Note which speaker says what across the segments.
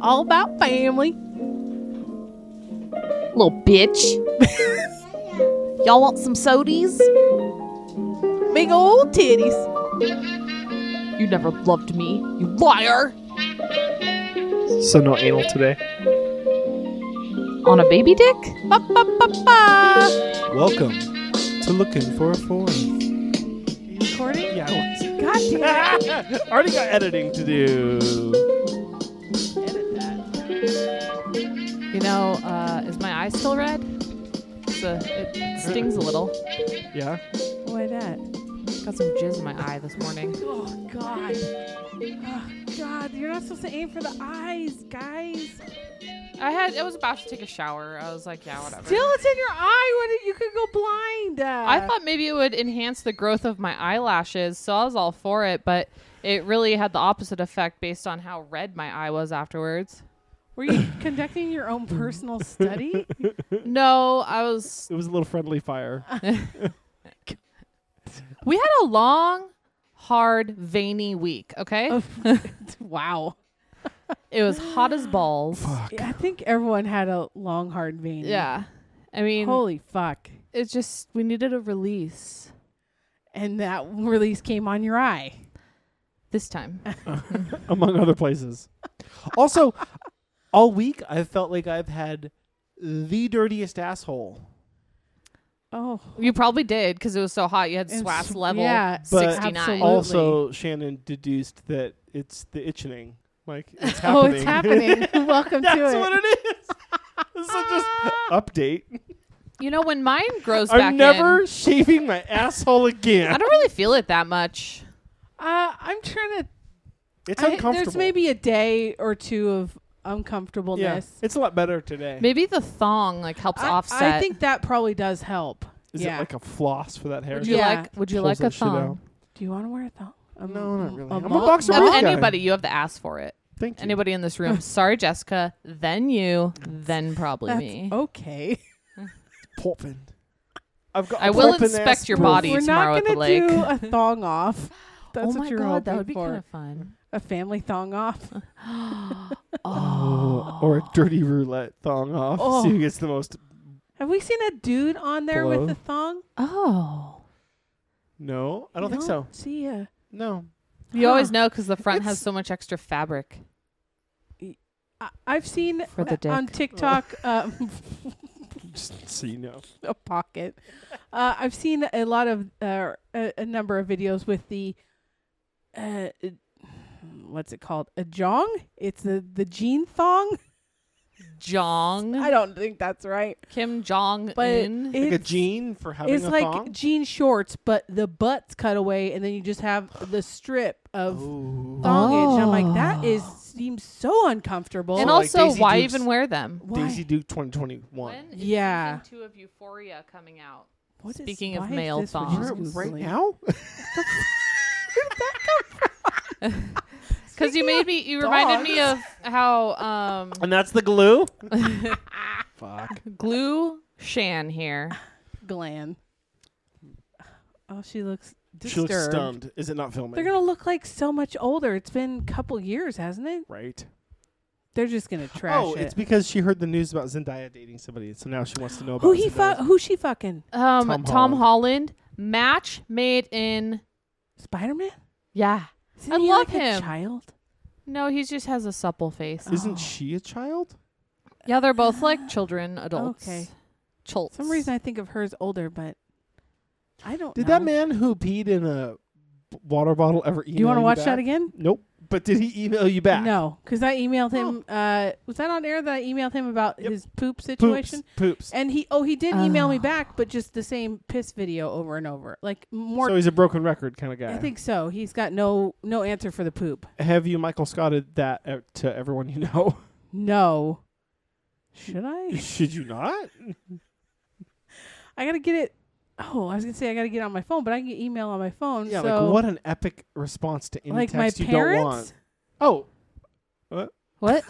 Speaker 1: All about family.
Speaker 2: Little bitch. Y'all want some sodies?
Speaker 1: Big old titties.
Speaker 2: You never loved me, you liar!
Speaker 3: So no anal today.
Speaker 2: On a baby dick?
Speaker 1: Ba, ba, ba, ba.
Speaker 4: Welcome to Looking for a Foreign.
Speaker 1: You recording?
Speaker 3: Yeah.
Speaker 1: God damn
Speaker 3: Already got editing to do.
Speaker 1: it. Edit that.
Speaker 2: You know, uh, is my eye still red? It's a, it stings a little.
Speaker 3: Yeah.
Speaker 1: Why that?
Speaker 2: Got some jizz in my eye this morning.
Speaker 1: Oh, God. Oh, God. You're not supposed to aim for the eyes, guys.
Speaker 2: I had I was about to take a shower. I was like, yeah, whatever.
Speaker 1: Still, it's in your eye. What if you could go blind? Uh,
Speaker 2: I thought maybe it would enhance the growth of my eyelashes, so I was all for it, but it really had the opposite effect based on how red my eye was afterwards.
Speaker 1: Were you conducting your own personal study?
Speaker 2: No, I was
Speaker 3: It was a little friendly fire.
Speaker 2: we had a long, hard, veiny week, okay?
Speaker 1: Oh. wow.
Speaker 2: It was hot as balls.
Speaker 1: Yeah, I think everyone had a long, hard vein.
Speaker 2: Yeah. I mean,
Speaker 1: Holy fuck.
Speaker 2: it's just we needed a release
Speaker 1: And that release came on your eye.
Speaker 2: this time.
Speaker 3: among other places.
Speaker 4: Also, all week I've felt like I've had the dirtiest asshole.
Speaker 1: Oh.
Speaker 2: you probably did because it was so hot. You had
Speaker 1: And
Speaker 2: SWAS
Speaker 1: s-
Speaker 2: level
Speaker 1: yeah,
Speaker 4: But
Speaker 2: 69.
Speaker 1: absolutely.
Speaker 3: Also, Shannon deduced that it's the itching. Like it's
Speaker 1: Oh,
Speaker 3: happening.
Speaker 1: it's happening. Welcome
Speaker 3: That's
Speaker 1: to it.
Speaker 3: what it is. this is just update.
Speaker 2: You know, when mine grows back
Speaker 3: I'm never
Speaker 2: in,
Speaker 3: shaving my asshole again.
Speaker 2: I don't really feel it that much.
Speaker 1: uh, I'm trying to.
Speaker 3: it's
Speaker 1: I-
Speaker 3: uncomfortable.
Speaker 1: there's maybe a day or two of
Speaker 3: yeah.
Speaker 1: uncomfortableness.
Speaker 3: It's a lot better today.
Speaker 2: Maybe the thong like helps
Speaker 1: I,
Speaker 2: offset.
Speaker 1: I think that probably does help.
Speaker 3: Is
Speaker 1: yeah.
Speaker 3: it like a floss for that hair?
Speaker 2: Would you
Speaker 1: Yeah.
Speaker 2: like? Would you like
Speaker 3: Pulls
Speaker 2: a
Speaker 3: that shit out.
Speaker 2: thong?
Speaker 1: Do you want to wear a thong? Mm-hmm. A
Speaker 3: No, not really. I'm a
Speaker 1: mul-
Speaker 3: boxer
Speaker 2: Of
Speaker 3: Rock guy.
Speaker 2: anybody, you have to ask for it.
Speaker 3: Thank you.
Speaker 2: Anybody in this room? Sorry, Jessica. Then you. Then probably
Speaker 1: That's
Speaker 2: me.
Speaker 1: okay.
Speaker 3: Portland. I've got.
Speaker 2: I will
Speaker 3: Portland-ass
Speaker 2: inspect your
Speaker 3: boob.
Speaker 2: body
Speaker 1: We're
Speaker 2: tomorrow
Speaker 1: not
Speaker 2: at the
Speaker 1: gonna
Speaker 2: lake.
Speaker 1: do a thong off. That's
Speaker 2: oh
Speaker 1: what
Speaker 2: my
Speaker 1: you're
Speaker 2: god, that
Speaker 1: hoping
Speaker 2: would be
Speaker 1: for.
Speaker 2: kind of fun.
Speaker 1: a family thong off.
Speaker 3: Oh, or a dirty roulette thong off.
Speaker 1: Oh.
Speaker 3: See who gets the most.
Speaker 1: Have we seen a dude on there
Speaker 3: Blow.
Speaker 1: with a thong?
Speaker 2: Oh.
Speaker 3: No, I don't think so.
Speaker 1: See ya.
Speaker 3: No.
Speaker 2: You always know because the front has
Speaker 1: It's-
Speaker 2: so much extra fabric.
Speaker 1: I- I've seen
Speaker 2: For the
Speaker 1: uh, on
Speaker 2: dick.
Speaker 1: TikTok
Speaker 3: Oh.
Speaker 1: um,
Speaker 3: Just so you know.
Speaker 1: a pocket. Uh, I've seen a lot of uh, a, a number of videos with the uh, it- what's it called? A jong? It's the the jean thong.
Speaker 2: Jong.
Speaker 1: I don't think that's right,
Speaker 2: Kim Jong
Speaker 1: but
Speaker 2: Un.
Speaker 1: it's,
Speaker 3: like a jean for having
Speaker 1: It's
Speaker 3: a
Speaker 1: like
Speaker 3: thong.
Speaker 1: jean shorts, but the butt's cut away, and then you just have the strip of
Speaker 3: Oh. Ooh.
Speaker 1: thongage. And I'm like, that
Speaker 2: Oh.
Speaker 1: is seems so uncomfortable.
Speaker 2: And
Speaker 3: like
Speaker 2: also,
Speaker 3: Daisy
Speaker 2: why
Speaker 3: Dukes.
Speaker 2: even wear them?
Speaker 1: Why?
Speaker 3: Daisy Duke 2021.
Speaker 1: is Yeah. season
Speaker 2: two of Euphoria coming out?
Speaker 1: What is-
Speaker 2: Speaking of
Speaker 1: why is
Speaker 2: male
Speaker 1: this what
Speaker 2: thongs.
Speaker 1: you're
Speaker 2: Where are
Speaker 3: Right, right
Speaker 1: Googling?
Speaker 3: now?
Speaker 2: Because you made me. You reminded me of how um,
Speaker 3: And that's the glue? Fuck.
Speaker 2: glue Shan here.
Speaker 1: Glan. Oh, she looks disturbed.
Speaker 3: She looks stunned. Is it not filming?
Speaker 1: They're gonna look like so much older. It's been a couple years, hasn't it?
Speaker 3: right.
Speaker 1: They're just gonna trash
Speaker 3: oh,
Speaker 1: it.
Speaker 3: it's because she heard the news about Zendaya dating somebody, so now she wants to know about
Speaker 1: who he
Speaker 3: Zendaya's-
Speaker 1: fuck? Who she fucking?
Speaker 2: Um,
Speaker 3: Tom
Speaker 2: Tom,
Speaker 3: Holland.
Speaker 2: Holland. match made in
Speaker 1: Spider Man?
Speaker 2: yeah.
Speaker 1: Isn't
Speaker 2: I
Speaker 1: he
Speaker 2: love
Speaker 1: like a
Speaker 2: him.
Speaker 1: child.
Speaker 2: No, he just has a supple face.
Speaker 1: Oh.
Speaker 3: Isn't she a child?
Speaker 2: Yeah, they're both like children, adults.
Speaker 1: Okay.
Speaker 2: Chults.
Speaker 1: For some reason I think of her as older, but I don't.
Speaker 3: Did
Speaker 1: know.
Speaker 3: that man who peed in a b- water bottle ever email
Speaker 1: Do you want to watch
Speaker 3: back?
Speaker 1: that again?
Speaker 3: Nope. But did he email you back?
Speaker 1: No, because I emailed him. Uh, was that on air that I emailed him about
Speaker 3: Yep.
Speaker 1: his poop
Speaker 3: Poops.
Speaker 1: situation?
Speaker 3: Poops.
Speaker 1: And he, oh, he did email me
Speaker 2: Oh.
Speaker 1: back, but just the same piss video over and over, like more.
Speaker 3: so he's a broken record kind of guy.
Speaker 1: I think so. He's got no no answer for the poop.
Speaker 3: Have you Michael Scotted that out to everyone you know?
Speaker 1: No. Should I?
Speaker 3: Should you not?
Speaker 1: I gotta get it. Oh, I was gonna say I gotta get it on my phone, but I can get email on my phone.
Speaker 3: Yeah,
Speaker 1: so,
Speaker 3: like what an epic response to any
Speaker 1: Like my
Speaker 3: text you don't
Speaker 1: parents.
Speaker 3: want. Oh,
Speaker 2: What?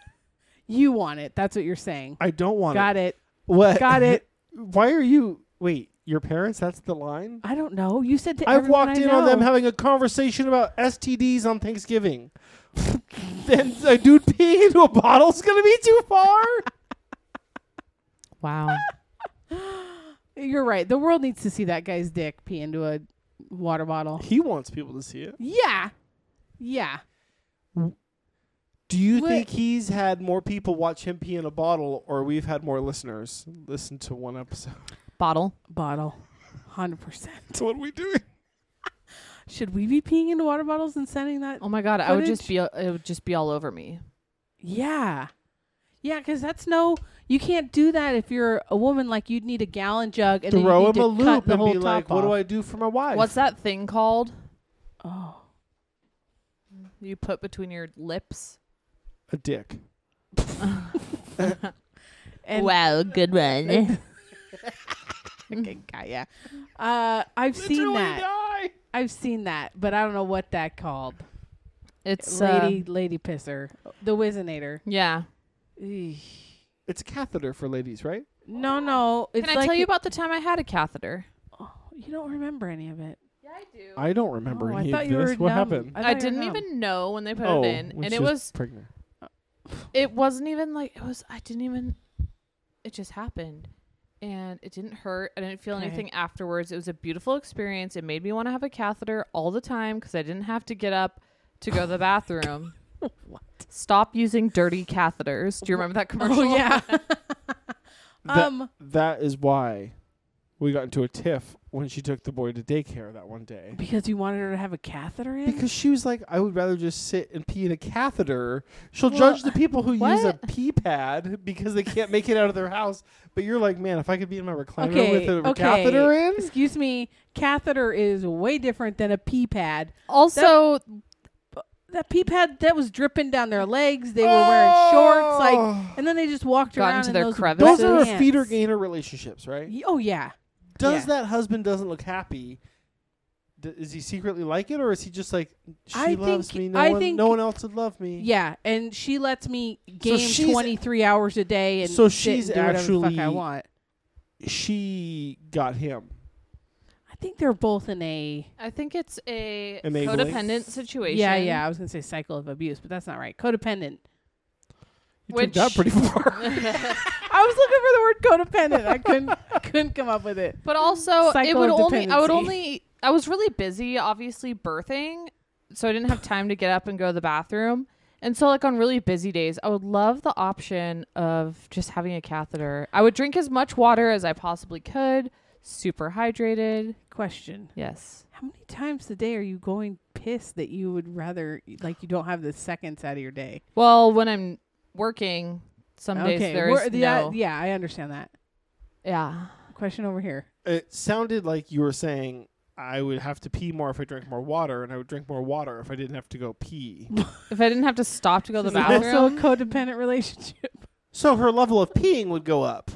Speaker 1: You want it? That's what you're saying.
Speaker 3: I don't want
Speaker 1: got it.
Speaker 3: it. What?
Speaker 1: Got it.
Speaker 3: Why are you? Wait, your parents? That's the line.
Speaker 1: I don't know. You said to
Speaker 3: I've
Speaker 1: everyone
Speaker 3: walked
Speaker 1: I
Speaker 3: in on them
Speaker 1: know.
Speaker 3: having a conversation about STDs on Thanksgiving.
Speaker 4: then a dude peeing into a bottle's gonna be too far.
Speaker 2: Wow.
Speaker 1: You're right. The world needs to see that guy's dick pee into a water bottle.
Speaker 3: He wants people to see it.
Speaker 1: Yeah. Yeah.
Speaker 4: Do you
Speaker 1: What-
Speaker 4: think
Speaker 1: think
Speaker 4: he's had more?
Speaker 3: More people watch him pee in a bottle, or we've had more listeners listen to one episode.
Speaker 2: Bottle.
Speaker 1: Bottle. 100%.
Speaker 3: what are we doing?
Speaker 1: Should we be peeing into water bottles and sending that?
Speaker 2: Oh my god, I would just
Speaker 1: Footage.
Speaker 2: be it would just be all over me.
Speaker 1: Yeah. Yeah, because that's no. You can't do that if you're a woman. Like, you'd need a gallon jug and then
Speaker 4: Throw
Speaker 1: you
Speaker 4: him
Speaker 1: need
Speaker 4: a
Speaker 1: to cut
Speaker 4: loop
Speaker 1: the
Speaker 4: and
Speaker 1: whole
Speaker 4: be like,
Speaker 1: top
Speaker 4: "What do
Speaker 1: off."
Speaker 4: I do for my wife?"
Speaker 2: What's that thing called
Speaker 1: Oh.
Speaker 2: you put between your lips?
Speaker 3: A dick.
Speaker 1: And
Speaker 2: wow, good one.
Speaker 1: Okay, guy, yeah. Uh, I've seen that.
Speaker 3: die.
Speaker 1: I've seen that, but I don't know what that called.
Speaker 2: It's uh,
Speaker 1: lady,
Speaker 2: lady.
Speaker 1: lady pisser, the Wizinator.
Speaker 2: yeah.
Speaker 1: Eesh.
Speaker 3: It's a catheter for ladies, right?
Speaker 1: No, no. It's
Speaker 2: Can I
Speaker 1: like
Speaker 2: tell you
Speaker 1: it-
Speaker 2: about the time I had a catheter?
Speaker 1: You don't remember any of it.
Speaker 2: Yeah, I do.
Speaker 3: I don't remember
Speaker 1: Oh,
Speaker 3: any
Speaker 1: I thought
Speaker 3: of
Speaker 1: you
Speaker 3: this.
Speaker 1: were
Speaker 3: what
Speaker 1: numb.
Speaker 3: happened?
Speaker 1: I, thought
Speaker 2: I
Speaker 1: you were
Speaker 2: didn't
Speaker 1: numb.
Speaker 2: even know when they put
Speaker 3: oh,
Speaker 2: it in,
Speaker 3: when
Speaker 2: and
Speaker 3: she
Speaker 2: it was
Speaker 3: pregnant.
Speaker 2: it wasn't even like it was. I didn't even. It just happened, and it didn't hurt. I didn't feel
Speaker 1: Okay.
Speaker 2: anything afterwards. It was a beautiful experience. It made me want to have a catheter all the time because I didn't have to get up to go to the bathroom.
Speaker 1: What?
Speaker 2: Stop using dirty catheters. Do you remember that commercial?
Speaker 1: Oh yeah.
Speaker 3: That-
Speaker 1: um.
Speaker 3: That is why we got into a tiff when she took the boy to daycare that one day.
Speaker 1: Because you wanted her to have a catheter in.
Speaker 3: Because she was like, I would rather just sit and pee in a catheter. She'll
Speaker 1: Well,
Speaker 3: judge the people who use a
Speaker 2: what?
Speaker 3: pee pad because they can't make it out of their house. But you're like, man, if I could be in my recliner
Speaker 1: okay.
Speaker 3: with a
Speaker 1: okay.
Speaker 3: catheter in,
Speaker 1: Excuse me. Catheter is way different than a pee pad.
Speaker 2: Also,
Speaker 1: That pee pad that was dripping down their legs. They were wearing shorts, like,
Speaker 3: Oh.
Speaker 1: and then they just walked
Speaker 2: Got
Speaker 1: around
Speaker 2: into
Speaker 1: in
Speaker 2: their
Speaker 1: those
Speaker 2: crevices.
Speaker 3: those
Speaker 2: this
Speaker 3: are
Speaker 1: pants.
Speaker 3: our feeder gainer relationships, right?
Speaker 1: Y- Oh yeah.
Speaker 3: Does
Speaker 1: Yeah.
Speaker 3: that husband doesn't look happy? D- is he secretly like it, or is he just like she
Speaker 1: I
Speaker 3: loves
Speaker 1: think-
Speaker 3: me? No
Speaker 1: I
Speaker 3: one,
Speaker 1: think-
Speaker 3: no one else would love me.
Speaker 1: Yeah, and she lets me game
Speaker 3: she's-
Speaker 1: 23 hours a day and
Speaker 3: So
Speaker 1: sit and
Speaker 3: she's
Speaker 1: do whatever the fuck I
Speaker 3: actually-
Speaker 1: want.
Speaker 3: She got him.
Speaker 1: I think they're both in a
Speaker 2: I think it's a
Speaker 3: Enabling.
Speaker 2: codependent situation.
Speaker 1: Yeah, yeah, I was going to say cycle of abuse, but that's not right. Codependent.
Speaker 3: You
Speaker 2: Which-
Speaker 3: took that pretty far.
Speaker 1: I was looking for the word codependent. I couldn't I couldn't come up with it.
Speaker 2: But also, it
Speaker 1: Cycle
Speaker 2: would
Speaker 1: of
Speaker 2: only. I would
Speaker 1: dependency.
Speaker 2: only. I was really busy, obviously birthing, so I didn't have time to get up and go to the bathroom. And so, like on really busy days, I would love the option of just having a catheter. I would drink as much water as I possibly could, super hydrated.
Speaker 1: Question.
Speaker 2: Yes.
Speaker 1: How many times a day are you going pissed that you would rather like you don't have the seconds out of your day?
Speaker 2: Well, when I'm working, some days there
Speaker 1: we're-
Speaker 2: is
Speaker 1: the- uh,
Speaker 2: no.
Speaker 1: yeah, I understand that.
Speaker 2: yeah.
Speaker 1: Question over here.
Speaker 3: it sounded like you were saying I would have to pee more if I drank more water, and I would drink more water if I didn't have to go pee.
Speaker 2: If I didn't have to stop to go to the
Speaker 1: This is also
Speaker 2: bathroom,
Speaker 1: a codependent relationship.
Speaker 3: so her level of peeing would go up.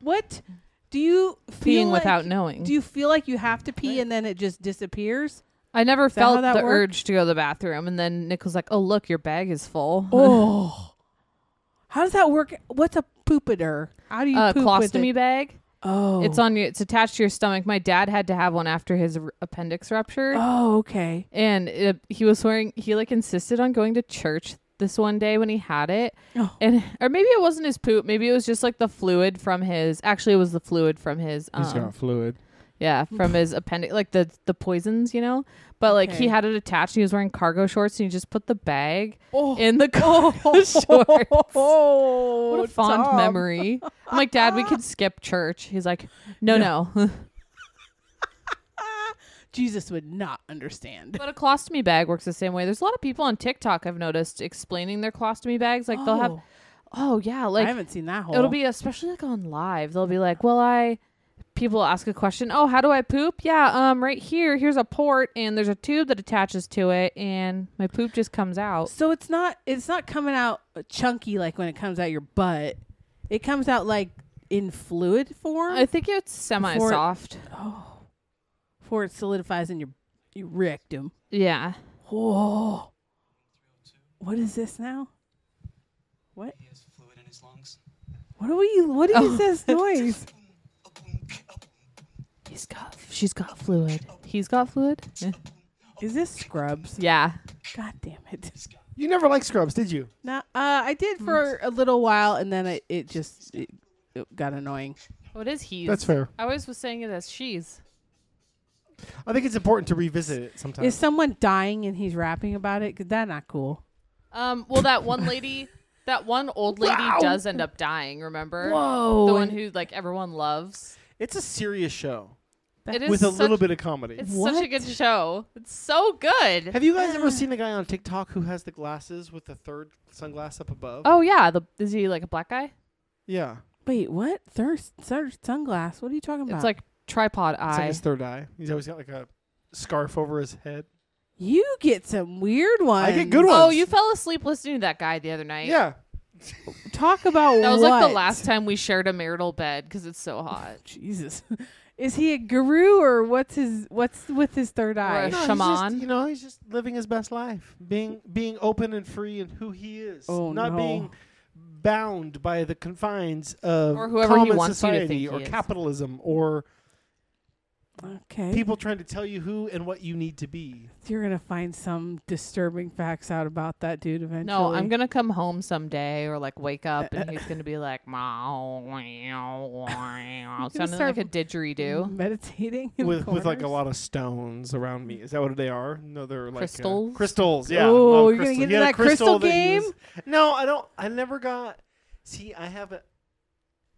Speaker 1: What do you feel
Speaker 2: peeing
Speaker 1: like-
Speaker 2: without knowing.
Speaker 1: Do you feel like you have to pee and then it just disappears?
Speaker 2: I never
Speaker 1: that how
Speaker 2: felt the
Speaker 1: that works?
Speaker 2: urge to go to the bathroom, and then Nick was like, "Oh, look, your bag is full."
Speaker 1: Oh, how does that work? What's a poopeter? How do you
Speaker 2: uh,
Speaker 1: poop
Speaker 2: colostomy
Speaker 1: with it?
Speaker 2: bag.
Speaker 1: Oh,
Speaker 2: It's on your. It's attached to your stomach. My dad had to have one after his r- appendix rupture,
Speaker 1: Oh, okay.
Speaker 2: and it, he was swearing. He like insisted on going to church this one day when he had it,
Speaker 1: Oh.
Speaker 2: and or maybe it wasn't his poop. Maybe it was just like the fluid from his. Actually, it was the fluid from his. Um,
Speaker 3: He's got fluid.
Speaker 2: Yeah, from his appendix, like the the poisons, you know. But like
Speaker 1: Okay.
Speaker 2: he had it attached. And he was wearing cargo shorts, and he just put the bag
Speaker 1: Oh.
Speaker 2: in the cargo shorts.
Speaker 1: Oh,
Speaker 2: What a fond
Speaker 1: Tom.
Speaker 2: memory. I'm like, Dad, we could skip church. He's like, No, no.
Speaker 1: Jesus would not understand.
Speaker 2: but a colostomy bag works the same way. There's a lot of people on TikTok I've noticed explaining their colostomy bags. Like they'll have,
Speaker 1: Oh,
Speaker 2: oh yeah,
Speaker 1: I
Speaker 2: like
Speaker 1: haven't seen that whole.
Speaker 2: it'll be especially like on live. They'll be like, Well, I people ask a question. Oh, how do I poop? Yeah, um, right here. Here's a port, and there's a tube that attaches to it, and my poop just comes out.
Speaker 1: So it's not. It's not coming out chunky like when it comes out your butt. It comes out like in fluid form
Speaker 2: I think it's semi-soft.
Speaker 1: Oh. Before it solidifies in your your rectum.
Speaker 2: yeah.
Speaker 1: Whoa. What is this now?
Speaker 5: He has fluid in his lungs.
Speaker 1: What are we what is
Speaker 2: Oh.
Speaker 1: this noise?
Speaker 2: He's got. She's got fluid. He's got fluid. Yeah.
Speaker 1: Is this scrubs?
Speaker 2: yeah.
Speaker 1: God damn it.
Speaker 5: He's got
Speaker 3: You never liked Scrubs, did you?
Speaker 1: Now, uh, I did for
Speaker 2: Mm.
Speaker 1: a little while, and then it, it just it, it got annoying.
Speaker 2: Oh, it is he's.
Speaker 3: That's fair.
Speaker 2: I always was saying it as she's.
Speaker 3: I think it's important to revisit it sometimes.
Speaker 1: Is someone dying and he's rapping about it? 'Cause that's not cool.
Speaker 2: Um, well, that one lady, that one old lady does end up dying. Remember
Speaker 1: Whoa!
Speaker 2: the one who like everyone loves.
Speaker 4: It's a serious show.
Speaker 2: It is
Speaker 3: With a
Speaker 2: such-
Speaker 3: little bit of comedy.
Speaker 2: It's
Speaker 1: What?
Speaker 2: such a good show. It's so good.
Speaker 4: Have you guys ever seen the guy on TikTok who has the glasses with the third sunglass up above?
Speaker 2: Oh yeah, the is he like a black guy?
Speaker 3: Yeah.
Speaker 1: Wait, what? Thirst, thirst, sunglass? What are you talking about?
Speaker 2: It's like tripod
Speaker 3: It's like
Speaker 2: eye.
Speaker 3: his third eye. He's always got like a scarf over his head.
Speaker 1: you get some weird ones.
Speaker 3: I get good ones.
Speaker 2: Oh, you fell asleep listening to that guy the other night.
Speaker 3: Yeah.
Speaker 1: Talk about
Speaker 2: That was like
Speaker 1: what?
Speaker 2: the last time we shared a marital bed because it's so hot.
Speaker 1: Jesus, is he a guru or what's his what's with his third
Speaker 2: Right.
Speaker 1: eye?
Speaker 3: No, he's just-
Speaker 2: Shaman.
Speaker 3: you know, he's just living his best life, being being open and free and who he is,
Speaker 1: Oh,
Speaker 3: not
Speaker 1: no.
Speaker 3: being bound by the confines of
Speaker 2: Or whoever he
Speaker 3: common
Speaker 2: wants you to
Speaker 3: society
Speaker 2: think
Speaker 3: or
Speaker 2: he is.
Speaker 3: capitalism or
Speaker 1: Okay,
Speaker 3: people trying to tell you who and what you need to be.
Speaker 1: you're gonna find some disturbing facts out about that dude eventually.
Speaker 2: No, I'm gonna come home someday or like wake up and he's gonna be like, "Meow, meow, meow," sounding
Speaker 1: start
Speaker 2: like a didgeridoo.
Speaker 1: meditating in
Speaker 3: with with like a
Speaker 1: corners?
Speaker 3: lot of stones around me. Is that what they are? No, they're like uh,
Speaker 2: Crystals?
Speaker 3: crystals, yeah.
Speaker 1: Ooh,
Speaker 3: Love
Speaker 1: you're gonna
Speaker 3: crystals.
Speaker 1: get
Speaker 3: He
Speaker 1: into
Speaker 3: had a
Speaker 1: that crystal
Speaker 3: that he
Speaker 1: game?
Speaker 3: was- no, I don't. I never got. See, I have a.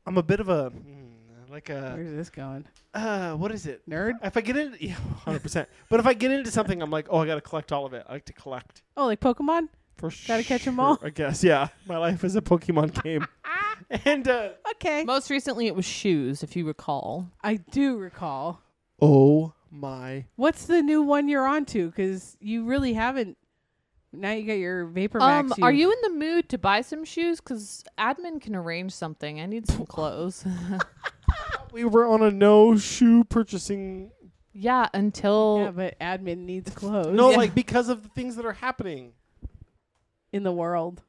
Speaker 3: I'm a bit of a mm, like a
Speaker 1: Where's this going,
Speaker 3: uh, what is it?
Speaker 1: nerd?
Speaker 3: If I get in, yeah, hundred percent. But if I get into something, I'm like, oh, I gotta collect all of it. I like to collect.
Speaker 1: Oh, like Pokemon?
Speaker 3: For
Speaker 1: Gotta catch 'em
Speaker 3: sure,
Speaker 1: all.
Speaker 3: I guess. Yeah, my life is a Pokemon game, and uh,
Speaker 1: Okay,
Speaker 2: Most recently, it was shoes, if you recall.
Speaker 1: I do recall.
Speaker 3: oh my
Speaker 1: What's the new one you're on to? Because you really haven't. Now you got your Vapor
Speaker 2: Um,
Speaker 1: Max.
Speaker 2: are you in the mood to buy some shoes? Because admin can arrange something. I need some clothes.
Speaker 3: We were on a no shoe purchasing.
Speaker 2: yeah,
Speaker 1: Yeah,
Speaker 2: until
Speaker 1: but admin needs clothes.
Speaker 3: No,
Speaker 2: Yeah.
Speaker 3: like because of the things that are happening.
Speaker 1: in the world.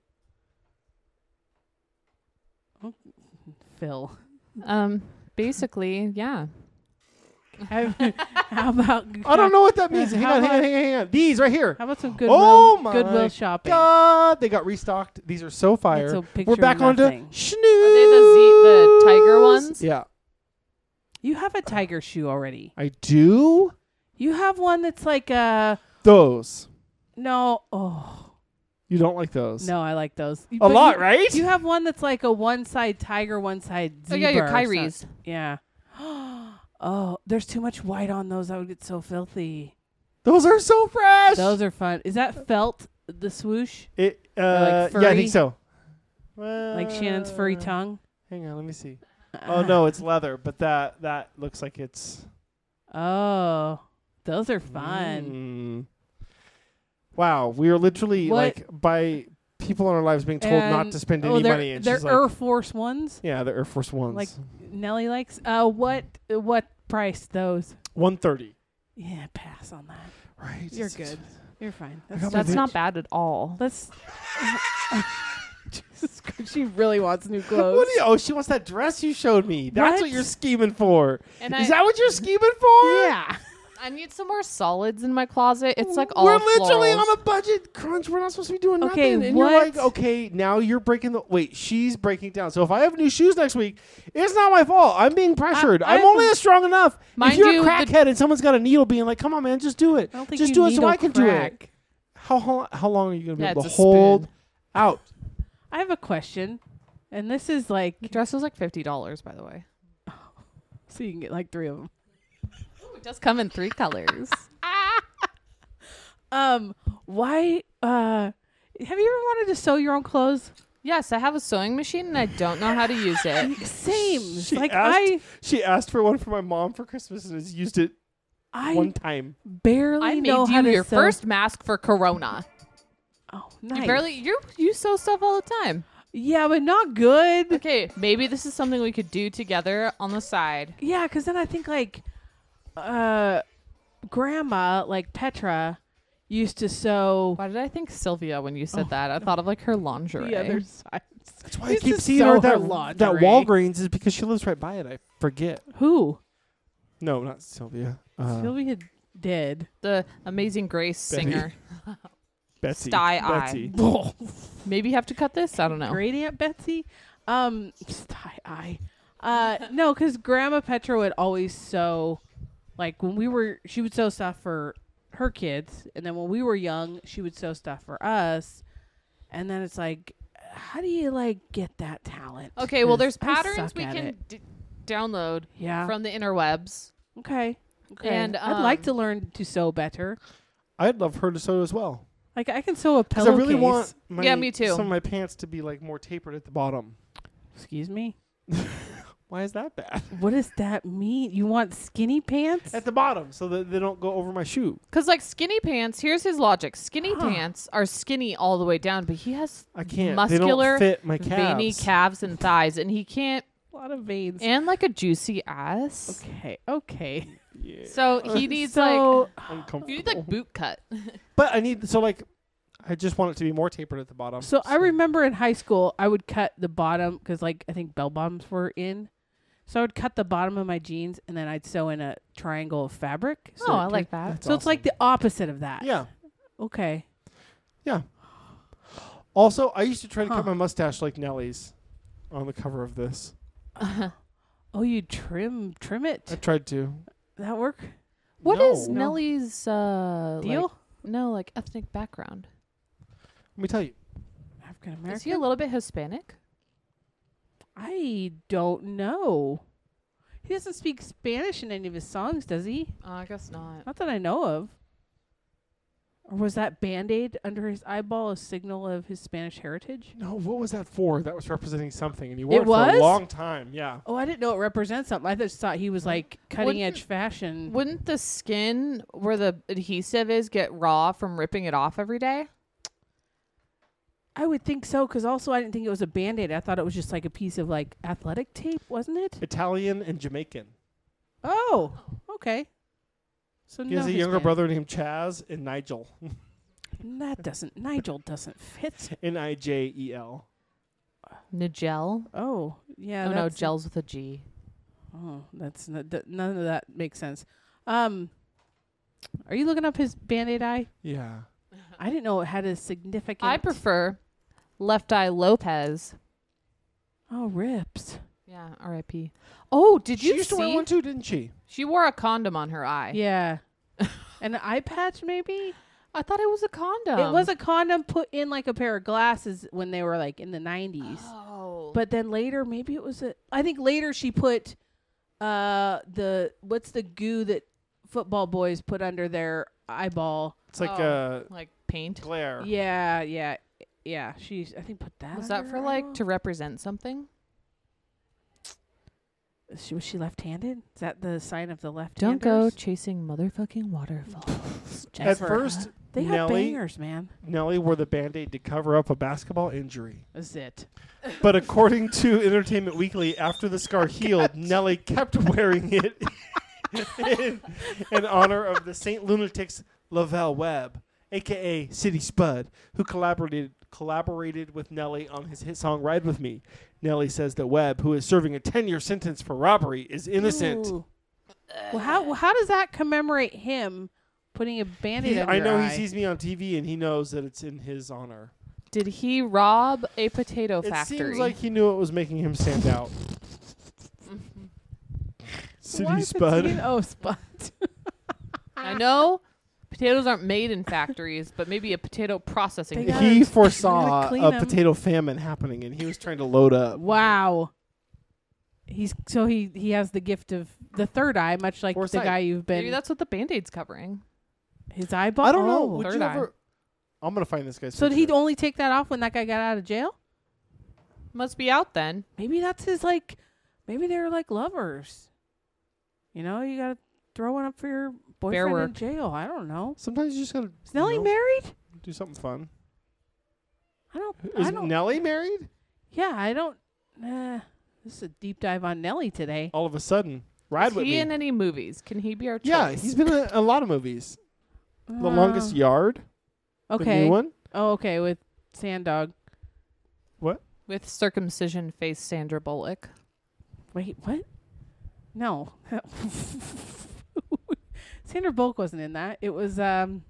Speaker 1: Oh, Phil,
Speaker 2: um, basically, yeah.
Speaker 1: how how about
Speaker 3: I don't know what that means. Hang
Speaker 1: How
Speaker 3: on, hang on,
Speaker 1: about-
Speaker 3: hang on, hang on. These right here.
Speaker 1: How about some goodwill?
Speaker 3: Oh my
Speaker 1: goodwill shopping.
Speaker 3: God, they got restocked. These are so
Speaker 1: That's
Speaker 3: fire.
Speaker 1: a picture
Speaker 3: We're back
Speaker 1: of
Speaker 3: onto
Speaker 1: nothing.
Speaker 3: schnooze.
Speaker 2: Are they the Z- the tiger ones?
Speaker 3: Yeah,
Speaker 1: You have a tiger shoe already.
Speaker 3: I do
Speaker 1: You have one that's like uh
Speaker 3: those.
Speaker 1: no oh
Speaker 3: You don't like those
Speaker 1: no I like those
Speaker 3: a lot,
Speaker 1: you,
Speaker 3: right?
Speaker 1: You have one that's like a one side tiger, one side
Speaker 2: Oh
Speaker 1: zebra.
Speaker 2: yeah, your
Speaker 1: or something.
Speaker 2: Kyrie's.
Speaker 1: Yeah. oh, there's too much white on those. I would get so filthy.
Speaker 3: Those are so fresh.
Speaker 1: Those are fun. Is that felt the swoosh
Speaker 3: It, uh,
Speaker 1: like
Speaker 3: yeah, I
Speaker 1: furry?
Speaker 3: think so.
Speaker 1: like Shannon's furry
Speaker 3: Uh,
Speaker 1: tongue?
Speaker 3: Hang on, let me see. Oh no, it's leather, but that that looks like it's
Speaker 1: Oh, those are
Speaker 3: Mm.
Speaker 1: fun.
Speaker 3: Wow, we are literally
Speaker 1: What?
Speaker 3: like by people in our lives being told not
Speaker 1: And-
Speaker 3: to spend
Speaker 1: oh,
Speaker 3: any
Speaker 1: they're,
Speaker 3: money. And
Speaker 1: they're
Speaker 3: she's like,
Speaker 1: Air Force Ones.
Speaker 3: yeah, the Air Force Ones,
Speaker 1: Like- Nelly likes. Uh, what what price those?
Speaker 3: one thirty.
Speaker 1: Yeah, pass on that.
Speaker 3: Right,
Speaker 1: You're
Speaker 3: it's-
Speaker 1: good. You're fine.
Speaker 3: I got
Speaker 1: That's,
Speaker 3: my
Speaker 2: That's
Speaker 3: vape-
Speaker 2: not bad at all.
Speaker 1: let's. Jesus Christ, she really wants new clothes.
Speaker 3: What do you, oh, she wants that dress you showed me. That's what,
Speaker 1: What?
Speaker 3: you're scheming for.
Speaker 2: And
Speaker 3: Is
Speaker 2: I,
Speaker 3: that what you're scheming for?
Speaker 1: yeah.
Speaker 2: I need some more solids in my closet. It's like all
Speaker 3: we're literally
Speaker 2: florals.
Speaker 3: on a budget crunch. We're not supposed to be doing
Speaker 1: Okay,
Speaker 3: nothing. And you're
Speaker 1: what?
Speaker 3: like, okay, now you're breaking the wait. She's breaking down. So if I have new shoes next week, it's not my fault. I'm being pressured. I,
Speaker 1: I-
Speaker 3: am only as strong enough.
Speaker 2: Mind
Speaker 3: if you're
Speaker 2: you,
Speaker 3: a
Speaker 2: the-
Speaker 3: crackhead and someone's got a needle, being like, come on, man, just do it.
Speaker 1: I don't think
Speaker 3: just
Speaker 1: you
Speaker 3: do it
Speaker 1: need
Speaker 3: so
Speaker 1: no
Speaker 3: I can do it.
Speaker 1: crack.
Speaker 3: How how, how long are you gonna be
Speaker 2: Yeah,
Speaker 3: able to
Speaker 2: it's a spoon.
Speaker 3: hold out?
Speaker 1: I have a question, and this is like
Speaker 2: The dress was like fifty dollars, by the way.
Speaker 1: so you can get like three of them.
Speaker 2: It does come in three colors.
Speaker 1: Um, why? Uh, have you ever wanted to sew your own clothes?
Speaker 2: yes, I have a sewing machine and I don't know how to use it.
Speaker 1: Same.
Speaker 3: Uh, She
Speaker 1: like
Speaker 3: asked-
Speaker 1: I,
Speaker 3: She asked for one for my mom for Christmas and has used it
Speaker 1: I
Speaker 3: one time.
Speaker 1: barely
Speaker 2: I made
Speaker 1: know how
Speaker 2: you
Speaker 1: to
Speaker 2: your
Speaker 1: sew.
Speaker 2: first mask for Corona.
Speaker 1: Oh, nice.
Speaker 2: You barely you you sew stuff all the time.
Speaker 1: Yeah, but not good.
Speaker 2: Okay, maybe this is something we could do together on the side.
Speaker 1: Yeah, because then I think like, uh, grandma like Petra used to sew
Speaker 2: Why did I think Sylvia when you said
Speaker 1: Oh.
Speaker 2: that? I thought of like her lingerie.
Speaker 1: the other sides.
Speaker 3: That's why
Speaker 1: This
Speaker 3: I keep
Speaker 1: is
Speaker 3: seeing
Speaker 1: so
Speaker 3: her at
Speaker 1: her
Speaker 3: that, that
Speaker 1: lingerie.
Speaker 3: Walgreens is because she lives right by it. I forget.
Speaker 1: Who?
Speaker 3: No, not Sylvia. Uh,
Speaker 1: Sylvia dead.
Speaker 2: the Amazing Grace
Speaker 3: Betty.
Speaker 2: singer.
Speaker 3: Betsy.
Speaker 2: Sty eye.
Speaker 3: Betsy.
Speaker 2: Maybe have to cut this. I don't know.
Speaker 1: Great Aunt Betsy. Um, sty eye. Uh, no, because Grandma Petra would always sew, like when we were, she would sew stuff for her kids, and then when we were young, she would sew stuff for us. And then it's like, how do you like get that talent?
Speaker 2: Okay, well,
Speaker 1: 'Cause
Speaker 2: there's
Speaker 1: I
Speaker 2: patterns
Speaker 1: suck
Speaker 2: we
Speaker 1: at
Speaker 2: can
Speaker 1: it.
Speaker 2: d- download
Speaker 1: yeah.
Speaker 2: from the interwebs.
Speaker 1: okay. Okay.
Speaker 2: And,
Speaker 1: I'd like
Speaker 2: um,
Speaker 1: to learn to sew better.
Speaker 3: I'd love her to sew as well.
Speaker 1: Like I can sew a
Speaker 3: Because
Speaker 1: pillowcase.
Speaker 3: I really want my,
Speaker 2: Yeah, me too.
Speaker 3: some of my pants to be like more tapered at the bottom.
Speaker 1: Excuse me.
Speaker 3: Why is that bad?
Speaker 1: What does that mean? You want skinny pants?
Speaker 3: At the bottom, so that they don't go over my shoe.
Speaker 2: Because, like, skinny pants, here's his logic skinny
Speaker 1: Huh.
Speaker 2: pants are skinny all the way down, but he has
Speaker 3: I can't.
Speaker 2: Muscular,
Speaker 3: they don't fit my calves.
Speaker 2: veiny calves and thighs, and he can't,
Speaker 1: a lot of veins.
Speaker 2: and like a juicy ass.
Speaker 1: Okay. Okay.
Speaker 3: Yeah.
Speaker 2: So he needs, like,
Speaker 1: so
Speaker 3: Uncomfortable.
Speaker 2: you need, like, boot cut.
Speaker 3: but I need so like, I just want it to be more tapered at the bottom.
Speaker 1: So I remember in high school, I would cut the bottom because, like, I think bell bottoms were in. So I would cut the bottom of my jeans and then I'd sew in a triangle of fabric. So
Speaker 2: oh,
Speaker 1: it
Speaker 2: I
Speaker 1: turned-
Speaker 2: like that.
Speaker 3: That's
Speaker 1: So it's like the opposite of that.
Speaker 3: Yeah.
Speaker 1: Okay.
Speaker 3: Also, I used to try to
Speaker 1: Huh.
Speaker 3: cut my mustache like Nellie's, on the cover of this.
Speaker 1: Oh, you trim trim
Speaker 3: I
Speaker 1: it.
Speaker 3: tried to.
Speaker 1: That work
Speaker 2: What is
Speaker 3: No.
Speaker 2: Nellie's, uh,
Speaker 1: deal?
Speaker 2: Like, no, like, ethnic background?
Speaker 3: Let me tell you.
Speaker 1: African
Speaker 2: Is he a
Speaker 1: American.
Speaker 2: little bit Hispanic?
Speaker 1: I don't know. He doesn't speak Spanish in any of his songs, does he?
Speaker 2: Oh, I guess not.
Speaker 1: Not that I know of. Or was that band aid under his eyeball a signal of his Spanish heritage?
Speaker 3: No, what was that for? That was representing something, and you wore
Speaker 1: It
Speaker 3: it, for a
Speaker 1: was?
Speaker 3: long time. Yeah.
Speaker 1: Oh, I didn't know it represents something. I just thought he was like cutting edge fashion.
Speaker 2: Wouldn't the skin where the adhesive is get raw from ripping it off every day?
Speaker 1: I would think so, because also I didn't think it was a band aid. I thought it was just like a piece of like athletic tape, wasn't it?
Speaker 3: Italian and Jamaican.
Speaker 1: Oh, okay. So
Speaker 3: He has
Speaker 1: no
Speaker 3: a younger
Speaker 1: Hispanic.
Speaker 3: brother named Chaz and Nigel.
Speaker 1: That doesn't Nigel doesn't fit.
Speaker 3: N I J E L.
Speaker 2: Nigel?
Speaker 1: Oh yeah.
Speaker 2: oh no,
Speaker 1: that's-
Speaker 2: gels with a G.
Speaker 1: Oh, that's not, that, none of that makes sense. Um, are you looking up his band aid eye?
Speaker 3: Yeah.
Speaker 1: I didn't know it had a significant.
Speaker 2: I prefer Left Eye Lopez.
Speaker 1: Oh, rips.
Speaker 2: Yeah, R.I.P. Oh, did
Speaker 3: She
Speaker 2: you
Speaker 3: used
Speaker 2: see?
Speaker 3: to wear one too, didn't she?
Speaker 2: She wore a condom on her eye.
Speaker 1: Yeah. An eye patch, maybe?
Speaker 2: I thought it was a condom.
Speaker 1: it was a condom put in like a pair of glasses when they were like in the 90s.
Speaker 2: Oh,
Speaker 1: But then later, maybe it was a. I think later she put uh the. What's the goo that football boys put under their eyeball?
Speaker 3: It's like
Speaker 2: Oh.
Speaker 3: uh
Speaker 2: like paint.
Speaker 3: glare.
Speaker 1: Yeah, yeah. Yeah, she's. I think put that.
Speaker 2: Was that
Speaker 1: under
Speaker 2: for
Speaker 1: her
Speaker 2: like
Speaker 1: eyeball?
Speaker 2: to represent something?
Speaker 1: She, was she left-handed? Is that the sign of the left?
Speaker 2: Don't go chasing motherfucking waterfalls.
Speaker 3: At
Speaker 1: Jennifer.
Speaker 3: first,
Speaker 1: They got
Speaker 3: Nelly-
Speaker 1: bangers, man.
Speaker 3: Nellie wore the band aid to cover up a basketball injury.
Speaker 1: That's it.
Speaker 3: But according to Entertainment Weekly, after the
Speaker 1: Oh,
Speaker 3: scar healed, Nellie kept wearing it in, in honor of the St. Lunatics Lavelle Webb, aka City Spud, who collaborated collaborated with Nellie on his hit song Ride With Me. Nellie says that Webb, who is serving a 10-year sentence for robbery, is innocent.
Speaker 1: Ooh. Well, how well, how does that commemorate him putting a band-aid
Speaker 3: He-
Speaker 1: under
Speaker 3: I
Speaker 1: your
Speaker 3: know
Speaker 1: eye?
Speaker 3: he sees me on TV and he knows that it's in his honor.
Speaker 2: Did he rob a potato
Speaker 3: it
Speaker 2: factory?
Speaker 3: seems like he knew it was making him stand out. City
Speaker 1: Why is it
Speaker 3: Spud.
Speaker 1: seen- Oh, Spud.
Speaker 2: I know potatoes aren't made in factories, but maybe a potato processing.
Speaker 1: They
Speaker 2: plant.
Speaker 1: gotta-
Speaker 3: he foresaw
Speaker 1: clean
Speaker 3: a
Speaker 1: 'em.
Speaker 3: potato famine happening and he was trying to load up.
Speaker 1: Wow. He's so he he has the gift of the third eye, much like
Speaker 3: Foresight.
Speaker 1: the guy you've
Speaker 2: Maybe
Speaker 1: been.
Speaker 2: that's what the band aid's covering.
Speaker 1: his eyeball.
Speaker 3: I don't know.
Speaker 1: Oh.
Speaker 3: Would
Speaker 2: Third
Speaker 3: you
Speaker 2: eye.
Speaker 3: ever? I'm gonna find this guy's.
Speaker 1: So did he
Speaker 3: picture.
Speaker 1: only take that off when that guy got out of jail?
Speaker 2: Must be out then.
Speaker 1: Maybe that's his like. Maybe they're like lovers. You know, you gotta throw one up for your boyfriend in
Speaker 2: work.
Speaker 1: jail. I don't know.
Speaker 3: Sometimes you just gotta
Speaker 1: Is Nelly
Speaker 3: you know,
Speaker 1: married?
Speaker 3: do something fun.
Speaker 1: I don't. I
Speaker 3: Is
Speaker 1: don't.
Speaker 3: Nelly married?
Speaker 1: yeah, I don't. Uh, this is a deep dive on Nelly today.
Speaker 3: All of a sudden, ride
Speaker 2: Is
Speaker 3: with
Speaker 2: he
Speaker 3: me.
Speaker 2: in any movies? Can he be our
Speaker 3: yeah,
Speaker 2: choice?
Speaker 3: he's been in a lot of movies. The Longest Yard, the
Speaker 1: Oh, Okay.
Speaker 3: new one.
Speaker 1: Oh, okay. With Sand Dog.
Speaker 2: with circumcision face Sandra Bullock.
Speaker 1: Wait, what? No. Sandra Bullock wasn't in that. It was um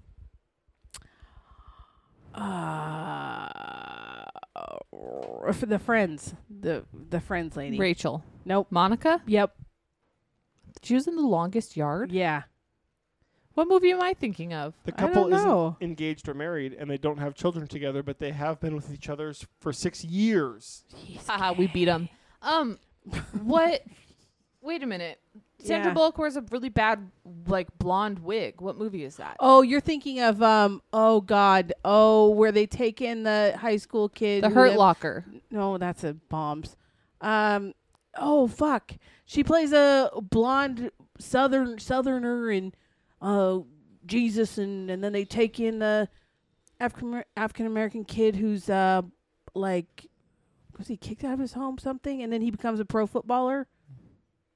Speaker 1: Uh, f- the friends, the the friends lady.
Speaker 2: Rachel.
Speaker 1: Nope.
Speaker 2: Monica?
Speaker 1: Yep.
Speaker 2: She was in the longest yard.
Speaker 1: Yeah.
Speaker 2: What movie am I thinking of?
Speaker 3: The
Speaker 1: I don't
Speaker 3: couple
Speaker 1: know.
Speaker 3: isn't engaged or married, and they don't have children together, but they have been with each other s- for six years.
Speaker 2: Haha, we beat him. Um, what? Wait a minute. Sandra
Speaker 1: Yeah.
Speaker 2: Bullock wears a really bad, like blonde wig. What movie is that?
Speaker 1: Oh, you're thinking of um. Oh God. Oh, where they take in the high school kid.
Speaker 2: the
Speaker 1: who
Speaker 2: Hurt
Speaker 1: they-
Speaker 2: Locker.
Speaker 1: No, that's a bombs. Um. Oh fuck. She plays a blonde southern southerner and uh Jesus and and then they take in the African African American kid who's uh like was he kicked out of his home something and then he becomes a pro footballer.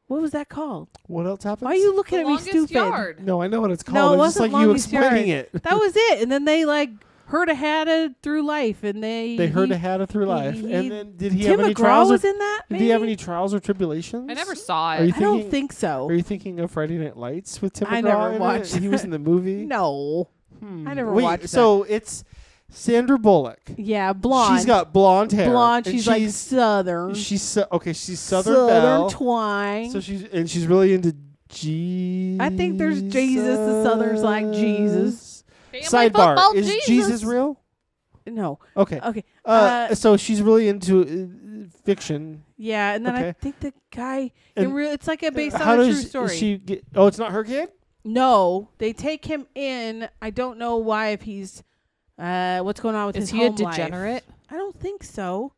Speaker 1: What was that called?
Speaker 3: What else happens?
Speaker 1: Why are you looking
Speaker 2: The
Speaker 1: at me
Speaker 2: longest
Speaker 1: stupid?
Speaker 2: yard.
Speaker 3: No, I know what it's called.
Speaker 1: No, it
Speaker 3: it's just
Speaker 1: wasn't
Speaker 3: like you
Speaker 1: longest
Speaker 3: explaining it.
Speaker 1: That was it. And then they like heard a had a through life and they
Speaker 3: They heard
Speaker 1: he-
Speaker 3: a had it through life,
Speaker 1: he-
Speaker 3: and then did he
Speaker 1: Tim
Speaker 3: have any
Speaker 1: McGraw
Speaker 3: trials? Or,
Speaker 1: was in that?
Speaker 3: did he have
Speaker 1: maybe?
Speaker 3: any trials or tribulations?
Speaker 2: I never saw
Speaker 3: Are you
Speaker 2: it.
Speaker 1: I don't
Speaker 3: thinking-
Speaker 1: think so.
Speaker 3: Are you thinking of Friday Night Lights with Tim McGraw?
Speaker 1: I never
Speaker 3: in it?
Speaker 1: watched
Speaker 3: He was in the movie.
Speaker 1: No.
Speaker 3: Hmm.
Speaker 1: I never
Speaker 3: Wait,
Speaker 1: watched
Speaker 3: So it's Sandra Bullock.
Speaker 1: Yeah, blonde.
Speaker 3: She's got blonde hair.
Speaker 1: blonde.
Speaker 3: and
Speaker 1: She's, like southern.
Speaker 3: she's so, okay. She's Southern, Belle.
Speaker 1: twang.
Speaker 3: So she's and she's really into Jesus.
Speaker 1: I think there's Jesus, the Southerners like Jesus.
Speaker 3: Sidebar: Is Jesus real?
Speaker 1: no.
Speaker 3: Okay.
Speaker 1: Okay.
Speaker 3: Uh,
Speaker 1: uh,
Speaker 3: so she's really into uh, fiction.
Speaker 1: Yeah, and then I
Speaker 3: Okay.
Speaker 1: think the guy. it
Speaker 3: And-
Speaker 1: re- it's like a based
Speaker 3: How
Speaker 1: on a true
Speaker 3: does
Speaker 1: story.
Speaker 3: she get? Oh, it's not her kid.
Speaker 1: no, they take him in. I don't know why if he's. Uh, what's going on with
Speaker 2: Is
Speaker 1: his
Speaker 2: he a
Speaker 1: home life.
Speaker 2: degenerate?
Speaker 1: I don't think so.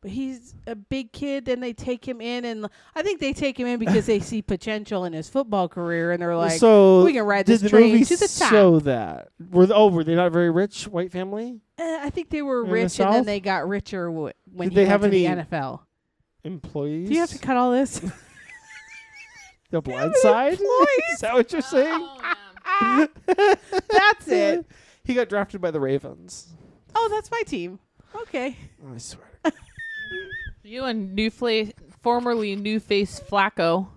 Speaker 1: But he's a big kid, and they take him in, and I think they take him in because they see potential in his football career, and they're like,
Speaker 3: so
Speaker 1: "We can ride
Speaker 3: did
Speaker 1: this
Speaker 3: the
Speaker 1: train
Speaker 3: movie
Speaker 1: to the top."
Speaker 3: show that? Were the, oh, were they not very rich white family?
Speaker 1: Uh, I think they were
Speaker 3: In the
Speaker 1: rich, and then
Speaker 3: South?
Speaker 1: they got richer w- when
Speaker 3: Did
Speaker 1: he
Speaker 3: they
Speaker 1: went
Speaker 3: have
Speaker 1: to the
Speaker 3: any-
Speaker 1: NFL.
Speaker 3: Employees?
Speaker 1: Do you have to cut all this?
Speaker 3: the blind
Speaker 1: any
Speaker 3: side?
Speaker 1: employees? Oh.
Speaker 3: Is that what you're saying?
Speaker 2: Oh,
Speaker 1: that's it.
Speaker 3: He got drafted by the Ravens.
Speaker 1: Oh, that's my team. Okay.
Speaker 3: I swear.
Speaker 2: you and new face, formerly new face Flacco.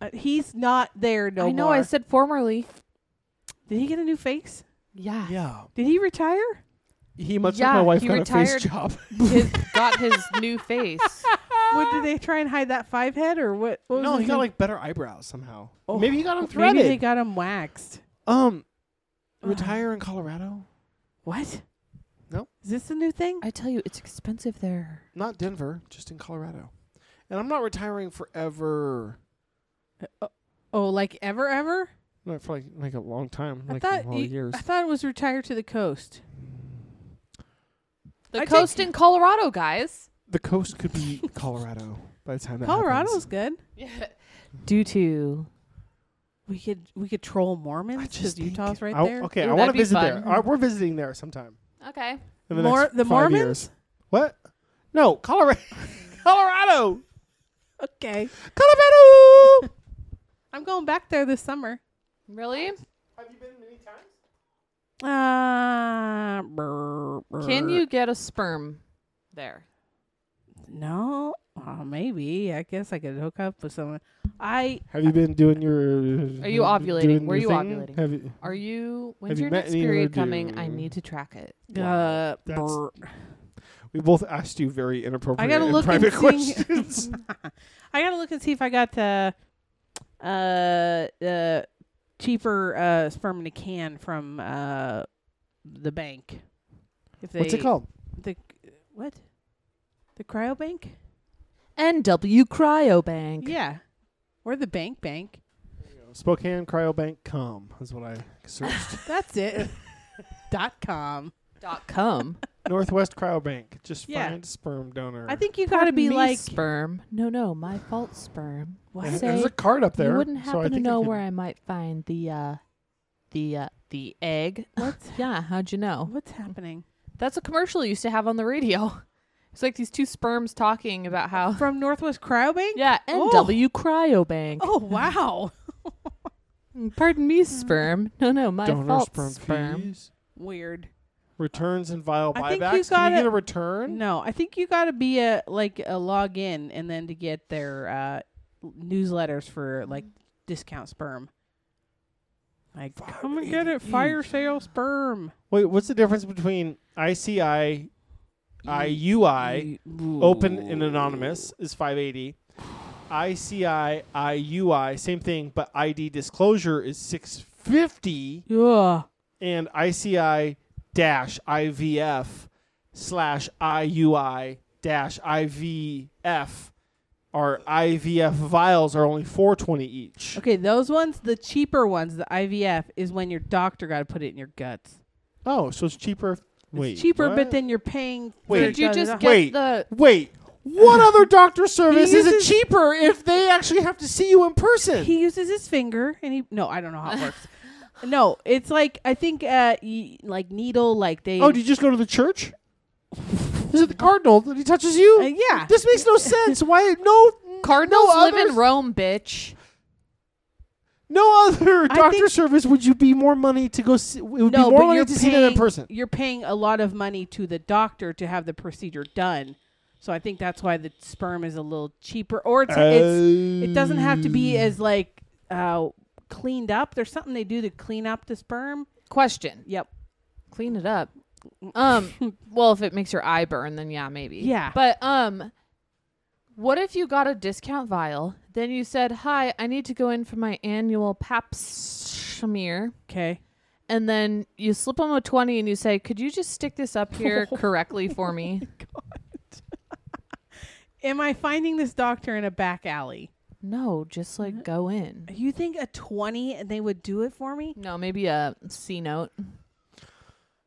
Speaker 1: Uh, he's not there no
Speaker 2: I know.
Speaker 1: more.
Speaker 2: I said formerly.
Speaker 1: Did he get a new face?
Speaker 2: Yeah.
Speaker 3: Yeah.
Speaker 1: Did he retire?
Speaker 3: He much
Speaker 2: Yeah,
Speaker 3: like my wife
Speaker 2: he
Speaker 3: got a
Speaker 2: retired-
Speaker 3: face job.
Speaker 2: His- got his new face.
Speaker 1: what
Speaker 2: Uh,
Speaker 1: did they try and hide that five head or what? what was
Speaker 3: no,
Speaker 1: his
Speaker 3: he got
Speaker 1: name?
Speaker 3: like better eyebrows somehow.
Speaker 1: Oh.
Speaker 3: Maybe he got them threaded.
Speaker 1: maybe they got Uh-huh. him waxed.
Speaker 3: um,
Speaker 1: Ugh.
Speaker 3: retire in Colorado,
Speaker 1: What?
Speaker 3: Nope.
Speaker 1: Is this a new thing?
Speaker 2: I tell you, it's expensive there.
Speaker 3: not Denver, just in Colorado. And I'm not retiring forever.
Speaker 1: Oh, like ever, ever?
Speaker 3: Not for like, like a long time,
Speaker 1: I
Speaker 3: like
Speaker 1: thought
Speaker 3: all
Speaker 1: you-
Speaker 3: years.
Speaker 1: I thought it was retired to the coast.
Speaker 2: The
Speaker 1: I
Speaker 2: coast
Speaker 1: take-
Speaker 2: in Colorado, guys.
Speaker 3: the coast could be Colorado by the time that
Speaker 1: Colorado's
Speaker 3: happens.
Speaker 1: good.
Speaker 2: Due to
Speaker 1: We could we could troll Mormons
Speaker 3: I
Speaker 1: because
Speaker 3: just think-
Speaker 1: Utah's right
Speaker 3: I-
Speaker 1: there.
Speaker 3: Okay,
Speaker 2: Ooh,
Speaker 3: I want
Speaker 2: that'd
Speaker 3: to
Speaker 2: be
Speaker 3: visit
Speaker 2: fun.
Speaker 3: there. Uh, we're visiting there sometime.
Speaker 2: okay.
Speaker 3: In the
Speaker 1: Mor-
Speaker 3: next
Speaker 1: the
Speaker 3: five
Speaker 1: Mormons?
Speaker 3: years. What? No, Colorado. Colorado.
Speaker 1: Okay.
Speaker 3: Colorado.
Speaker 1: I'm going back there this summer.
Speaker 2: Really?
Speaker 3: Have you been many times?
Speaker 1: Uh, brr, brr.
Speaker 3: Uh,
Speaker 2: Can you get a sperm there?
Speaker 1: No. Uh, maybe. I guess I could hook up with someone. I
Speaker 3: Have you been doing your?
Speaker 2: Are you ovulating?
Speaker 3: doing
Speaker 2: Were
Speaker 3: your
Speaker 2: you
Speaker 3: thing?
Speaker 2: ovulating?
Speaker 3: Have you?
Speaker 2: Are you?
Speaker 3: Have
Speaker 2: When's
Speaker 3: you
Speaker 2: your
Speaker 3: met
Speaker 2: next
Speaker 3: anyone
Speaker 2: period
Speaker 3: who
Speaker 2: coming? I
Speaker 3: do?
Speaker 2: need to track it.
Speaker 1: uh,
Speaker 3: Wow, that's-
Speaker 1: brr.
Speaker 3: We both asked you very inappropriate
Speaker 1: I gotta
Speaker 3: and
Speaker 1: look and
Speaker 3: private
Speaker 1: see-
Speaker 3: questions.
Speaker 1: I gotta look and see if I got uh uh, uh cheaper uh sperm in a can from uh the bank. If they,
Speaker 3: What's it called?
Speaker 1: The what? The cryobank?
Speaker 2: NW Cryobank.
Speaker 1: Yeah, or the bank bank.
Speaker 3: Spokane Cryobank Com is what I searched.
Speaker 1: That's it. Dot com.
Speaker 2: Dot com.
Speaker 3: Northwest Cryobank. Just
Speaker 1: Yeah.
Speaker 3: find sperm donor.
Speaker 1: I think you gotta be
Speaker 2: Me
Speaker 1: like
Speaker 2: sperm. No, no, my fault sperm.
Speaker 1: what?
Speaker 3: And
Speaker 2: Say-
Speaker 3: there's a card up there.
Speaker 2: you wouldn't
Speaker 3: so I
Speaker 2: happen to
Speaker 3: think
Speaker 2: know
Speaker 3: could-
Speaker 2: where I might find the uh, the uh, the egg.
Speaker 1: What's
Speaker 2: Yeah, how'd you know?
Speaker 1: what's happening
Speaker 2: That's a commercial you used to have on the radio. It's like these two sperms talking about how
Speaker 1: from Northwest Cryobank?
Speaker 2: yeah NW Cryobank.
Speaker 1: Oh wow,
Speaker 2: Pardon me,
Speaker 3: Mm.
Speaker 2: sperm. No, no, my
Speaker 3: donor
Speaker 2: fault,
Speaker 3: sperm,
Speaker 2: sperm.
Speaker 3: fees.
Speaker 1: weird.
Speaker 3: Returns and vial
Speaker 1: I think you
Speaker 3: buybacks. Can
Speaker 1: gotta-
Speaker 3: you get a return?
Speaker 1: No, I think you gotta be a like a log in and then to get their uh newsletters for like discount sperm. Like, come and get it. Fire sale sperm.
Speaker 3: Wait, what's the difference between ICI, IUI, open and anonymous is 580, ICI, IUI, same thing, but ID disclosure is 650,
Speaker 1: Yeah.
Speaker 3: and ICI dash IVF slash IUI dash IVF. Our IVF vials are only 420 each.
Speaker 1: Okay, those ones, the cheaper ones, the IVF, is when your doctor got to put it in your guts.
Speaker 3: Oh, so it's cheaper. Wait,
Speaker 1: it's cheaper,
Speaker 3: what?
Speaker 1: but then you're paying. for
Speaker 3: Wait.
Speaker 1: it.
Speaker 2: Did you just get
Speaker 3: Wait.
Speaker 2: the?
Speaker 3: Wait, what other doctor service
Speaker 1: He
Speaker 3: is it
Speaker 1: uses-
Speaker 3: cheaper if they actually have to see you in person?
Speaker 1: He uses his finger, and he no, I don't know how it works. no, it's like I think uh, y- like needle, like they.
Speaker 3: oh, did you just go to the church? is it the cardinal that he touches you?
Speaker 1: Uh, yeah.
Speaker 3: This makes no sense. Why no
Speaker 2: Cardinals
Speaker 3: Mm, no
Speaker 2: live
Speaker 3: others-
Speaker 2: in Rome, bitch.
Speaker 3: No other
Speaker 1: I
Speaker 3: doctor
Speaker 1: think-
Speaker 3: service would you be more money to go see. It would
Speaker 1: no,
Speaker 3: be more
Speaker 1: but
Speaker 3: money
Speaker 1: you're
Speaker 3: to see
Speaker 1: paying,
Speaker 3: them in person.
Speaker 1: You're paying a lot of money to the doctor to have the procedure done. So I think that's why the sperm is a little cheaper, or it's, it's it doesn't have to be as like uh, cleaned up. There's something they do to clean up the sperm.
Speaker 2: Question:
Speaker 1: Yep.
Speaker 2: Clean it up. Um. well, if it makes your eye burn, then yeah, maybe.
Speaker 1: Yeah.
Speaker 2: But um, what if you got a discount vial? Then you said, "Hi, I need to go in for my annual Pap smear."
Speaker 1: Okay.
Speaker 2: And then you slip them a twenty, and you say, "Could you just stick this up here correctly for me?"
Speaker 1: Am I finding this doctor in a back alley?
Speaker 2: No, just like go in.
Speaker 1: You think a 20 and they would do it for me?
Speaker 2: No, maybe a C note.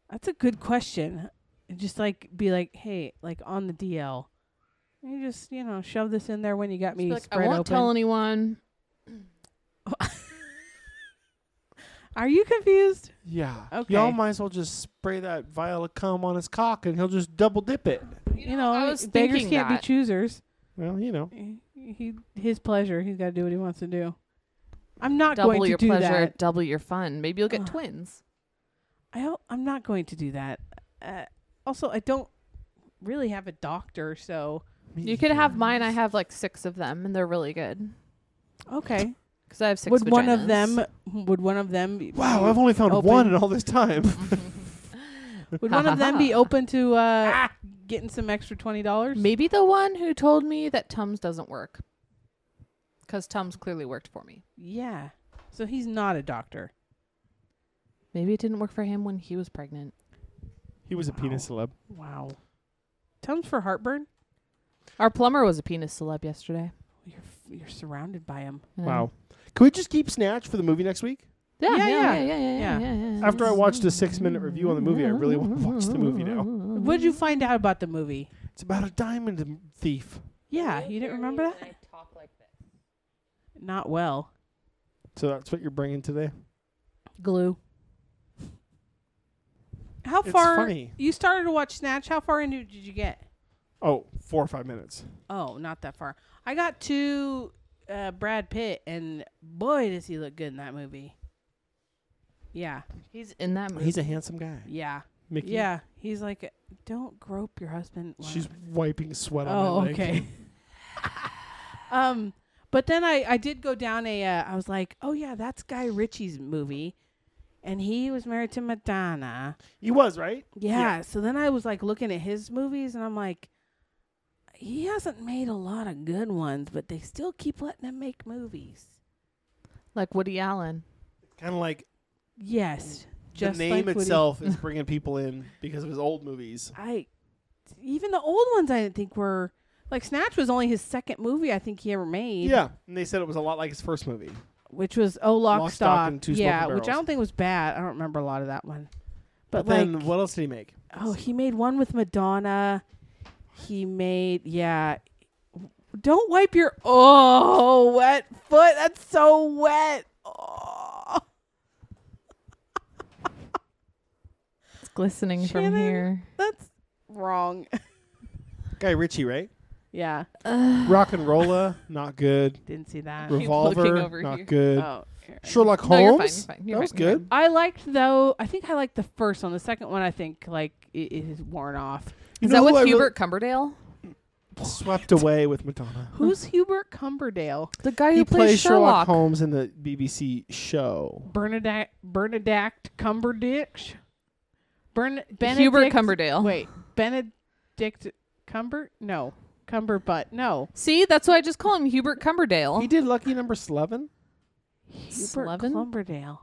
Speaker 1: That's a good question. And Just like be like, hey, like on the DL, you just you know shove this in there when you got
Speaker 2: Be
Speaker 1: me
Speaker 2: like, I
Speaker 1: spread
Speaker 2: won't
Speaker 1: open.
Speaker 2: tell anyone.
Speaker 1: Are you confused?
Speaker 3: Yeah.
Speaker 1: Okay.
Speaker 3: Y'all might as well just spray that vial of cum on his cock and he'll just double dip it.
Speaker 1: You know,
Speaker 2: I was
Speaker 1: beggars
Speaker 2: thinking
Speaker 1: can't
Speaker 2: that.
Speaker 1: be choosers.
Speaker 3: Well, you know.
Speaker 1: He, he- his pleasure. He's got to do what he wants to do. I'm not
Speaker 2: double
Speaker 1: going
Speaker 2: your
Speaker 1: to do
Speaker 2: pleasure,
Speaker 1: that.
Speaker 2: double your fun. Maybe you'll get
Speaker 1: Ugh.
Speaker 2: twins.
Speaker 1: I don't, I'm not going to do that. Uh, also, I don't really have a doctor, so
Speaker 2: You could have mine. I have like six of them, and they're really good
Speaker 1: okay.
Speaker 2: because I have six.
Speaker 1: would one
Speaker 2: vaginas.
Speaker 1: of them? Would one of them? Be,
Speaker 3: Wow, I've only found one
Speaker 1: Open.
Speaker 3: in all this time.
Speaker 1: Would one of them be open to uh,
Speaker 2: Ah!
Speaker 1: getting some extra twenty dollars?
Speaker 2: Maybe the one who told me that Tums doesn't work, because Tums clearly worked for me.
Speaker 1: Yeah. So he's not a doctor.
Speaker 2: Maybe it didn't work for him when he was pregnant.
Speaker 3: he was a penis celeb.
Speaker 1: Wow. Tums for heartburn.
Speaker 2: Our plumber was a penis celeb yesterday.
Speaker 1: You're f- you're surrounded by him.
Speaker 2: Yeah.
Speaker 3: Wow. Can we just keep Snatch for the movie next week?
Speaker 2: Yeah, yeah,
Speaker 1: Yeah,
Speaker 2: yeah,
Speaker 1: yeah.
Speaker 2: yeah, yeah, yeah.
Speaker 1: Yeah.
Speaker 2: yeah, yeah.
Speaker 3: After I watched a six minute review on the movie, I really want to watch the movie now.
Speaker 1: What did you find out about the movie?
Speaker 3: It's about a diamond thief.
Speaker 1: Yeah, you didn't remember that? Not well.
Speaker 3: So that's what you're bringing today.
Speaker 1: Glue. How
Speaker 3: It's
Speaker 1: far?
Speaker 3: funny.
Speaker 1: You started to watch Snatch. How far into it did you get?
Speaker 3: Oh, four or five minutes.
Speaker 1: Oh, not that far. I got to uh, Brad Pitt, and boy, does he look good in that movie. Yeah,
Speaker 2: He's in that movie.
Speaker 3: He's a handsome guy.
Speaker 1: yeah,
Speaker 3: Mickey.
Speaker 1: yeah. He's like, don't grope your husband. while
Speaker 3: She's wiping sweat on
Speaker 1: oh
Speaker 3: my leg.
Speaker 1: okay um but then i i did go down a uh, i was like oh yeah that's guy ritchie's movie and he was married to madonna
Speaker 3: He was, right?
Speaker 1: yeah,
Speaker 3: Yeah.
Speaker 1: so then i was like looking at his movies and i'm like he hasn't made a lot of good ones but they still keep letting him make movies
Speaker 2: like Woody Allen.
Speaker 3: Kind of like
Speaker 1: yes just
Speaker 3: the
Speaker 1: like
Speaker 3: name
Speaker 1: Woody-
Speaker 3: itself is bringing people in because of his old movies.
Speaker 1: i even the old ones i didn't think were like snatch was only his second movie i think he ever made
Speaker 3: Yeah, and they said it was a lot like his first movie.
Speaker 1: which was oh lock,
Speaker 3: Lock, Stock,
Speaker 1: stock,
Speaker 3: and Two Smoking
Speaker 1: yeah which i
Speaker 3: Barrels.
Speaker 1: don't think was bad i don't remember a lot of that one but,
Speaker 3: But,
Speaker 1: like
Speaker 3: then what else did he make?
Speaker 1: oh he made one with madonna he made yeah don't wipe your oh wet foot that's so wet oh.
Speaker 2: It's glistening from
Speaker 1: Shannon.
Speaker 2: here.
Speaker 1: that's wrong
Speaker 3: Guy Ritchie, right?
Speaker 1: yeah
Speaker 3: Rock and Rolla, not good.
Speaker 1: didn't see that
Speaker 2: looking
Speaker 3: Revolver,
Speaker 2: over
Speaker 3: not
Speaker 2: here.
Speaker 3: good.
Speaker 1: oh
Speaker 3: Sherlock
Speaker 2: No,
Speaker 3: Holmes.
Speaker 2: you're fine, you're fine, you're
Speaker 3: that
Speaker 2: fine,
Speaker 3: was
Speaker 2: you're
Speaker 3: good.
Speaker 1: i liked though i think i liked the first one the second one i think like it, it is worn off
Speaker 3: You
Speaker 2: Is
Speaker 3: know
Speaker 2: that
Speaker 3: who I
Speaker 2: with
Speaker 3: really-
Speaker 2: Hubert Cumberdale?
Speaker 3: swept away with Madonna.
Speaker 1: Who's Hubert Cumberdale?
Speaker 2: The guy who
Speaker 3: He
Speaker 2: plays,
Speaker 3: plays
Speaker 2: Sherlock.
Speaker 3: Sherlock Holmes in the BBC show.
Speaker 1: Bernadette Bernadette Cumberditch? Bern- Benedict
Speaker 2: Hubert Cumberdale.
Speaker 1: Wait, Benedict Cumber? No, Cumberbutt. No,
Speaker 2: See, that's why I just call him Hubert Cumberdale.
Speaker 3: He did Lucky Number Eleven.
Speaker 1: Hubert
Speaker 2: Slevin?
Speaker 1: Cumberdale.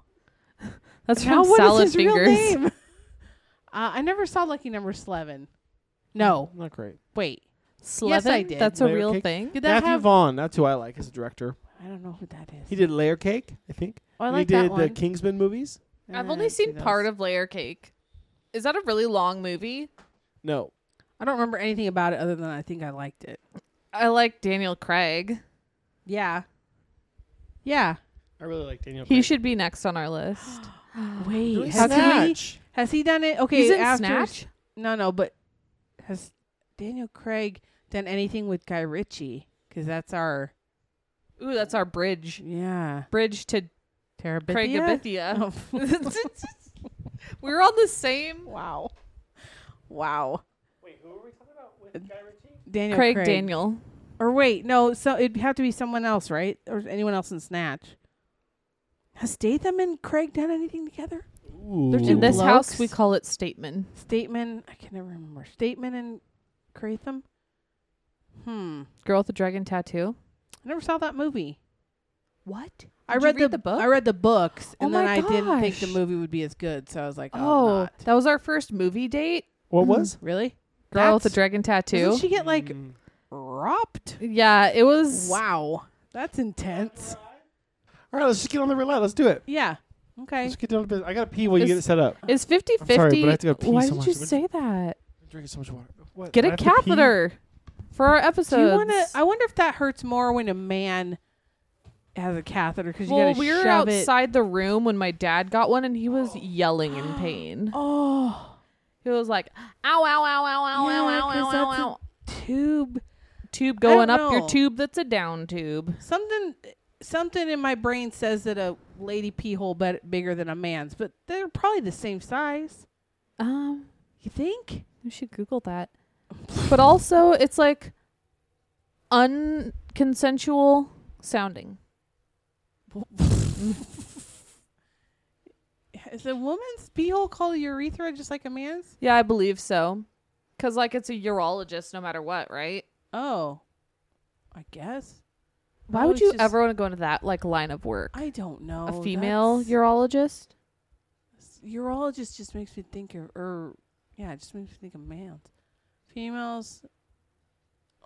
Speaker 2: That's
Speaker 1: Now
Speaker 2: from
Speaker 1: what is
Speaker 2: Salad
Speaker 1: his real
Speaker 2: Fingers.
Speaker 1: name? Uh, I never saw Lucky Number Eleven. No,
Speaker 3: Not great.
Speaker 1: wait.
Speaker 2: Slevin?
Speaker 1: Yes, I did.
Speaker 2: That's a
Speaker 3: Layer
Speaker 2: real
Speaker 3: cake.
Speaker 2: thing.
Speaker 1: Did that
Speaker 3: Matthew
Speaker 1: have?
Speaker 3: Vaughn. That's who I like as a director.
Speaker 1: I don't know who that is.
Speaker 3: He did Layer Cake, I think.
Speaker 1: Oh, I
Speaker 3: And
Speaker 1: like
Speaker 3: he did
Speaker 1: that one.
Speaker 3: the Kingsman movies.
Speaker 2: I've only seen part of Layer Cake. Is that a really long movie?
Speaker 3: No,
Speaker 1: I don't remember anything about it other than I think I liked it.
Speaker 2: I like Daniel Craig.
Speaker 1: Yeah. Yeah.
Speaker 3: I really like Daniel.
Speaker 2: He should be next on our list.
Speaker 1: Wait.
Speaker 3: Doing
Speaker 1: has he?
Speaker 3: Snatch.
Speaker 1: Has he done it? Okay.
Speaker 2: He's in
Speaker 1: after
Speaker 2: Snatch.
Speaker 1: No, no, but has Daniel Craig done anything with Guy Ritchie? Because that's our
Speaker 2: Ooh, that's our bridge.
Speaker 1: yeah
Speaker 2: Bridge to
Speaker 1: Terabithia.
Speaker 2: Craigabithia.
Speaker 1: Oh,
Speaker 2: We're on the same.
Speaker 1: wow, wow.
Speaker 3: Wait, who are we talking about with Guy Ritchie?
Speaker 1: Uh, Daniel
Speaker 2: Craig,
Speaker 1: Craig,
Speaker 2: Daniel.
Speaker 1: Or wait, no. So it'd have to be someone else, right? Or anyone else in Snatch. Has Statham and Craig done anything together?
Speaker 3: Ooh.
Speaker 1: They're
Speaker 2: In
Speaker 1: Two
Speaker 2: this house,
Speaker 1: blokes.
Speaker 2: we call it Stateman.
Speaker 1: Stateman, I can never remember. Stateman and Cratham. Hmm.
Speaker 2: Girl with the dragon tattoo.
Speaker 1: I never saw that movie.
Speaker 2: What? Did
Speaker 1: I
Speaker 2: you
Speaker 1: read
Speaker 2: read the book?
Speaker 1: I read the books,
Speaker 2: Oh
Speaker 1: and then
Speaker 2: my
Speaker 1: I didn't think the
Speaker 2: gosh.
Speaker 1: movie would be as good, so I was like, "Oh,
Speaker 2: Oh,
Speaker 1: not.
Speaker 2: that was our first movie date.
Speaker 3: What was?
Speaker 1: really?
Speaker 2: Girl with the
Speaker 1: That's-
Speaker 2: dragon tattoo.
Speaker 1: Doesn't she get like
Speaker 3: Mm.
Speaker 1: robbed?
Speaker 2: yeah, it was.
Speaker 1: Wow, that's intense.
Speaker 3: All right, let's just get on the roulette. Let's do it.
Speaker 1: Yeah. Okay.
Speaker 3: Let's get down to business. I gotta pee while you
Speaker 2: Is-
Speaker 3: get it set up.
Speaker 2: Is 50
Speaker 3: I'm sorry, but I have to go
Speaker 2: 50.
Speaker 3: pee
Speaker 2: Why
Speaker 3: so
Speaker 2: did
Speaker 3: much.
Speaker 2: you
Speaker 3: What-
Speaker 2: say that?
Speaker 3: I'm drinking so much water. What?
Speaker 2: Get
Speaker 3: I
Speaker 2: a
Speaker 3: have to pee?
Speaker 2: catheter for our
Speaker 1: Do
Speaker 2: episode.
Speaker 1: you want to? I wonder if that hurts more when a man has a catheter because you
Speaker 2: well,
Speaker 1: gotta
Speaker 2: we were
Speaker 1: shove it.
Speaker 2: outside the room when my dad got one, and he was yelling in pain.
Speaker 1: Oh,
Speaker 2: He was like, "Ow, ow, ow, ow, ow,
Speaker 1: Yeah,
Speaker 2: ow, ow,
Speaker 1: 'cause
Speaker 2: ow,
Speaker 1: that's a-
Speaker 2: ow, ow."
Speaker 1: tube.
Speaker 2: Tube
Speaker 1: I don't
Speaker 2: going up your
Speaker 1: know.
Speaker 2: tube. That's a down tube.
Speaker 1: Something, something in my brain says that a lady pee hole bet bigger than a man's, but they're probably the same size.
Speaker 2: Um,
Speaker 1: You think?
Speaker 2: you should Google that. But also, it's like unconsensual sounding.
Speaker 1: Is a woman's pee hole called a urethra just like a man's?
Speaker 2: Yeah, I believe so. Cause like it's a urologist, no matter what, right?
Speaker 1: Oh, I guess.
Speaker 2: Why
Speaker 1: I
Speaker 2: would
Speaker 1: was
Speaker 2: you
Speaker 1: just-
Speaker 2: ever want to go into that like line of work?
Speaker 1: I don't know.
Speaker 2: a female
Speaker 1: That's-
Speaker 2: urologist?
Speaker 1: urologist just makes me think of, or yeah, it just makes me think of males. Females.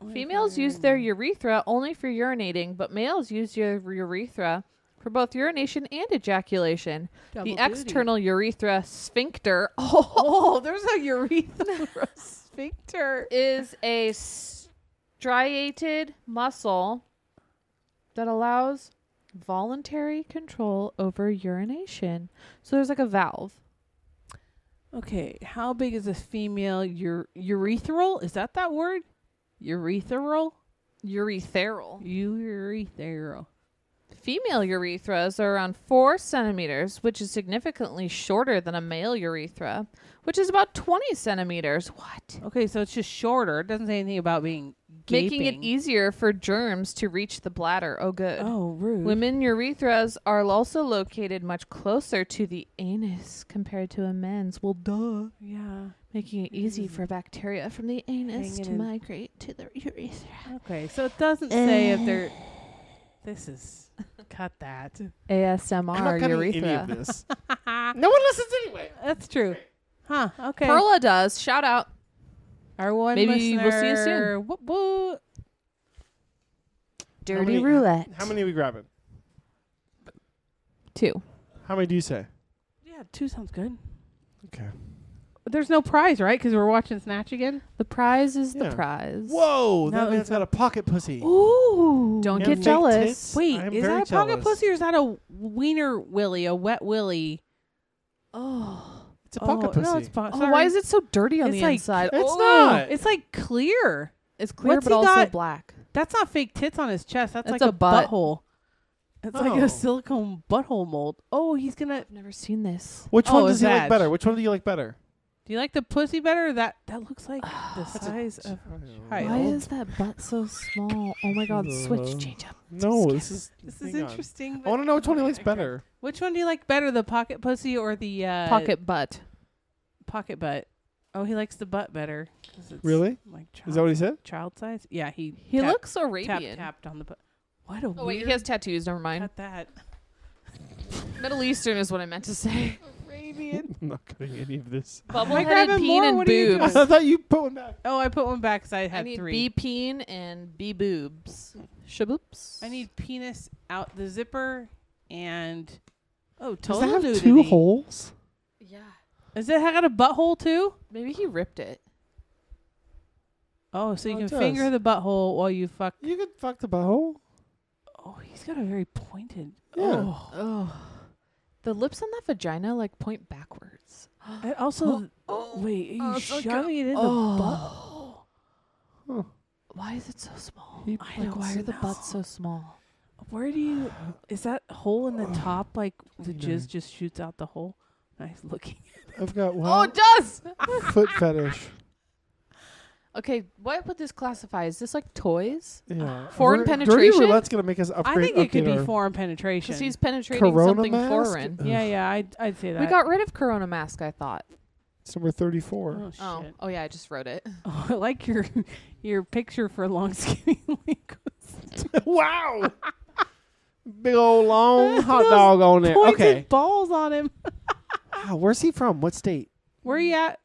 Speaker 1: I wonder if
Speaker 2: Females
Speaker 1: they're
Speaker 2: use their
Speaker 1: urinating.
Speaker 2: urethra only for urinating, but males use their urethra for both urination and ejaculation.
Speaker 1: Double
Speaker 2: the
Speaker 1: duty.
Speaker 2: external urethra sphincter
Speaker 1: Oh, there's a urethra sphincter.
Speaker 2: is a striated muscle that allows voluntary control over urination. So there's like a valve.
Speaker 1: Okay, how big is a female ure- urethral? Is that that word? Urethral?
Speaker 2: Urethral.
Speaker 1: Urethral.
Speaker 2: Female urethras are around four centimeters, which is significantly shorter than a male urethra, which is about 20 centimeters. What?
Speaker 1: Okay, so it's just shorter. It doesn't say anything about being gaping.
Speaker 2: making it easier for germs to reach the bladder. Oh, good.
Speaker 1: Oh, rude.
Speaker 2: Women urethras are also located much closer to the anus compared to a men's. Well, duh.
Speaker 1: Yeah.
Speaker 2: Making it easy
Speaker 1: Mm.
Speaker 2: for bacteria from the anus
Speaker 1: Hanging
Speaker 2: to
Speaker 1: in-
Speaker 2: migrate to the urethra.
Speaker 1: Okay, so it doesn't say if they're. This is. Cut that.
Speaker 2: ASMR
Speaker 3: I'm not cutting any of
Speaker 2: urethra.
Speaker 3: this.
Speaker 1: no one listens anyway. That's true. Huh. Okay.
Speaker 2: Perla does. Shout out.
Speaker 1: Our one
Speaker 2: Maybe we'll see you soon.
Speaker 1: listener. Whoop, whoop.
Speaker 2: Dirty
Speaker 3: many-
Speaker 2: roulette.
Speaker 3: How many are we grabbing?
Speaker 2: Two.
Speaker 3: How many do you say?
Speaker 1: Yeah, two sounds good.
Speaker 3: Okay.
Speaker 1: There's no prize, right? Because we're watching Snatch again.
Speaker 2: The prize is
Speaker 3: Yeah.
Speaker 2: the prize.
Speaker 3: Whoa,
Speaker 1: No,
Speaker 3: that man's got a pocket pussy.
Speaker 1: Ooh.
Speaker 2: Don't
Speaker 3: And
Speaker 2: get
Speaker 3: fake
Speaker 2: jealous.
Speaker 3: tits.
Speaker 1: Wait,
Speaker 3: I am
Speaker 1: is
Speaker 3: very
Speaker 1: that a pocket
Speaker 3: jealous.
Speaker 1: pussy or is that a wiener willy, a wet willy?
Speaker 2: Oh.
Speaker 3: It's a pocket
Speaker 1: oh,
Speaker 3: pussy.
Speaker 1: No, it's po-
Speaker 2: Oh,
Speaker 1: sorry.
Speaker 2: why is it so dirty on
Speaker 1: It's
Speaker 2: the
Speaker 1: like-
Speaker 2: inside?
Speaker 3: It's
Speaker 2: oh.
Speaker 3: not.
Speaker 1: It's like clear.
Speaker 2: It's clear,
Speaker 1: What's
Speaker 2: but
Speaker 1: he
Speaker 2: also
Speaker 1: got?
Speaker 2: black.
Speaker 1: That's not fake tits on his chest. That's,
Speaker 2: That's
Speaker 1: like
Speaker 2: a
Speaker 1: a,
Speaker 2: butt.
Speaker 1: butthole. It's like
Speaker 3: Oh.
Speaker 1: a silicone butthole mold. Oh, he's gonna.
Speaker 2: I've never seen this.
Speaker 3: Which
Speaker 1: Oh,
Speaker 3: one does
Speaker 1: is
Speaker 3: he
Speaker 1: that-
Speaker 3: like better? Which one do you like better?
Speaker 1: Do you like the pussy better? or That that looks like the size of. Why
Speaker 2: Why
Speaker 1: Old.
Speaker 2: is that butt so small? Oh my god, switch,
Speaker 3: Uh,
Speaker 2: change up.
Speaker 3: No, this is
Speaker 1: This
Speaker 3: hang
Speaker 1: is
Speaker 3: on.
Speaker 1: interesting.
Speaker 3: I
Speaker 1: but-
Speaker 3: want to know which one he likes
Speaker 1: Okay.
Speaker 3: better.
Speaker 1: Which one do you like better, the pocket pussy or the uh,
Speaker 2: Pocket butt.
Speaker 1: pocket butt? Oh, he likes the butt better. 'cause it's
Speaker 3: Really?
Speaker 1: Like child,
Speaker 3: Is that what he said?
Speaker 1: child size? Yeah, he
Speaker 2: He
Speaker 1: tap-
Speaker 2: looks Arabian.
Speaker 1: tap tapped on the butt. What a
Speaker 2: Oh wait,
Speaker 1: weird.
Speaker 2: he has tattoos. Never mind.
Speaker 1: cut that.
Speaker 2: Middle Eastern is what I meant to say.
Speaker 3: I'm not cutting any of this.
Speaker 2: Bubbleheaded
Speaker 1: grabbing
Speaker 2: peen
Speaker 1: more?
Speaker 2: and
Speaker 1: What are you
Speaker 2: boobs.
Speaker 1: doing?
Speaker 3: I thought you put one back.
Speaker 1: Oh, I put one back because I
Speaker 2: I
Speaker 1: had
Speaker 2: need
Speaker 1: three.
Speaker 2: B peen and B boobs. Shaboops.
Speaker 1: I need penis out the zipper and oh,
Speaker 3: Does
Speaker 1: total
Speaker 3: that have
Speaker 1: nudity.
Speaker 3: two holes?
Speaker 2: Yeah.
Speaker 1: Is it got a butthole too?
Speaker 2: Maybe he ripped it.
Speaker 1: Oh, so you
Speaker 3: Oh,
Speaker 1: can
Speaker 3: it
Speaker 1: finger
Speaker 3: does.
Speaker 1: the butthole while you fuck.
Speaker 3: You could fuck the butthole.
Speaker 1: Oh, he's got a very pointed.
Speaker 3: Yeah.
Speaker 1: Oh,
Speaker 2: Oh. The lips on that vagina like point backwards.
Speaker 1: and also, wait, are you
Speaker 2: oh, it's like
Speaker 1: shoving
Speaker 2: a-
Speaker 1: it in
Speaker 2: Oh.
Speaker 3: Huh.
Speaker 2: Why is it so small?
Speaker 3: He-
Speaker 1: I
Speaker 2: Like
Speaker 1: don't
Speaker 2: why are the
Speaker 1: know.
Speaker 2: butts so small?
Speaker 1: the butt? Where do you? Is that hole in the top like the
Speaker 3: You
Speaker 1: jizz
Speaker 3: know.
Speaker 1: just shoots out the hole? Nice looking.
Speaker 3: I've got
Speaker 2: Oh,
Speaker 3: one
Speaker 2: it does.
Speaker 3: foot fetish.
Speaker 2: Okay, what would this classify? Is this like toys?
Speaker 3: Yeah.
Speaker 2: Foreign
Speaker 3: We're-
Speaker 2: penetration?
Speaker 3: Dirty Roulette's gonna make us upgrade.
Speaker 1: I think it could
Speaker 3: update
Speaker 1: be
Speaker 3: our-
Speaker 1: foreign penetration.
Speaker 2: Because he's penetrating
Speaker 3: Corona
Speaker 2: something
Speaker 3: mask?
Speaker 2: foreign.
Speaker 1: yeah, yeah, I'd, I'd say that.
Speaker 2: We got rid of Corona mask. I thought.
Speaker 3: It's number thirty-four.
Speaker 1: oh,
Speaker 2: Oh,
Speaker 1: shit.
Speaker 2: oh yeah, I just wrote it.
Speaker 1: Oh, I like your your picture for long skinny linguist. Uh.
Speaker 3: wow. Big old long hot
Speaker 1: Those
Speaker 3: dog on there.
Speaker 1: Pointed
Speaker 3: Okay.
Speaker 1: balls on him.
Speaker 3: Wow, Ah, where's he from? What state?
Speaker 1: Where are you at? Uh,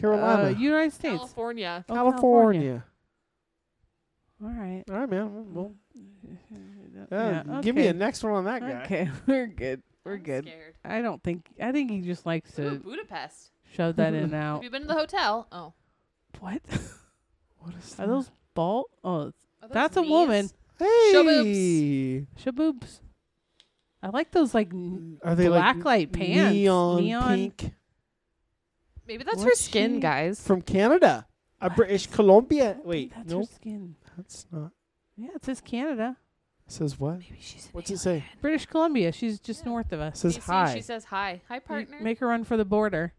Speaker 3: Carolina.
Speaker 1: United States.
Speaker 2: California.
Speaker 1: Oh,
Speaker 3: California.
Speaker 1: All right.
Speaker 3: All right, man. Well,
Speaker 1: Yeah,
Speaker 3: yeah, give me
Speaker 1: okay.
Speaker 3: a next one on that guy.
Speaker 1: Okay, we're good. We're good. I don't think. I think he just likes to
Speaker 2: Budapest.
Speaker 1: shove that in and
Speaker 2: Have
Speaker 1: out.
Speaker 2: you been to the hotel? Oh,
Speaker 1: What
Speaker 3: What is
Speaker 1: are
Speaker 3: that?
Speaker 1: those ball? Oh, That's a woman.
Speaker 3: Hey.
Speaker 1: shaboobs. I like those like n-
Speaker 3: Are they
Speaker 1: black
Speaker 3: like
Speaker 1: light pants.
Speaker 3: neon, pink
Speaker 2: Maybe that's her
Speaker 1: What's
Speaker 2: skin,
Speaker 1: she-
Speaker 2: guys.
Speaker 3: from Canada? A
Speaker 1: What?
Speaker 3: British
Speaker 1: I
Speaker 3: Columbia.
Speaker 1: think
Speaker 3: Wait,
Speaker 1: that's
Speaker 3: no,
Speaker 1: her skin.
Speaker 3: that's not.
Speaker 1: Yeah, it says Canada,
Speaker 3: It says what?
Speaker 2: Maybe she's.
Speaker 3: What's it say?
Speaker 1: British Columbia. She's just
Speaker 2: Yeah.
Speaker 1: north of
Speaker 3: It
Speaker 1: us.
Speaker 3: says hi.
Speaker 2: She says hi. Hi,
Speaker 1: You
Speaker 2: partner.
Speaker 1: Make her run for the border.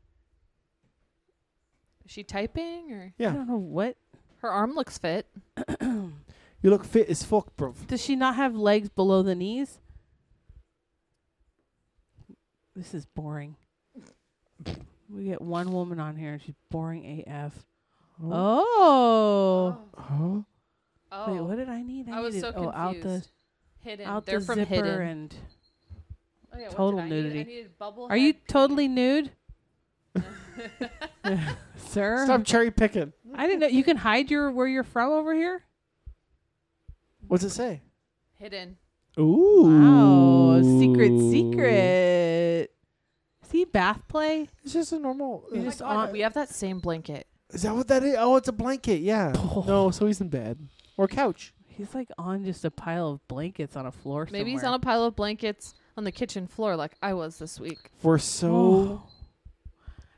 Speaker 2: Is she typing or
Speaker 1: I
Speaker 3: yeah,
Speaker 1: don't know what.
Speaker 2: her arm looks fit?
Speaker 3: you look fit as fuck, bruv.
Speaker 1: Does she not have legs below the knees? This is boring. We get one woman on here and she's boring AF. Oh.
Speaker 3: Huh?
Speaker 2: Oh.
Speaker 1: Wait, what did I need? I,
Speaker 2: I was so
Speaker 1: needed-
Speaker 2: confused.
Speaker 1: oh, out the
Speaker 2: hidden.
Speaker 1: out
Speaker 2: They're
Speaker 1: the
Speaker 2: from
Speaker 1: zipper
Speaker 2: hidden.
Speaker 1: and
Speaker 2: Oh, yeah, what did
Speaker 1: total
Speaker 2: I need? I
Speaker 1: nudity.
Speaker 2: needed bubble
Speaker 1: Are you
Speaker 2: head pee.
Speaker 1: totally nude? Sir?
Speaker 3: Stop cherry picking.
Speaker 1: I didn't know you can hide your where you're from over here?
Speaker 3: What's it say?
Speaker 2: hidden?
Speaker 3: Ooh.
Speaker 1: Wow. Secret secret. See bath play?
Speaker 3: It's just a normal.
Speaker 1: You
Speaker 3: uh,
Speaker 1: just
Speaker 2: Oh God,
Speaker 1: on-
Speaker 2: we have that same blanket.
Speaker 3: is that what that is? Oh, it's a blanket. Yeah. No, so he's in bed or couch.
Speaker 1: He's like on just a pile of blankets on a floor
Speaker 2: Maybe he's
Speaker 1: somewhere.
Speaker 2: on a pile of blankets on the kitchen floor, like I was this week.
Speaker 3: We're so.
Speaker 1: Oh.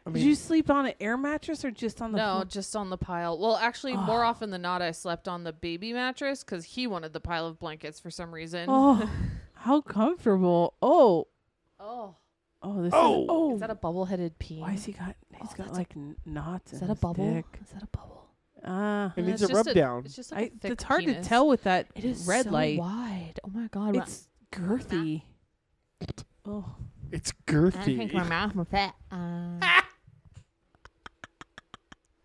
Speaker 3: I
Speaker 1: Did
Speaker 3: mean,
Speaker 1: you sleep on an air mattress or just on the
Speaker 2: no,
Speaker 1: floor? Ah.
Speaker 2: just on the pile. Well, actually, more often than not, I slept on the baby mattress because he wanted the pile of blankets for some reason.
Speaker 1: Oh, how comfortable! Oh,
Speaker 2: Oh.
Speaker 1: oh, this
Speaker 3: Oh.
Speaker 1: is oh.
Speaker 2: is that a bubble-headed peen?
Speaker 1: Why has he got? He's
Speaker 2: Oh,
Speaker 1: got
Speaker 2: that's a-
Speaker 1: like n knots.
Speaker 2: is
Speaker 1: in
Speaker 2: that a
Speaker 1: his
Speaker 2: bubble?
Speaker 1: dick.
Speaker 2: Is that a bubble?
Speaker 1: Ah,
Speaker 3: it
Speaker 2: No,
Speaker 3: needs a
Speaker 2: it's
Speaker 3: rub
Speaker 2: just a-
Speaker 3: down.
Speaker 2: It's just like a
Speaker 1: I,
Speaker 2: thick
Speaker 1: it's hard
Speaker 2: penis.
Speaker 1: to tell with that
Speaker 2: It is
Speaker 1: red
Speaker 2: so
Speaker 1: light.
Speaker 2: wide. Oh my god! when I-
Speaker 1: It's girthy. Oh,
Speaker 3: It's
Speaker 2: I think my
Speaker 3: girthy.
Speaker 2: mouth was fat. Um,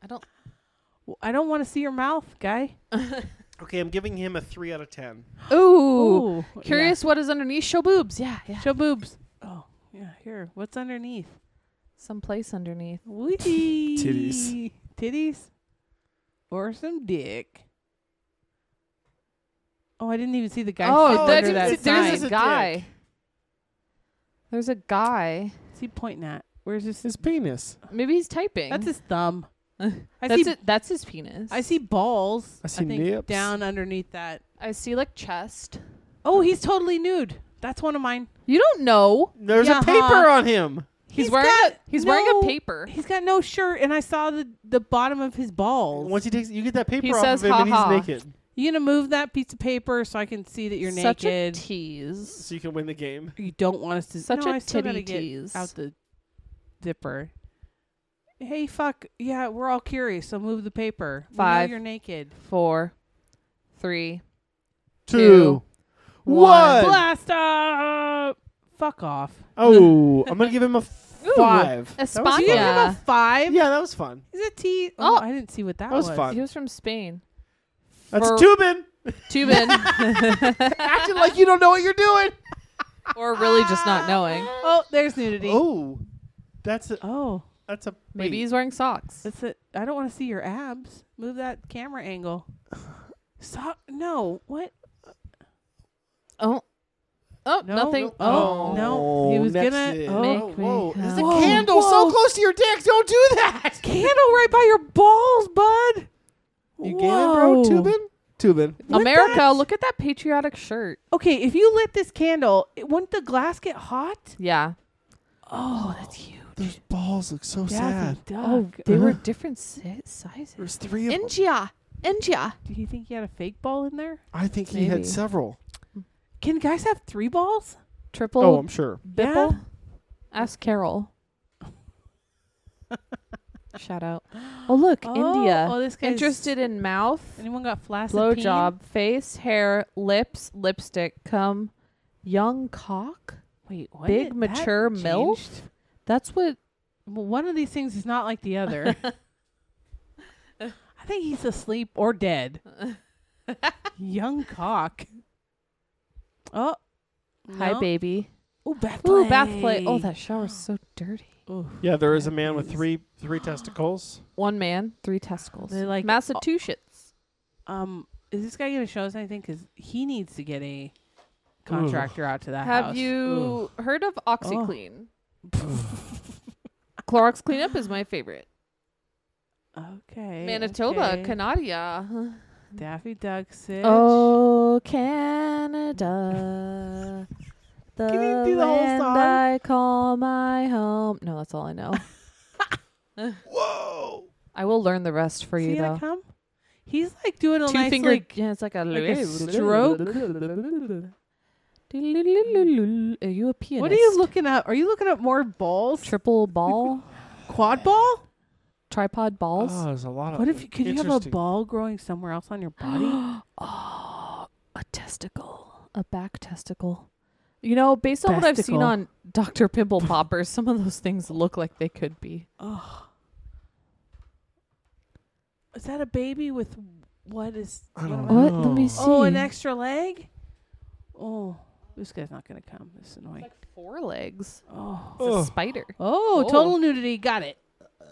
Speaker 2: I don't.
Speaker 1: Well, I don't want to see your mouth, guy.
Speaker 3: Okay, I'm giving him a three out of ten.
Speaker 2: Ooh,
Speaker 1: Ooh, yeah.
Speaker 2: curious what is underneath show boobs. Yeah, yeah.
Speaker 1: Show boobs. Oh, yeah. Here, what's underneath?
Speaker 2: Some place underneath.
Speaker 1: Wee.
Speaker 3: Titties.
Speaker 1: Titties. Or some dick. Oh, I didn't even see the guy.
Speaker 2: oh,
Speaker 1: sitting
Speaker 3: that
Speaker 1: under
Speaker 2: there's,
Speaker 1: that
Speaker 3: is-
Speaker 1: sign.
Speaker 2: there's
Speaker 3: sign.
Speaker 2: a
Speaker 3: a
Speaker 2: guy.
Speaker 3: dick.
Speaker 2: There's a guy.
Speaker 1: What's he pointing at? Where's his?
Speaker 3: His penis.
Speaker 2: Maybe he's typing.
Speaker 1: That's his thumb. I
Speaker 2: that's,
Speaker 1: see.
Speaker 2: it, that's his penis.
Speaker 1: I see balls.
Speaker 3: I see
Speaker 1: think
Speaker 3: nips.
Speaker 1: down underneath that.
Speaker 2: I see like chest.
Speaker 1: Oh, he's totally nude. That's one of mine.
Speaker 2: You don't know.
Speaker 3: There's
Speaker 1: Yeah,
Speaker 3: a paper
Speaker 1: huh?
Speaker 3: on him.
Speaker 2: He's,
Speaker 1: He's
Speaker 2: wearing.
Speaker 1: got
Speaker 2: a, he's
Speaker 1: no-
Speaker 2: wearing a paper.
Speaker 1: He's got no shirt, and I saw the the bottom of his balls.
Speaker 3: Once he takes, you get that paper
Speaker 2: He
Speaker 3: off
Speaker 2: says,
Speaker 3: of him, and
Speaker 2: "Ha-ha."
Speaker 3: he's naked,
Speaker 1: you gonna move that piece of paper so I can see that you're
Speaker 2: Such a
Speaker 1: naked?
Speaker 2: tease.
Speaker 3: so you can win the game.
Speaker 1: you don't want us to.
Speaker 2: Such
Speaker 1: no,
Speaker 2: a
Speaker 1: I still gotta
Speaker 2: titty tease.
Speaker 1: get out the zipper. hey, fuck, yeah, we're all curious, so move the paper. We know
Speaker 2: Five.
Speaker 1: you're naked.
Speaker 2: Four, three.
Speaker 3: Two.
Speaker 2: Two.
Speaker 3: One.
Speaker 1: Blast up! Fuck off.
Speaker 3: Oh, I'm gonna give him a five. That was
Speaker 1: Do you
Speaker 3: fun.
Speaker 2: España.
Speaker 1: have a five?
Speaker 3: Yeah, that was fun.
Speaker 1: Is it T? Oh,
Speaker 2: Oh.
Speaker 1: I didn't see what that,
Speaker 3: That was fun.
Speaker 2: He was from Spain.
Speaker 3: That's
Speaker 2: For-
Speaker 3: Tubin.
Speaker 2: Tubin.
Speaker 3: Acting like you don't know what you're doing.
Speaker 2: or really just not knowing.
Speaker 1: Oh, there's nudity. Oh,
Speaker 3: Oh, that's a that's a
Speaker 2: Maybe he's wearing socks.
Speaker 1: that's it. I don't want to see your abs. Move that camera angle. So, no, what?
Speaker 2: Oh. Oh,
Speaker 1: No,
Speaker 2: nothing.
Speaker 1: no. Oh, no. He was
Speaker 4: next
Speaker 1: gonna-
Speaker 4: thing.
Speaker 1: oh.
Speaker 2: Make
Speaker 3: Oh,
Speaker 2: me
Speaker 3: whoa. There's a
Speaker 2: happy.
Speaker 3: candle so
Speaker 1: Whoa.
Speaker 3: close to your dick. Don't do that.
Speaker 1: Candle right by your balls, bud.
Speaker 3: You gay, bro?
Speaker 1: Whoa.
Speaker 3: Tubin? Tubin.
Speaker 1: What
Speaker 2: America,
Speaker 1: that-
Speaker 2: look at that patriotic shirt.
Speaker 1: Okay, if you lit this candle, it, wouldn't the glass get hot?
Speaker 2: Yeah.
Speaker 1: Oh, that's huge.
Speaker 3: Those balls look so sad.
Speaker 1: Daffy Duck.
Speaker 2: Oh, they were different si- sizes.
Speaker 3: There's three of them.
Speaker 2: India. India.
Speaker 1: Do you think he had a fake ball in there?
Speaker 3: I think he had
Speaker 2: Maybe.
Speaker 3: several. Oh,
Speaker 1: Can guys have three balls?
Speaker 2: Triple
Speaker 3: sure.
Speaker 2: Bipple? Ask Carol. Shout out. Oh look, India.
Speaker 1: Oh, this guy's
Speaker 2: Interested in mouth,
Speaker 1: Anyone got flaccid?
Speaker 2: blow
Speaker 1: peen?
Speaker 2: job, face, hair, lips, lipstick, cum, young cock.
Speaker 1: Wait, what?
Speaker 2: Big
Speaker 1: That
Speaker 2: mature milf?
Speaker 1: changed?
Speaker 2: That's what.
Speaker 1: Well, one of these things is not like the other. I think he's asleep or dead. Young cock. Oh.
Speaker 2: Hi,
Speaker 1: no.
Speaker 2: baby.
Speaker 1: Ooh, bath play.
Speaker 2: Ooh, bath play. Oh, that shower's so dirty.
Speaker 1: Ooh.
Speaker 3: Yeah, there is a man with three three testicles.
Speaker 2: One man, three testicles.
Speaker 1: They like-
Speaker 2: Massachusetts.
Speaker 1: Um, is this guy gonna show us anything? Because he needs to get a contractor out to that
Speaker 2: Have
Speaker 1: house.
Speaker 2: you heard of OxyClean? Oh. Clorox cleanup is my favorite.
Speaker 1: Okay.
Speaker 2: Manitoba,
Speaker 1: okay.
Speaker 2: Canada.
Speaker 1: Daffy Duck sitch.
Speaker 2: Oh, Canada. The
Speaker 1: Can you do the whole
Speaker 2: land
Speaker 1: song?
Speaker 2: I call my home. No, that's all I know.
Speaker 3: Whoa.
Speaker 2: I will learn the rest for
Speaker 1: See
Speaker 2: you,
Speaker 1: that
Speaker 2: though.
Speaker 1: come? He's like doing a
Speaker 2: Two
Speaker 1: nice
Speaker 2: finger.
Speaker 1: like
Speaker 2: yeah, it's like a,
Speaker 1: a stroke.
Speaker 2: Are you a pianist?
Speaker 1: What are you looking up? Are you looking up more balls?
Speaker 2: Triple ball,
Speaker 1: Quad ball?
Speaker 2: tripod balls.
Speaker 3: Oh, there's a lot of
Speaker 1: What if could you have a
Speaker 3: Interesting.
Speaker 1: ball growing somewhere else on your body?
Speaker 2: Oh, a testicle, a back testicle. You know, based on what I've seen
Speaker 1: Testicle.
Speaker 2: on Doctor Pimple Poppers, some of those things look like they could be.
Speaker 1: oh. Is that a baby with what is
Speaker 3: I don't
Speaker 1: am
Speaker 3: know.
Speaker 2: What? Let me
Speaker 3: Oh.
Speaker 2: see.
Speaker 1: Oh, an extra leg? Oh, this guy's not gonna come. This is annoying.
Speaker 2: four legs.
Speaker 1: Oh.
Speaker 2: It's
Speaker 3: Ugh.
Speaker 2: a spider.
Speaker 1: Oh,
Speaker 2: Oh.
Speaker 1: total nudity. Got it.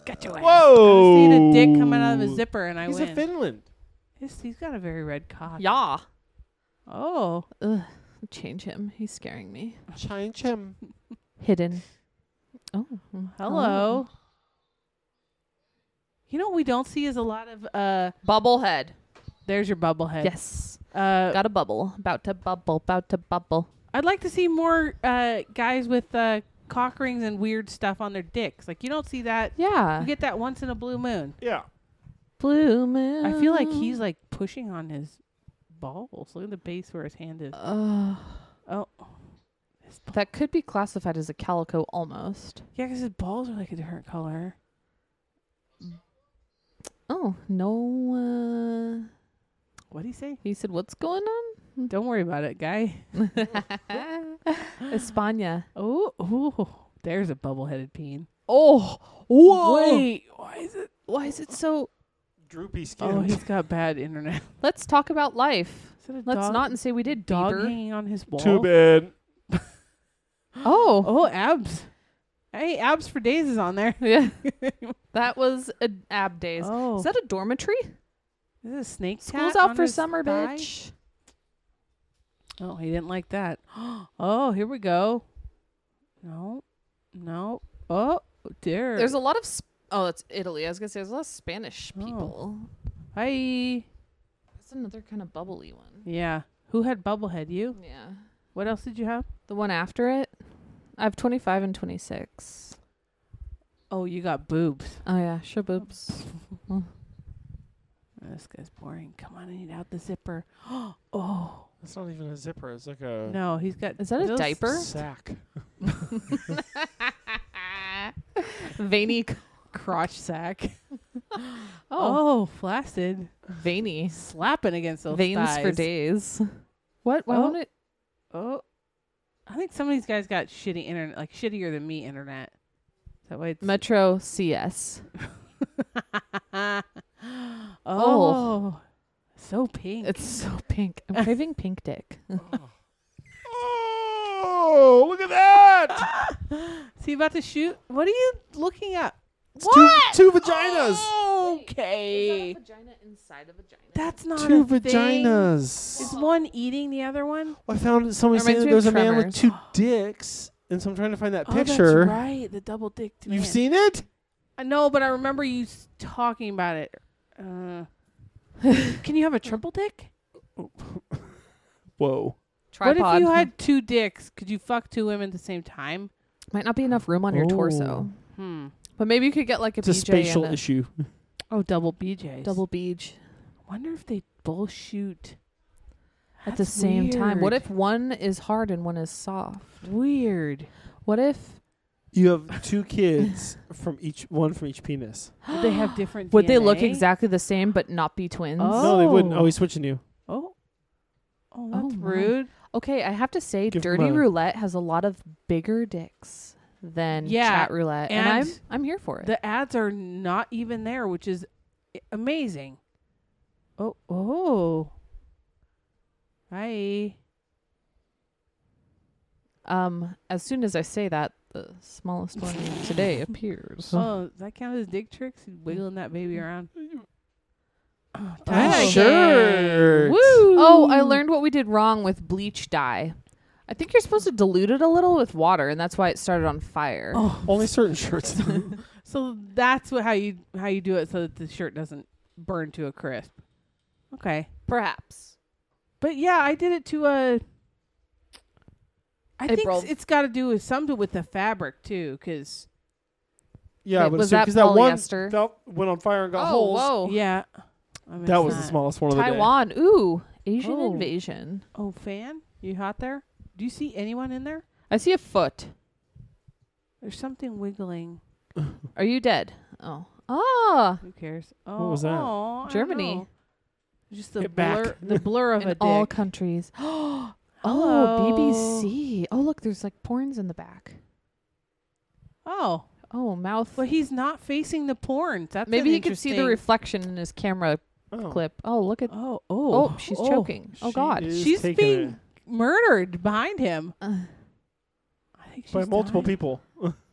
Speaker 1: Got your ass.
Speaker 3: Whoa.
Speaker 1: I just need a dick coming out of his zipper and I
Speaker 3: He's
Speaker 1: win.
Speaker 3: a Finland.
Speaker 1: He's- he's got a very red cock.
Speaker 2: Yeah.
Speaker 1: Oh.
Speaker 2: Ugh. Change him. He's scaring me.
Speaker 3: Change him.
Speaker 2: Hidden. Oh.
Speaker 1: Hello. Oh. You know what we don't see is a lot of uh
Speaker 2: Bubblehead.
Speaker 1: there's your bubblehead.
Speaker 2: Yes.
Speaker 1: Uh
Speaker 2: Got a bubble. About to bubble. About to bubble.
Speaker 1: I'd like to see more uh guys with uh cock rings and weird stuff on their dicks. Like you don't see that you
Speaker 2: Yeah.
Speaker 1: get that once in a blue moon.
Speaker 3: Yeah.
Speaker 2: Blue moon.
Speaker 1: I feel like he's like pushing on his balls. Look at the base where his hand is.
Speaker 2: Ugh.
Speaker 1: Oh. His ball-
Speaker 2: that could be classified as a calico almost.
Speaker 1: yeah, because his balls are like a different color.
Speaker 2: Oh no! Uh,
Speaker 1: What'd he say?
Speaker 2: he said, "What's going
Speaker 1: Don't worry about it, guy.
Speaker 2: on?" España.
Speaker 1: Oh, ooh, there's a bubble headed peen.
Speaker 2: Oh,
Speaker 1: Wait, why is it
Speaker 2: Why is it so?
Speaker 3: Droopy skin.
Speaker 1: Oh, he's got bad internet.
Speaker 2: Let's talk about life.
Speaker 1: Is it a
Speaker 2: Let's
Speaker 1: dog-
Speaker 2: not and say we did
Speaker 1: dog
Speaker 2: Bieber.
Speaker 1: hanging on his wall.
Speaker 3: Too bad.
Speaker 2: Oh,
Speaker 1: Oh, abs. Hey, abs for days is on there.
Speaker 2: yeah. that was a ab days.
Speaker 1: Oh,
Speaker 2: Is that a dormitory?
Speaker 1: is it a snake
Speaker 2: School's
Speaker 1: tat
Speaker 2: out
Speaker 1: on
Speaker 2: for
Speaker 1: his
Speaker 2: summer,
Speaker 1: thigh?
Speaker 2: bitch.
Speaker 1: Oh, he didn't like that. Oh, here we go. No, no. Oh, dear.
Speaker 2: There's a lot of. Sp- oh, it's Italy. I was gonna say there's a lot of Spanish
Speaker 1: Oh.
Speaker 2: people.
Speaker 1: hi.
Speaker 2: That's another kind of bubbly one.
Speaker 1: Yeah. Who had bubblehead? You.
Speaker 2: Yeah.
Speaker 1: What else did you have?
Speaker 2: The one after it. I have 25 and 26.
Speaker 1: Oh, you got boobs.
Speaker 2: Oh yeah, sure boobs.
Speaker 1: Oh, This guy's boring. Come on, I need out the zipper. Oh
Speaker 3: That's not even a zipper. It's like a
Speaker 1: no, he's got.
Speaker 2: Is that a
Speaker 1: those-
Speaker 2: diaper?
Speaker 3: sack.
Speaker 2: Veiny
Speaker 1: crotch sack.
Speaker 2: Oh,
Speaker 1: Oh, flaccid.
Speaker 2: veiny
Speaker 1: Slapping against those
Speaker 2: veins for
Speaker 1: thighs.
Speaker 2: days. What? Why
Speaker 1: Oh.
Speaker 2: won't it?
Speaker 1: Oh, I think some of these guys got shitty internet, like shittier than me internet. Is that why it's
Speaker 2: Metro CS.
Speaker 1: oh,
Speaker 2: Oh.
Speaker 1: so pink.
Speaker 2: It's so pink. I'm craving pink dick.
Speaker 3: Oh, look at that!
Speaker 1: Is he about to shoot? What are you looking at?
Speaker 3: It's two, two vaginas.
Speaker 1: Oh, Okay,
Speaker 2: vagina inside a vagina?
Speaker 1: that's not
Speaker 3: Two
Speaker 1: a thing.
Speaker 3: vaginas.
Speaker 1: Is one eating the other one?
Speaker 3: I found somebody
Speaker 2: Reminds
Speaker 3: saying that
Speaker 2: me of
Speaker 3: there's a man with
Speaker 2: Tremors.
Speaker 3: two dicks, and so I'm trying to find that
Speaker 1: Oh, that's
Speaker 3: picture.
Speaker 1: right, the double dicked man.
Speaker 3: You've seen it?
Speaker 1: I know, but I remember you s- talking about it. Uh, can you have a triple dick?
Speaker 3: Whoa.
Speaker 2: Tripod.
Speaker 1: What if you had two dicks? Could you fuck two women at the same time?
Speaker 2: Might not be enough room on your torso.
Speaker 1: Hmm.
Speaker 2: But maybe you could get like a
Speaker 4: It's a
Speaker 2: BJ
Speaker 4: spatial
Speaker 2: and a
Speaker 4: issue.
Speaker 1: Oh, double BJs.
Speaker 2: double beach
Speaker 1: Wonder if they both shoot
Speaker 2: at the
Speaker 1: That's
Speaker 2: same time. What
Speaker 1: weird.
Speaker 2: if one is hard and one is soft?
Speaker 1: Weird.
Speaker 2: What if
Speaker 4: You have two kids from each one from each penis.
Speaker 1: Would they have different?
Speaker 2: would they look
Speaker 1: DNA?
Speaker 2: exactly the same but not be twins?
Speaker 1: Oh.
Speaker 4: No, they wouldn't. Oh, he's switching you.
Speaker 1: Oh, oh, that's
Speaker 2: my.
Speaker 1: rude.
Speaker 2: Okay, I have to say,
Speaker 4: Give 'em
Speaker 2: Dirty
Speaker 4: a-
Speaker 2: Roulette has a lot of bigger dicks than
Speaker 1: Yeah,
Speaker 2: Chat Roulette, and,
Speaker 1: and
Speaker 2: I'm I'm here for it.
Speaker 1: The ads are not even there, which is i- amazing. Oh, oh. Hi.
Speaker 2: um, as soon as I say that, the smallest one today appears.
Speaker 1: Oh, does that count as dick tricks? He's wiggling that baby around. Oh,
Speaker 2: Oh.
Speaker 1: tie-dye
Speaker 4: Shirt.
Speaker 1: game. Woo.
Speaker 2: Oh, I learned what we did wrong with bleach dye. I think you're supposed to dilute it a little with water, and that's why it started on fire.
Speaker 1: Oh,
Speaker 4: Only certain shirts.
Speaker 1: so that's what how you how you do it so that the shirt doesn't burn to a crisp. Okay.
Speaker 2: Perhaps.
Speaker 1: But yeah, I did it to a. I
Speaker 2: Hey,
Speaker 1: think
Speaker 2: bro.
Speaker 1: s- it's got to do with something with the fabric too, because
Speaker 3: Yeah, I
Speaker 2: Wait,
Speaker 3: would
Speaker 2: was
Speaker 3: assume
Speaker 2: that
Speaker 3: because that one
Speaker 2: polyester?
Speaker 3: felt, went on fire and got
Speaker 2: oh,
Speaker 3: holes.
Speaker 2: whoa.
Speaker 1: yeah, I mean,
Speaker 3: That
Speaker 1: it's
Speaker 3: was the
Speaker 1: not-
Speaker 3: smallest one of the day.
Speaker 2: Taiwan. Ooh, Asian
Speaker 1: Oh.
Speaker 2: invasion.
Speaker 1: Oh, fan, you hot there? Do you see anyone in there?
Speaker 2: I see a foot.
Speaker 1: There's something wiggling.
Speaker 2: Are you dead? Oh. Ah.
Speaker 1: Who cares? Oh,
Speaker 4: was that?
Speaker 1: aw, I don't
Speaker 2: Germany.
Speaker 1: know. Just the
Speaker 4: Get back.
Speaker 1: blur, the blur of
Speaker 2: In
Speaker 1: a dick.
Speaker 2: all countries.
Speaker 1: Hello.
Speaker 2: Oh, BBC. Oh, look, there's like porns in the back.
Speaker 1: Oh,
Speaker 2: Oh, mouth.
Speaker 1: but he's not facing the porn. That's
Speaker 2: Maybe
Speaker 1: an
Speaker 2: he could see the
Speaker 1: interesting-
Speaker 2: reflection in his camera
Speaker 4: Oh.
Speaker 2: clip. Oh, look at.
Speaker 1: Oh,
Speaker 2: Oh,
Speaker 1: oh,
Speaker 2: she's choking. Oh,
Speaker 4: She
Speaker 2: God.
Speaker 4: is
Speaker 1: She's
Speaker 4: taking
Speaker 1: being-
Speaker 4: it
Speaker 1: murdered behind him.
Speaker 2: Uh.
Speaker 1: I think she's
Speaker 4: by multiple
Speaker 1: dying.
Speaker 4: people.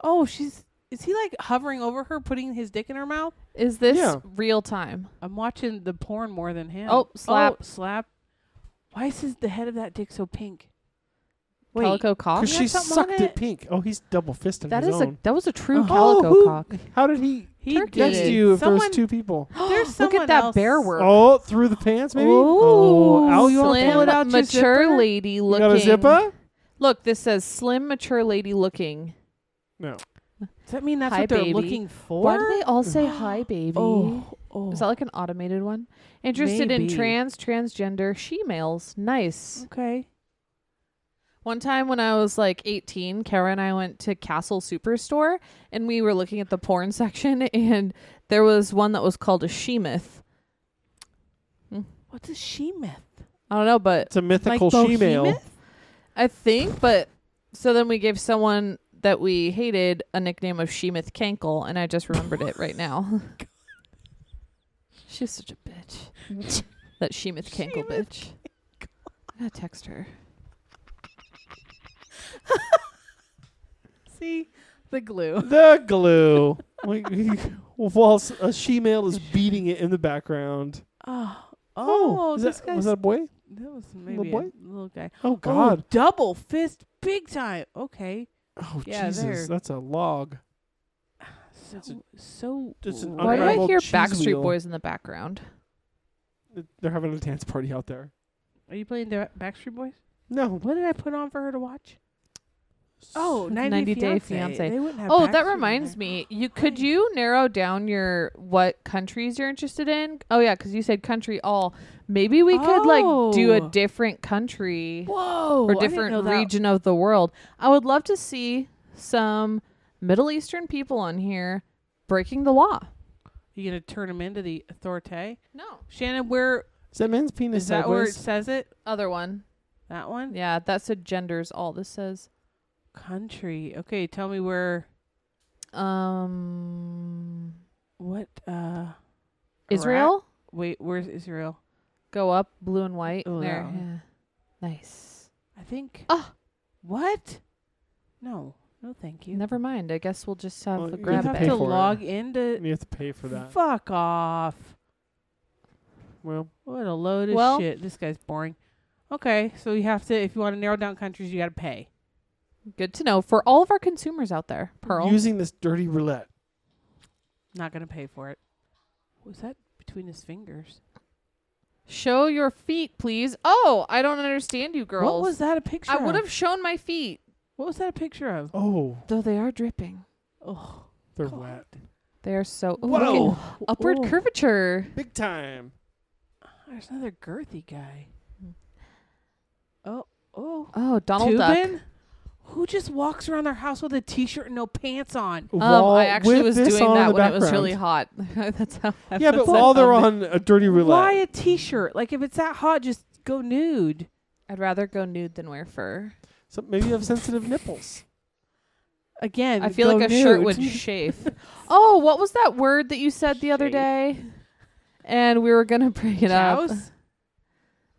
Speaker 1: Oh, she's is he like hovering over her, putting his dick in her mouth?
Speaker 2: Is this
Speaker 4: Yeah.
Speaker 2: real time?
Speaker 1: I'm watching the porn more than him.
Speaker 2: Oh, slap.
Speaker 1: Oh, slap. Why is his, the head of that dick so pink? Wait,
Speaker 2: Calico cock.
Speaker 4: Because
Speaker 1: Yeah,
Speaker 4: she
Speaker 1: something on
Speaker 4: sucked it
Speaker 1: it.
Speaker 4: pink. Oh, he's double fisting
Speaker 2: That
Speaker 4: his
Speaker 2: is a
Speaker 4: own.
Speaker 2: that was a true
Speaker 1: Oh,
Speaker 2: calico
Speaker 4: who-
Speaker 2: cock.
Speaker 4: How did he
Speaker 1: he
Speaker 2: Turkey.
Speaker 1: did
Speaker 4: next
Speaker 1: it.
Speaker 4: to you if there
Speaker 1: Someone,
Speaker 4: was two people?
Speaker 1: There's
Speaker 2: Look
Speaker 1: someone
Speaker 2: at that
Speaker 1: else.
Speaker 2: bear work.
Speaker 4: Oh, through the pants maybe? oh, ow, you wanna
Speaker 2: slim
Speaker 4: pull it out?
Speaker 1: out your
Speaker 2: mature
Speaker 1: zipper?
Speaker 2: lady
Speaker 4: You
Speaker 2: looking.
Speaker 4: got a zipper?
Speaker 2: Look, this says slim mature lady looking.
Speaker 4: No.
Speaker 1: Does that mean that's
Speaker 2: Hi,
Speaker 1: what they're
Speaker 2: baby.
Speaker 1: looking for?
Speaker 2: Why do they all say hi, baby?
Speaker 1: oh, oh.
Speaker 2: Is that like an automated one? Interested in
Speaker 1: Maybe.
Speaker 2: trans, transgender, she males. Nice.
Speaker 1: okay.
Speaker 2: One time when I was like 18, Kara and I went to Castle Superstore and we were looking at the porn section and there was one that was called a shemith.
Speaker 1: What's a she myth?
Speaker 2: I don't know, but
Speaker 4: It's a mythical she-male.
Speaker 1: behemoth?
Speaker 2: I think, but so then we gave someone that we hated a nickname of Shemith Kankle, and I just remembered it right now. She's such a bitch. that Shemith Kankle bitch. I gotta text her.
Speaker 1: See the glue.
Speaker 4: The glue. like, whilst a she-male is beating it in the background.
Speaker 1: Oh, oh,
Speaker 4: is
Speaker 1: this
Speaker 4: that,
Speaker 1: guy's
Speaker 4: was that a boy?
Speaker 1: that was maybe
Speaker 4: boy?
Speaker 1: a little guy.
Speaker 4: Oh
Speaker 1: Oh,
Speaker 4: God!
Speaker 1: double fist, big time. Okay.
Speaker 4: Oh,
Speaker 1: yeah,
Speaker 4: Jesus,
Speaker 1: they're-
Speaker 4: that's a log. It's
Speaker 1: So so
Speaker 4: it's an
Speaker 2: Why do I
Speaker 4: Unraveled
Speaker 2: hear
Speaker 4: cheese
Speaker 2: Backstreet
Speaker 4: wheel.
Speaker 2: Boys in the background?
Speaker 4: They're having a dance party out there.
Speaker 1: Are you playing the Backstreet Boys?
Speaker 4: No,
Speaker 1: What did I put on for her to watch? Oh, 90,
Speaker 2: 90 Day
Speaker 1: Day
Speaker 2: Fiancé.
Speaker 1: Fiance. They wouldn't have
Speaker 2: Oh, that
Speaker 1: Backstreet
Speaker 2: reminds
Speaker 1: in
Speaker 2: me. You could you narrow down your what countries you're interested in? Oh yeah, because you said country all. Maybe we could like do a
Speaker 1: Oh.
Speaker 2: different country.
Speaker 1: there. Whoa,
Speaker 2: or
Speaker 1: I didn't know
Speaker 2: different
Speaker 1: that.
Speaker 2: region of the world. I would love to see some Middle Eastern people on here. breaking the law.
Speaker 1: You gonna turn him into the authority?
Speaker 2: No.
Speaker 1: Shannon, where
Speaker 4: Is that man's penis
Speaker 1: is that where it
Speaker 4: sideways?
Speaker 1: says it?
Speaker 2: Other one.
Speaker 1: That one?
Speaker 2: Yeah, that said genders all this says.
Speaker 1: Country. Okay, tell me where
Speaker 2: Um
Speaker 1: what uh
Speaker 2: Israel?
Speaker 1: Wait, where's Israel?
Speaker 2: Go up, blue and white.
Speaker 1: Oh,
Speaker 2: there.
Speaker 1: that
Speaker 2: Yeah. Nice.
Speaker 1: I think
Speaker 2: Ah.
Speaker 1: What? No. No thank you.
Speaker 2: Never mind. I guess we'll just have
Speaker 4: Well,
Speaker 2: the
Speaker 4: you
Speaker 1: you
Speaker 2: grab
Speaker 1: have
Speaker 4: pay
Speaker 2: bag.
Speaker 1: to
Speaker 4: for it.
Speaker 1: log into
Speaker 4: You have to pay for that.
Speaker 1: Fuck off.
Speaker 4: Well,
Speaker 1: What a load of
Speaker 2: Well-
Speaker 1: shit. This guy's boring. Okay, so you have to if you want to narrow down countries you gotta pay.
Speaker 2: Good to know for all of our consumers out there. Pearl.
Speaker 4: using this dirty roulette.
Speaker 1: Not gonna pay for it. Was that between his fingers?
Speaker 2: Show your feet, please. Oh, I don't understand you girls.
Speaker 1: What was that a picture
Speaker 2: I
Speaker 1: of?
Speaker 2: would have shown my feet.
Speaker 1: What was that a picture of?
Speaker 4: Oh,
Speaker 2: Though they are dripping.
Speaker 1: Oh,
Speaker 4: they're
Speaker 1: God.
Speaker 4: wet.
Speaker 2: They are so Ooh, look at-
Speaker 4: Whoa,
Speaker 2: upward
Speaker 1: Ooh.
Speaker 2: curvature.
Speaker 4: big time.
Speaker 1: Oh, There's another girthy guy. Oh, oh.
Speaker 2: Oh, Donald Duck.
Speaker 1: Tubin? Who just walks around their house with a t-shirt and no pants on?
Speaker 2: Um,
Speaker 4: While-
Speaker 2: I actually
Speaker 4: with
Speaker 2: was
Speaker 4: this
Speaker 2: doing
Speaker 4: on in
Speaker 2: that
Speaker 4: the
Speaker 2: when it was
Speaker 4: background.
Speaker 2: really hot. That's how. I
Speaker 4: Yeah, but
Speaker 2: was
Speaker 4: while they're
Speaker 2: filming.
Speaker 4: on a dirty roulette,
Speaker 1: Why a t-shirt? Like if it's that hot, just go nude.
Speaker 2: I'd rather go nude than wear fur.
Speaker 4: so maybe you have sensitive nipples.
Speaker 1: Again,
Speaker 2: I feel
Speaker 1: go
Speaker 2: like a shirt
Speaker 1: nude.
Speaker 2: would chafe. oh, what was that word that you said the other
Speaker 1: Chafe.
Speaker 2: day? And we were gonna bring it up.
Speaker 1: Chouse?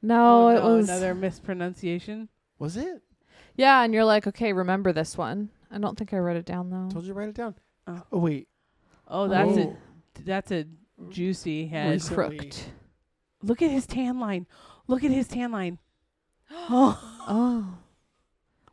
Speaker 2: No, Oh, it
Speaker 1: Oh, no,
Speaker 2: was
Speaker 1: another mispronunciation.
Speaker 4: Was it?
Speaker 2: yeah. And you're like, okay, remember this one. I don't think I wrote it down though.
Speaker 4: Told you to write it down.
Speaker 1: Oh.
Speaker 4: Oh wait,
Speaker 1: Oh, that's
Speaker 4: Oh.
Speaker 1: a that's a juicy
Speaker 2: We
Speaker 1: head.
Speaker 4: Recently-
Speaker 2: crooked.
Speaker 1: Look at his tan line. Look at his tan line. Oh,
Speaker 2: Oh,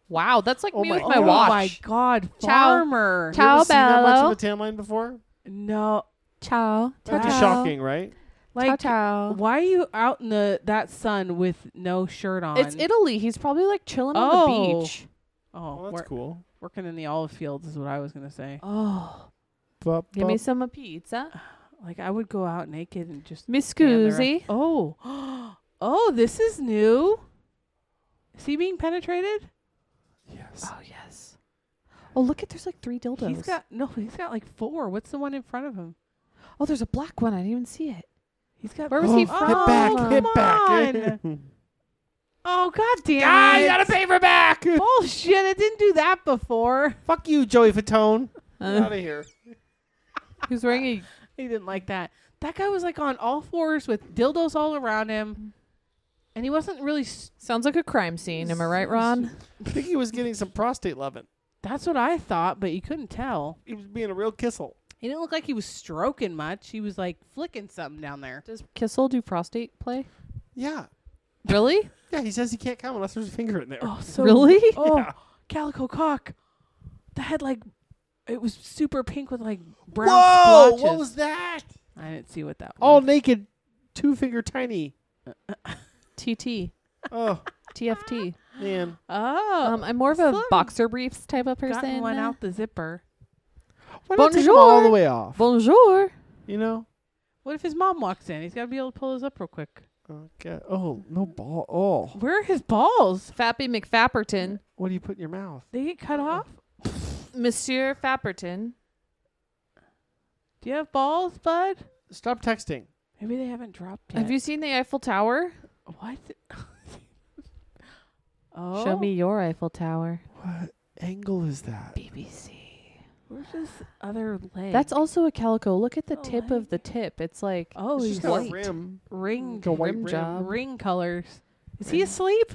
Speaker 2: wow, that's like
Speaker 4: Oh
Speaker 2: me
Speaker 4: my
Speaker 2: with
Speaker 1: oh
Speaker 2: my watch.
Speaker 1: my god,
Speaker 2: Chow.
Speaker 1: farmer.
Speaker 4: you ever
Speaker 2: Ciao,
Speaker 4: seen that much
Speaker 2: Bello.
Speaker 4: of a tan line before?
Speaker 1: No,
Speaker 2: Ciao,
Speaker 4: That'd
Speaker 1: That'd be
Speaker 4: be
Speaker 2: ciao,
Speaker 1: Wow.
Speaker 4: shocking, right?
Speaker 2: Ciao,
Speaker 1: like
Speaker 2: ciao.
Speaker 1: Why are you out in the that sun with no shirt on?
Speaker 2: It's Italy. He's probably like chilling on
Speaker 1: Oh.
Speaker 2: the beach.
Speaker 1: Oh,
Speaker 4: Well, that's
Speaker 1: wor-
Speaker 4: cool.
Speaker 1: working in the olive fields is what I was gonna say.
Speaker 2: Oh,
Speaker 4: Bop,
Speaker 2: give me
Speaker 4: bop.
Speaker 2: some pizza.
Speaker 1: Like I would go out naked and just.
Speaker 2: Mi
Speaker 1: stand there.
Speaker 2: scusi.
Speaker 1: Oh, oh, this is new. Is he being penetrated?
Speaker 4: Yes.
Speaker 2: Oh yes. Oh look at there's like three dildos.
Speaker 1: He's got no. He's got like four. What's the one in front of him?
Speaker 2: oh, there's a black one. I didn't even see it.
Speaker 1: He's got.
Speaker 2: Where was he
Speaker 1: Oh,
Speaker 2: from?
Speaker 4: Hit
Speaker 1: come
Speaker 4: back. Hit back.
Speaker 1: on. oh god damn
Speaker 4: ah,
Speaker 1: it!
Speaker 4: you gotta pay for back.
Speaker 1: Bullshit! It didn't do that before.
Speaker 4: Fuck you, Joey Fatone.
Speaker 2: Uh,
Speaker 4: out of here.
Speaker 2: he was wearing a
Speaker 1: He didn't like that. That guy was like on all fours with dildos all around him, and he wasn't really. s
Speaker 2: sounds like a crime scene. Am I right, Ron?
Speaker 4: I think he was getting some prostate loving.
Speaker 1: that's what I thought, but you couldn't tell.
Speaker 4: He was being a real kissel.
Speaker 1: He didn't look like he was stroking much. He was like flicking something down there.
Speaker 2: Does Kissel do prostate play?
Speaker 4: Yeah.
Speaker 2: Really?
Speaker 4: Yeah, he says he can't come unless there's a finger in there.
Speaker 1: Oh, so
Speaker 2: Really?
Speaker 1: Oh,
Speaker 4: Yeah.
Speaker 1: calico cock. That had like, it was super pink with like brown
Speaker 4: Whoa!
Speaker 1: splotches.
Speaker 4: What was that?
Speaker 1: I didn't see what that.
Speaker 4: All
Speaker 1: was.
Speaker 4: naked, two finger tiny.
Speaker 2: TT.
Speaker 4: Oh
Speaker 2: TFT.
Speaker 4: man.
Speaker 1: oh,
Speaker 2: Um, I'm more of a
Speaker 1: Slim.
Speaker 2: boxer briefs type of
Speaker 1: gotten
Speaker 2: person.
Speaker 1: one out the zipper.
Speaker 4: Why not take them all
Speaker 2: Bonjour.
Speaker 4: the way off?
Speaker 2: Bonjour.
Speaker 4: You know.
Speaker 1: What if his mom walks in? He's got to be able to pull his up real quick.
Speaker 4: Okay. Oh no ball. Oh,
Speaker 1: Where are his balls?
Speaker 2: Fappy McFapperton.
Speaker 4: what do you put in your mouth?
Speaker 1: They get cut off.
Speaker 2: Monsieur Fapperton.
Speaker 1: Do you have balls, bud?
Speaker 4: Stop texting.
Speaker 1: Maybe they haven't dropped yet.
Speaker 2: Have you seen the Eiffel Tower?
Speaker 1: What? oh,
Speaker 2: your Eiffel Tower.
Speaker 4: What angle is that?
Speaker 2: BBC.
Speaker 1: Where's his other leg?
Speaker 2: That's also a calico. Look at the
Speaker 1: Oh,
Speaker 2: tip
Speaker 1: like-
Speaker 2: of the tip. It's like
Speaker 1: Oh,
Speaker 4: It's
Speaker 1: he's
Speaker 4: just got a
Speaker 1: white.
Speaker 4: rim.
Speaker 1: ring
Speaker 4: Like a white
Speaker 2: Rim
Speaker 4: rim.
Speaker 2: job.
Speaker 1: ring colors. Is he asleep?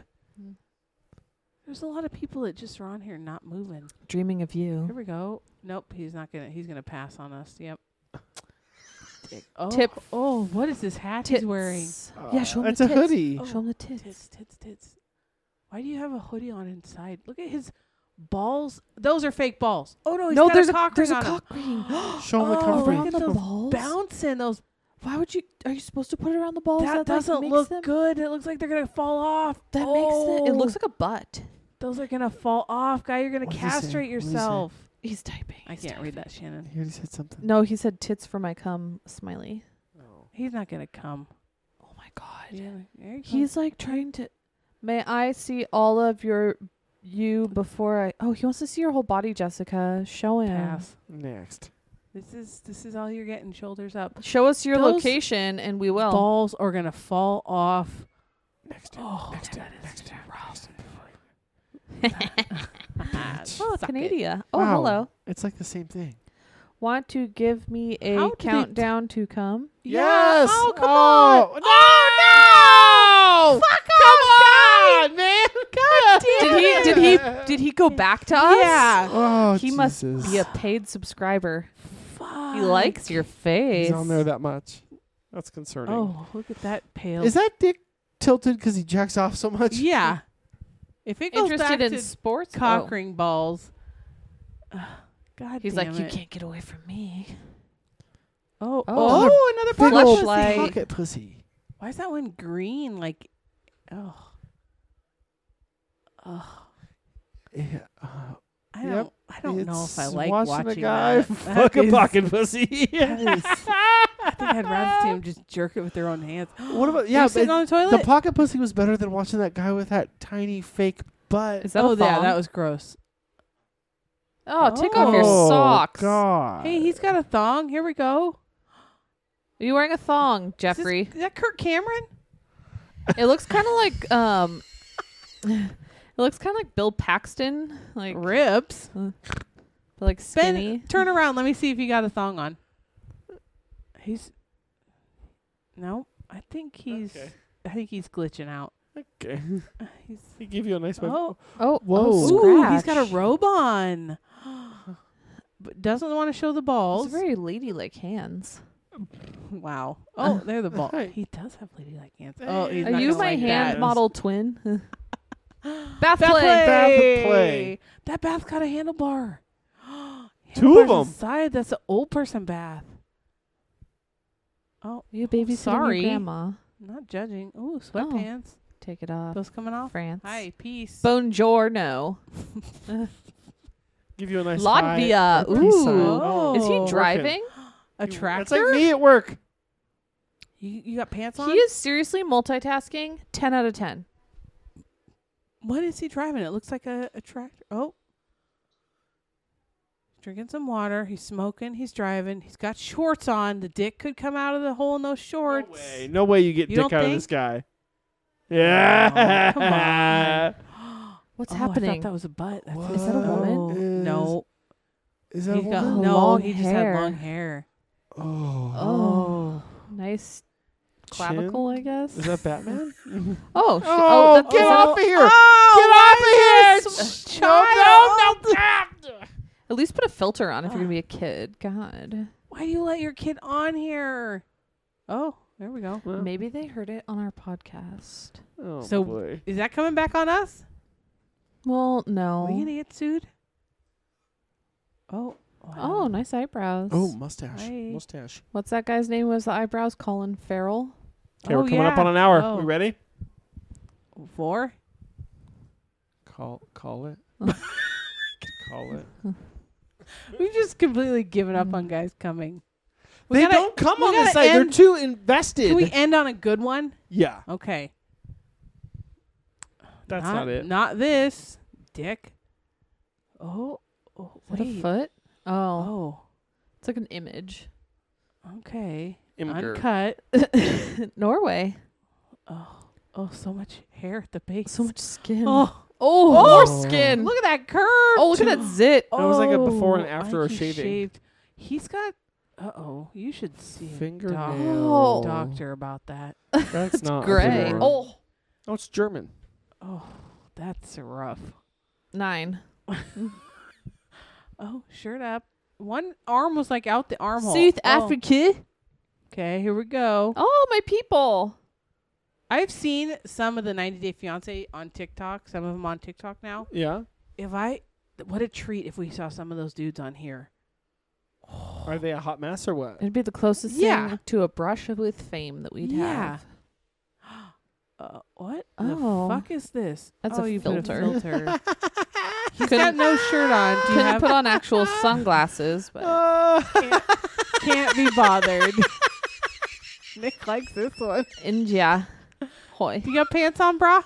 Speaker 1: There's a lot of people that just are on here not moving.
Speaker 2: dreaming of you.
Speaker 1: Here we go. Nope, he's not gonna. He's gonna pass on us. Yep. Dick. Oh,
Speaker 2: Tip.
Speaker 1: Oh, what is this hat he's wearing?
Speaker 2: Tits.
Speaker 4: Uh,
Speaker 2: yeah, show him
Speaker 4: That's
Speaker 2: the
Speaker 4: a
Speaker 2: tits.
Speaker 4: hoodie.
Speaker 1: Oh,
Speaker 2: Show him the tits.
Speaker 1: Tits, tits, tits. Why do you have a hoodie on inside? Look at his balls. Those are fake balls. Oh no, he's
Speaker 2: no,
Speaker 1: got
Speaker 2: there's
Speaker 1: a
Speaker 2: a,
Speaker 1: cock
Speaker 2: there's
Speaker 1: ring
Speaker 2: a
Speaker 1: on him.
Speaker 2: cock ring.
Speaker 4: Show him the
Speaker 1: Oh,
Speaker 4: cock
Speaker 1: look
Speaker 4: ring.
Speaker 1: at
Speaker 2: around the
Speaker 1: those
Speaker 2: balls.
Speaker 1: Bouncing those.
Speaker 2: Why would you? Are you supposed to put it around the balls?
Speaker 1: that
Speaker 2: like,
Speaker 1: doesn't
Speaker 2: makes
Speaker 1: look
Speaker 2: them-
Speaker 1: good. It looks like they're gonna fall off. Oh,
Speaker 2: That makes it. It looks like a butt.
Speaker 1: Those are gonna fall off, guy. You're gonna
Speaker 4: What does it say?
Speaker 1: castrate
Speaker 4: What does it say?
Speaker 1: yourself.
Speaker 2: He's typing.
Speaker 1: I
Speaker 2: he's
Speaker 1: can't read
Speaker 2: typing.
Speaker 1: that, Shannon.
Speaker 4: He already said something.
Speaker 2: No, he said tits for my cum smiley.
Speaker 3: Oh,
Speaker 1: He's not gonna come.
Speaker 2: Oh my god.
Speaker 1: there you go.
Speaker 2: He's like trying to. May I see all of your you before I? Oh, he wants to see your whole body, Jessica. Show him.
Speaker 1: pass.
Speaker 4: Next.
Speaker 1: This is this is all you're getting. Shoulders up.
Speaker 2: Show us your
Speaker 1: Those
Speaker 2: location and we will.
Speaker 1: Balls are gonna fall off.
Speaker 3: Next time.
Speaker 1: Oh,
Speaker 3: next time.
Speaker 1: that is
Speaker 3: Next time. Next time.
Speaker 2: oh,
Speaker 1: Suck it.
Speaker 2: Canada. Oh,
Speaker 3: Wow.
Speaker 2: hello.
Speaker 3: It's like the same thing.
Speaker 2: Want to give me a
Speaker 1: How do they t-
Speaker 2: countdown to come?
Speaker 1: Yeah.
Speaker 3: Yes.
Speaker 1: Oh, come
Speaker 3: Oh,
Speaker 1: on.
Speaker 3: no,
Speaker 2: Oh,
Speaker 3: no. on,
Speaker 1: Fuck off,
Speaker 3: man.
Speaker 1: God damn
Speaker 2: Did he?
Speaker 1: it.
Speaker 2: Did he? Did he go back to us?
Speaker 1: Yeah.
Speaker 3: Oh,
Speaker 2: He must be a paid subscriber.
Speaker 1: Fuck.
Speaker 2: He likes your face.
Speaker 3: He's on there that much. That's concerning.
Speaker 1: Oh, look at that pale.
Speaker 3: Is that dick tilted because he jacks off so much?
Speaker 1: yeah. If it goes back
Speaker 2: Interested in
Speaker 1: to
Speaker 2: sports? Oh.
Speaker 1: cock ring balls. Ugh, God
Speaker 2: He's
Speaker 1: damn
Speaker 2: like, you
Speaker 1: it.
Speaker 2: can't get away from me.
Speaker 1: Oh,
Speaker 2: Oh.
Speaker 1: oh,
Speaker 3: another
Speaker 2: Big
Speaker 3: pocket
Speaker 2: old
Speaker 3: pussy.
Speaker 2: flashlight.
Speaker 3: Pocket pussy.
Speaker 1: Why is that one green? Like, oh, oh,
Speaker 3: Yeah. uh,
Speaker 1: I
Speaker 3: Yep.
Speaker 1: don't, I don't know if
Speaker 3: It's
Speaker 1: I like
Speaker 3: watching,
Speaker 1: watching,
Speaker 3: a guy
Speaker 1: that. That
Speaker 3: fuck a
Speaker 1: is-
Speaker 3: pocket pussy.
Speaker 1: that is- I think I'd rather see him just jerk it with their own hands.
Speaker 3: What about
Speaker 1: Yeah,
Speaker 3: yeah?
Speaker 1: sitting
Speaker 3: but
Speaker 1: on the toilet.
Speaker 3: the pocket pussy was better than watching that guy with that tiny fake butt.
Speaker 2: Is that
Speaker 1: oh
Speaker 2: a
Speaker 1: yeah,
Speaker 2: thong?
Speaker 1: that was gross.
Speaker 2: Oh, take off your
Speaker 3: Oh,
Speaker 2: socks. Uh,
Speaker 3: God.
Speaker 1: Hey, he's got a thong. Here we go.
Speaker 2: Are you wearing a thong,
Speaker 1: Is this-
Speaker 2: Jeffrey?
Speaker 1: is that Kirk Cameron?
Speaker 2: it looks kind of like um, it looks kind of like Bill Paxton, like
Speaker 1: Ribs.
Speaker 2: but like
Speaker 1: Ben,
Speaker 2: skinny.
Speaker 1: turn around. Let me see if you got a thong on. He's no. I think he's.
Speaker 3: Okay.
Speaker 1: I think he's glitching out.
Speaker 3: Okay.
Speaker 1: Uh, He's
Speaker 3: He gave you a nice. Oh.
Speaker 1: oh,
Speaker 2: oh,
Speaker 3: Whoa.
Speaker 2: Oh,
Speaker 1: ooh, he's got a
Speaker 2: scratch.
Speaker 1: robe on. but doesn't want to show the
Speaker 2: Those
Speaker 1: balls.
Speaker 2: very ladylike hands.
Speaker 1: wow. Oh, they're the balls.
Speaker 3: Right.
Speaker 1: He does have ladylike hands. Oh, he's
Speaker 3: Are
Speaker 1: not
Speaker 2: Are you
Speaker 1: gonna
Speaker 2: my
Speaker 1: like
Speaker 2: hand
Speaker 1: that.
Speaker 2: model twin? Bath
Speaker 1: Bath
Speaker 2: play.
Speaker 3: play. play.
Speaker 1: That bath got a handlebar.
Speaker 3: Two of
Speaker 1: Handlebar's
Speaker 3: 'em.
Speaker 1: Inside, that's an old person bath. Oh,
Speaker 2: You baby,
Speaker 1: Sorry.
Speaker 2: grandma.
Speaker 1: not judging. Ooh, sweatpants.
Speaker 2: Take it off.
Speaker 1: Those coming off.
Speaker 2: France.
Speaker 1: Hi, peace.
Speaker 2: Buongiorno.
Speaker 3: Give you a nice.
Speaker 2: Latvia.
Speaker 3: high or peace sign.
Speaker 2: Ooh.
Speaker 1: Oh.
Speaker 2: Is he
Speaker 1: Working.
Speaker 2: driving?
Speaker 1: a
Speaker 3: It's like
Speaker 1: tractor.
Speaker 3: me at work.
Speaker 1: you, you got pants on.
Speaker 2: He is seriously multitasking. Ten out of ten.
Speaker 1: What is he driving? It looks like a, a tractor. Oh. Drinking some water. He's smoking. He's driving. He's got shorts on. The dick could come out of the hole in those shorts.
Speaker 3: No way. No way you Oh, get
Speaker 1: You
Speaker 3: dick
Speaker 1: don't
Speaker 3: out of
Speaker 1: think?
Speaker 3: this guy. Yeah.
Speaker 1: come on.
Speaker 2: What's
Speaker 1: Oh, I
Speaker 2: happening?
Speaker 1: thought that was a butt. That's
Speaker 3: Is that a woman?
Speaker 1: No. No.
Speaker 3: Is that
Speaker 1: He
Speaker 3: a
Speaker 1: got,
Speaker 3: woman?
Speaker 2: woman?
Speaker 1: no,
Speaker 2: Long
Speaker 1: he just had
Speaker 2: hair.
Speaker 1: long hair.
Speaker 3: Oh.
Speaker 2: oh, nice clavicle, I guess.
Speaker 3: Is that Batman?
Speaker 2: Oh, sh-
Speaker 3: Oh,
Speaker 2: that's-
Speaker 3: get
Speaker 2: is that-
Speaker 3: off of here!
Speaker 1: Oh,
Speaker 3: get off of here! Sh-
Speaker 1: child?
Speaker 3: No, no, no! Ah!
Speaker 2: At least put a filter on if you're gonna
Speaker 1: Ah.
Speaker 2: be a kid. God,
Speaker 1: Why do you let your kid on here? Oh, there we go.
Speaker 3: Well,
Speaker 2: maybe they heard it on our podcast.
Speaker 3: Oh,
Speaker 1: So-
Speaker 3: boy.
Speaker 1: Is that coming back on us?
Speaker 2: Well,
Speaker 1: Are we
Speaker 2: no.
Speaker 1: gonna get sued? Oh.
Speaker 2: Oh, nice eyebrows.
Speaker 3: Oh, mustache.
Speaker 1: Hi.
Speaker 3: Mustache.
Speaker 2: What's that guy's name? Was the eyebrows Colin Farrell?
Speaker 3: Okay,
Speaker 1: Oh,
Speaker 3: we're coming up
Speaker 1: yeah.
Speaker 3: on an hour.
Speaker 1: Oh.
Speaker 3: We ready?
Speaker 1: Four.
Speaker 3: Call call it. call it.
Speaker 1: We've just completely given up
Speaker 3: Mm.
Speaker 1: on guys coming. We
Speaker 3: they
Speaker 1: gotta-
Speaker 3: don't come
Speaker 1: we
Speaker 3: on this
Speaker 1: gotta
Speaker 3: side. They're
Speaker 1: end-
Speaker 3: too invested.
Speaker 1: Can we end on a good one?
Speaker 3: yeah,
Speaker 1: Okay.
Speaker 3: that's not, it.
Speaker 1: Not this, Dick. Oh, oh
Speaker 2: Is that a
Speaker 1: wait.
Speaker 2: foot? Oh,
Speaker 1: Oh,
Speaker 2: it's like an image.
Speaker 1: okay.
Speaker 3: Imgur.
Speaker 1: Uncut.
Speaker 2: Norway.
Speaker 1: Oh, oh, so much hair at the base.
Speaker 2: So much skin.
Speaker 1: Oh,
Speaker 2: Oh,
Speaker 1: Oh.
Speaker 2: more skin.
Speaker 1: look at that curve.
Speaker 2: oh, look at that zit.
Speaker 1: Oh,
Speaker 3: That was like a before and after
Speaker 1: like
Speaker 3: of
Speaker 1: he
Speaker 3: shaving.
Speaker 1: Shaved. He's got. Uh oh, you should see a doc-
Speaker 3: Fingernail.
Speaker 1: doctor about that.
Speaker 3: That's not a
Speaker 2: Gray.
Speaker 3: good one.
Speaker 2: Oh,
Speaker 3: Oh, it's German.
Speaker 1: Oh, that's rough.
Speaker 2: nine.
Speaker 1: Oh, shirt up. One arm was like out the armhole.
Speaker 2: South
Speaker 1: Oh.
Speaker 2: Africa.
Speaker 1: Okay, here we go.
Speaker 2: Oh, my people.
Speaker 1: I've seen some of the 90 Day Fiance on TikTok. Some of them on TikTok now.
Speaker 3: Yeah.
Speaker 1: If I, what a treat if we saw some of those dudes on here.
Speaker 3: Are they a hot mess or what?
Speaker 2: It'd be the closest
Speaker 1: Yeah.
Speaker 2: thing to a brush with fame that we'd
Speaker 1: Yeah.
Speaker 2: have.
Speaker 1: Uh, what
Speaker 2: Oh.
Speaker 1: the fuck is this?
Speaker 2: That's
Speaker 1: oh,
Speaker 2: a
Speaker 1: you
Speaker 2: filter.
Speaker 1: Put a filter. He's
Speaker 2: Couldn't-
Speaker 1: got no shirt on. Do you
Speaker 2: Couldn't
Speaker 1: have?
Speaker 2: put on actual sunglasses, but
Speaker 3: Uh,
Speaker 1: can't be bothered. Nick likes this one.
Speaker 2: India. Hoy.
Speaker 1: You got pants on, bra?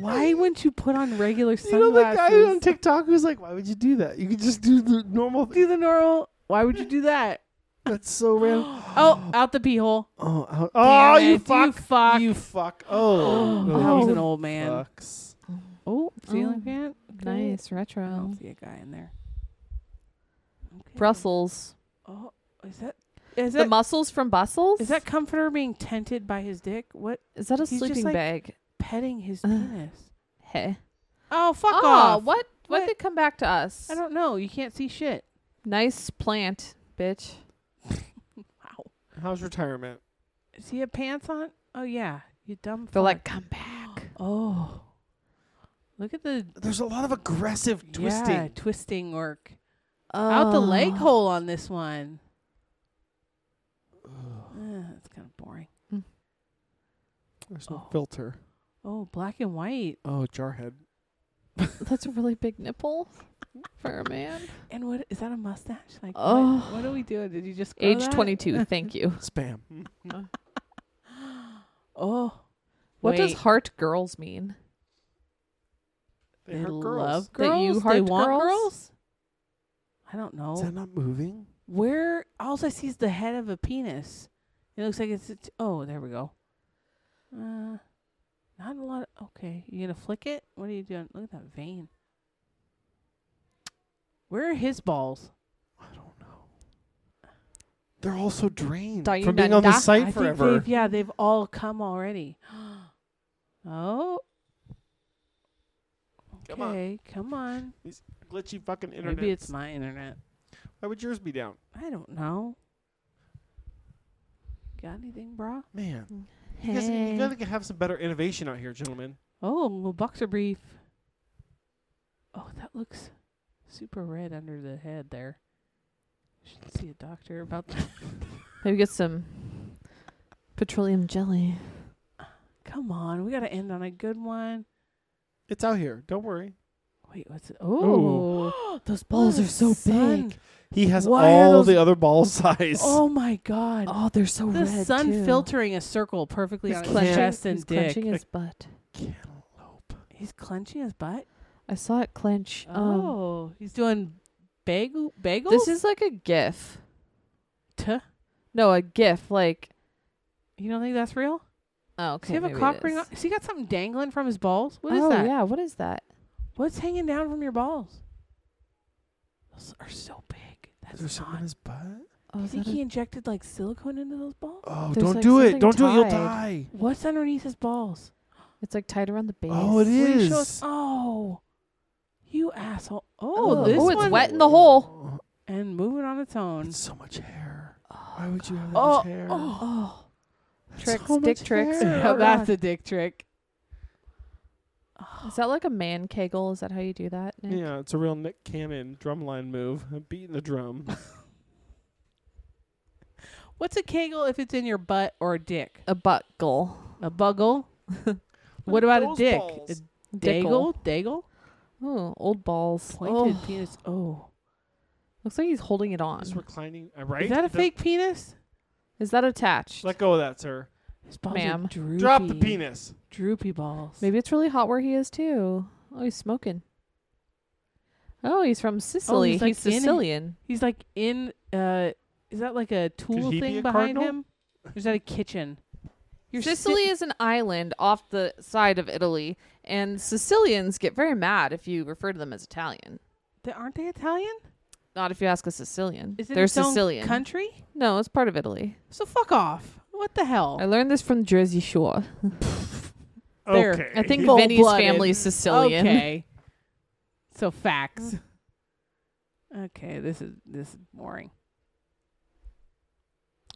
Speaker 1: Why wouldn't you put on regular
Speaker 4: You know the
Speaker 1: sunglasses?
Speaker 4: guy on TikTok who's like, "Why would you do that? You could just do the normal."
Speaker 1: do the normal. Why would you do that?
Speaker 4: That's so random.
Speaker 1: Oh, out the pee hole.
Speaker 4: Oh, oh,
Speaker 1: Damn
Speaker 4: oh you
Speaker 1: it,
Speaker 4: fuck!
Speaker 1: You fuck.
Speaker 4: You fuck! Oh,
Speaker 1: Oh,
Speaker 4: oh,
Speaker 1: he's
Speaker 4: you
Speaker 1: an old man.
Speaker 4: fucks.
Speaker 1: Oh, ceiling
Speaker 2: Oh,
Speaker 1: fan. Okay.
Speaker 2: Nice
Speaker 1: I
Speaker 2: retro.
Speaker 1: don't see a guy in there. Okay.
Speaker 2: Brussels.
Speaker 1: Oh, is that is
Speaker 2: The
Speaker 1: that
Speaker 2: muscles from Bustles?
Speaker 1: is that comforter being tented by his dick? What
Speaker 2: is that a
Speaker 1: he's just
Speaker 2: sleeping
Speaker 1: like-
Speaker 2: bag?
Speaker 1: petting his
Speaker 2: Ugh.
Speaker 1: penis?
Speaker 2: Hey.
Speaker 1: Oh, fuck
Speaker 2: oh,
Speaker 1: off!
Speaker 2: What? What
Speaker 1: What?
Speaker 2: did come back to us?
Speaker 1: I don't know. You can't see shit.
Speaker 2: Nice plant, bitch.
Speaker 1: Wow.
Speaker 3: How's retirement?
Speaker 1: Is he have pants on? Oh yeah, you dumb.
Speaker 2: They're like,
Speaker 1: fuck.
Speaker 2: come back.
Speaker 1: oh, look at the
Speaker 3: There's a lot of aggressive twisting.
Speaker 1: yeah, twisting work out the leg
Speaker 2: Oh.
Speaker 1: hole on this one. Uh, that's kind of boring.
Speaker 4: There's no
Speaker 1: Oh.
Speaker 4: filter.
Speaker 1: Oh, black and white.
Speaker 4: Oh, jarhead.
Speaker 2: That's a really big nipple for a man.
Speaker 1: And what is that? A mustache? Like,
Speaker 2: Oh.
Speaker 1: what, what are we doing? Did you just grow
Speaker 2: Age
Speaker 1: that?
Speaker 2: 22. Thank you.
Speaker 4: Spam.
Speaker 1: Oh,
Speaker 2: What does
Speaker 1: Wait.
Speaker 2: heart girls mean?
Speaker 1: they,
Speaker 3: hurt girls.
Speaker 1: love
Speaker 2: That you
Speaker 1: girls. they
Speaker 2: heart
Speaker 1: want girls?
Speaker 2: girls?
Speaker 1: I don't know.
Speaker 4: Is that not moving?
Speaker 1: Where all I see is the head of a penis. It looks like it's, it's oh, there we go. Uh, not a lot. okay, you gonna flick it? What are you doing? Look at that vein. Where are his balls?
Speaker 4: I don't know.
Speaker 3: They're all so drained
Speaker 2: Don't you
Speaker 3: from being on the
Speaker 2: nanda?
Speaker 1: I
Speaker 3: site
Speaker 1: think
Speaker 3: forever.
Speaker 1: they've- yeah, they've all come already. oh.
Speaker 3: Come on.
Speaker 1: Okay, come on.
Speaker 3: Glitchy fucking internet.
Speaker 1: Maybe it's my internet.
Speaker 3: Why would yours be down?
Speaker 1: I don't know. Got anything, brah?
Speaker 3: Man, you guys, you gotta have some better innovation out here, gentlemen.
Speaker 1: Oh, well, boxer brief. Oh, that looks super red under the head there. Should see a doctor about that.
Speaker 2: Maybe get some petroleum jelly.
Speaker 1: Come on, we gotta end on a good one.
Speaker 3: It's out here. Don't worry.
Speaker 1: Wait, what's it? Oh,
Speaker 2: Those
Speaker 1: balls are so big.
Speaker 4: He has
Speaker 1: Why are
Speaker 4: all
Speaker 1: those-
Speaker 4: the other ball size.
Speaker 1: Oh my god.
Speaker 2: Oh, they're so
Speaker 1: the
Speaker 2: red.
Speaker 1: sun
Speaker 2: too.
Speaker 1: filtering a circle perfectly
Speaker 2: He's
Speaker 1: on
Speaker 2: clenching-
Speaker 1: his chest and
Speaker 2: he's
Speaker 1: dick.
Speaker 2: clenching his butt.
Speaker 4: Cantaloupe.
Speaker 1: He's clenching his butt.
Speaker 2: I saw it clench. Um,
Speaker 1: Oh, he's doing bagel bagels.
Speaker 2: this is like a gif.
Speaker 1: Tuh.
Speaker 2: No, a gif. Like,
Speaker 1: you don't think that's real?
Speaker 2: oh,
Speaker 1: Does
Speaker 2: okay.
Speaker 1: he have a
Speaker 2: maybe it
Speaker 1: cock ring?
Speaker 2: is.
Speaker 1: On? Has he got something dangling from his balls? What is
Speaker 2: oh,
Speaker 1: that?
Speaker 2: yeah. What is that?
Speaker 1: What's hanging down from your balls? Those are so big. That's
Speaker 4: Is there something
Speaker 1: not.
Speaker 4: in his butt?
Speaker 2: Oh,
Speaker 1: you
Speaker 2: is that
Speaker 1: think
Speaker 2: a-
Speaker 1: he injected like silicone into those balls?
Speaker 4: Oh,
Speaker 2: There's,
Speaker 4: don't
Speaker 2: like,
Speaker 4: do it!
Speaker 2: something
Speaker 4: Don't do it! You'll
Speaker 2: tied.
Speaker 4: die.
Speaker 1: What's underneath his balls?
Speaker 2: it's like tied around the base.
Speaker 4: Oh, it
Speaker 1: Will you
Speaker 4: is.
Speaker 1: show us- Oh, you asshole! Oh,
Speaker 2: Oh,
Speaker 1: this
Speaker 2: oh, it's
Speaker 1: one-
Speaker 2: wet in the hole.
Speaker 1: and moving on its own.
Speaker 4: It's Oh, so much hair. Why would you have that
Speaker 1: Oh,
Speaker 4: much hair?
Speaker 2: Oh,
Speaker 4: That's
Speaker 2: tricks,
Speaker 4: so
Speaker 2: dick
Speaker 4: much
Speaker 2: tricks.
Speaker 4: hair.
Speaker 1: Oh,
Speaker 2: God.
Speaker 1: that's a dick trick.
Speaker 2: is that like a man kegel? Is that how you do that? Nick?
Speaker 3: Yeah, it's a real Nick Cannon drumline move. I'm beating the drum.
Speaker 1: What's a kegel if it's in your butt or a dick?
Speaker 2: A buckle.
Speaker 1: A buggle.
Speaker 3: Look at
Speaker 1: what about a
Speaker 3: those
Speaker 1: dick?
Speaker 3: balls.
Speaker 1: A daggle? Daggle?
Speaker 2: Oh, old balls.
Speaker 1: Pointed
Speaker 2: Oh,
Speaker 1: penis. Oh,
Speaker 2: looks like he's holding it on.
Speaker 3: Just reclining. Uh, right?
Speaker 1: is that a
Speaker 3: The-
Speaker 1: fake penis?
Speaker 2: Is that attached?
Speaker 3: Let go of that, sir.
Speaker 1: His balls
Speaker 2: Ma'am.
Speaker 1: are droopy.
Speaker 3: Drop the penis.
Speaker 1: Droopy balls.
Speaker 2: Maybe it's really hot where he is too. Oh, he's smoking. Oh, he's from Sicily.
Speaker 1: he's,
Speaker 2: he's
Speaker 1: like, in it.
Speaker 2: Sicilian.
Speaker 1: He's like in uh is that like a tool
Speaker 3: he be
Speaker 1: thing
Speaker 3: a
Speaker 1: behind
Speaker 3: cardinal?
Speaker 1: him? Or is that a kitchen? You're sit-
Speaker 2: Sicily is an island off the side of Italy, and Sicilians get very mad if you refer to them as Italian.
Speaker 1: Th- aren't they Italian?
Speaker 2: Not if you ask a Sicilian.
Speaker 1: Is it
Speaker 2: They're
Speaker 1: its own
Speaker 2: Sicilian.
Speaker 1: country?
Speaker 2: No, it's part of Italy.
Speaker 1: So fuck off. What the hell?
Speaker 2: I learned this from Jersey Shore.
Speaker 1: There.
Speaker 3: Okay.
Speaker 2: I think
Speaker 1: Full
Speaker 2: Vinny's
Speaker 1: blooded.
Speaker 2: family's Sicilian.
Speaker 1: Okay. So facts. okay, this is this is boring.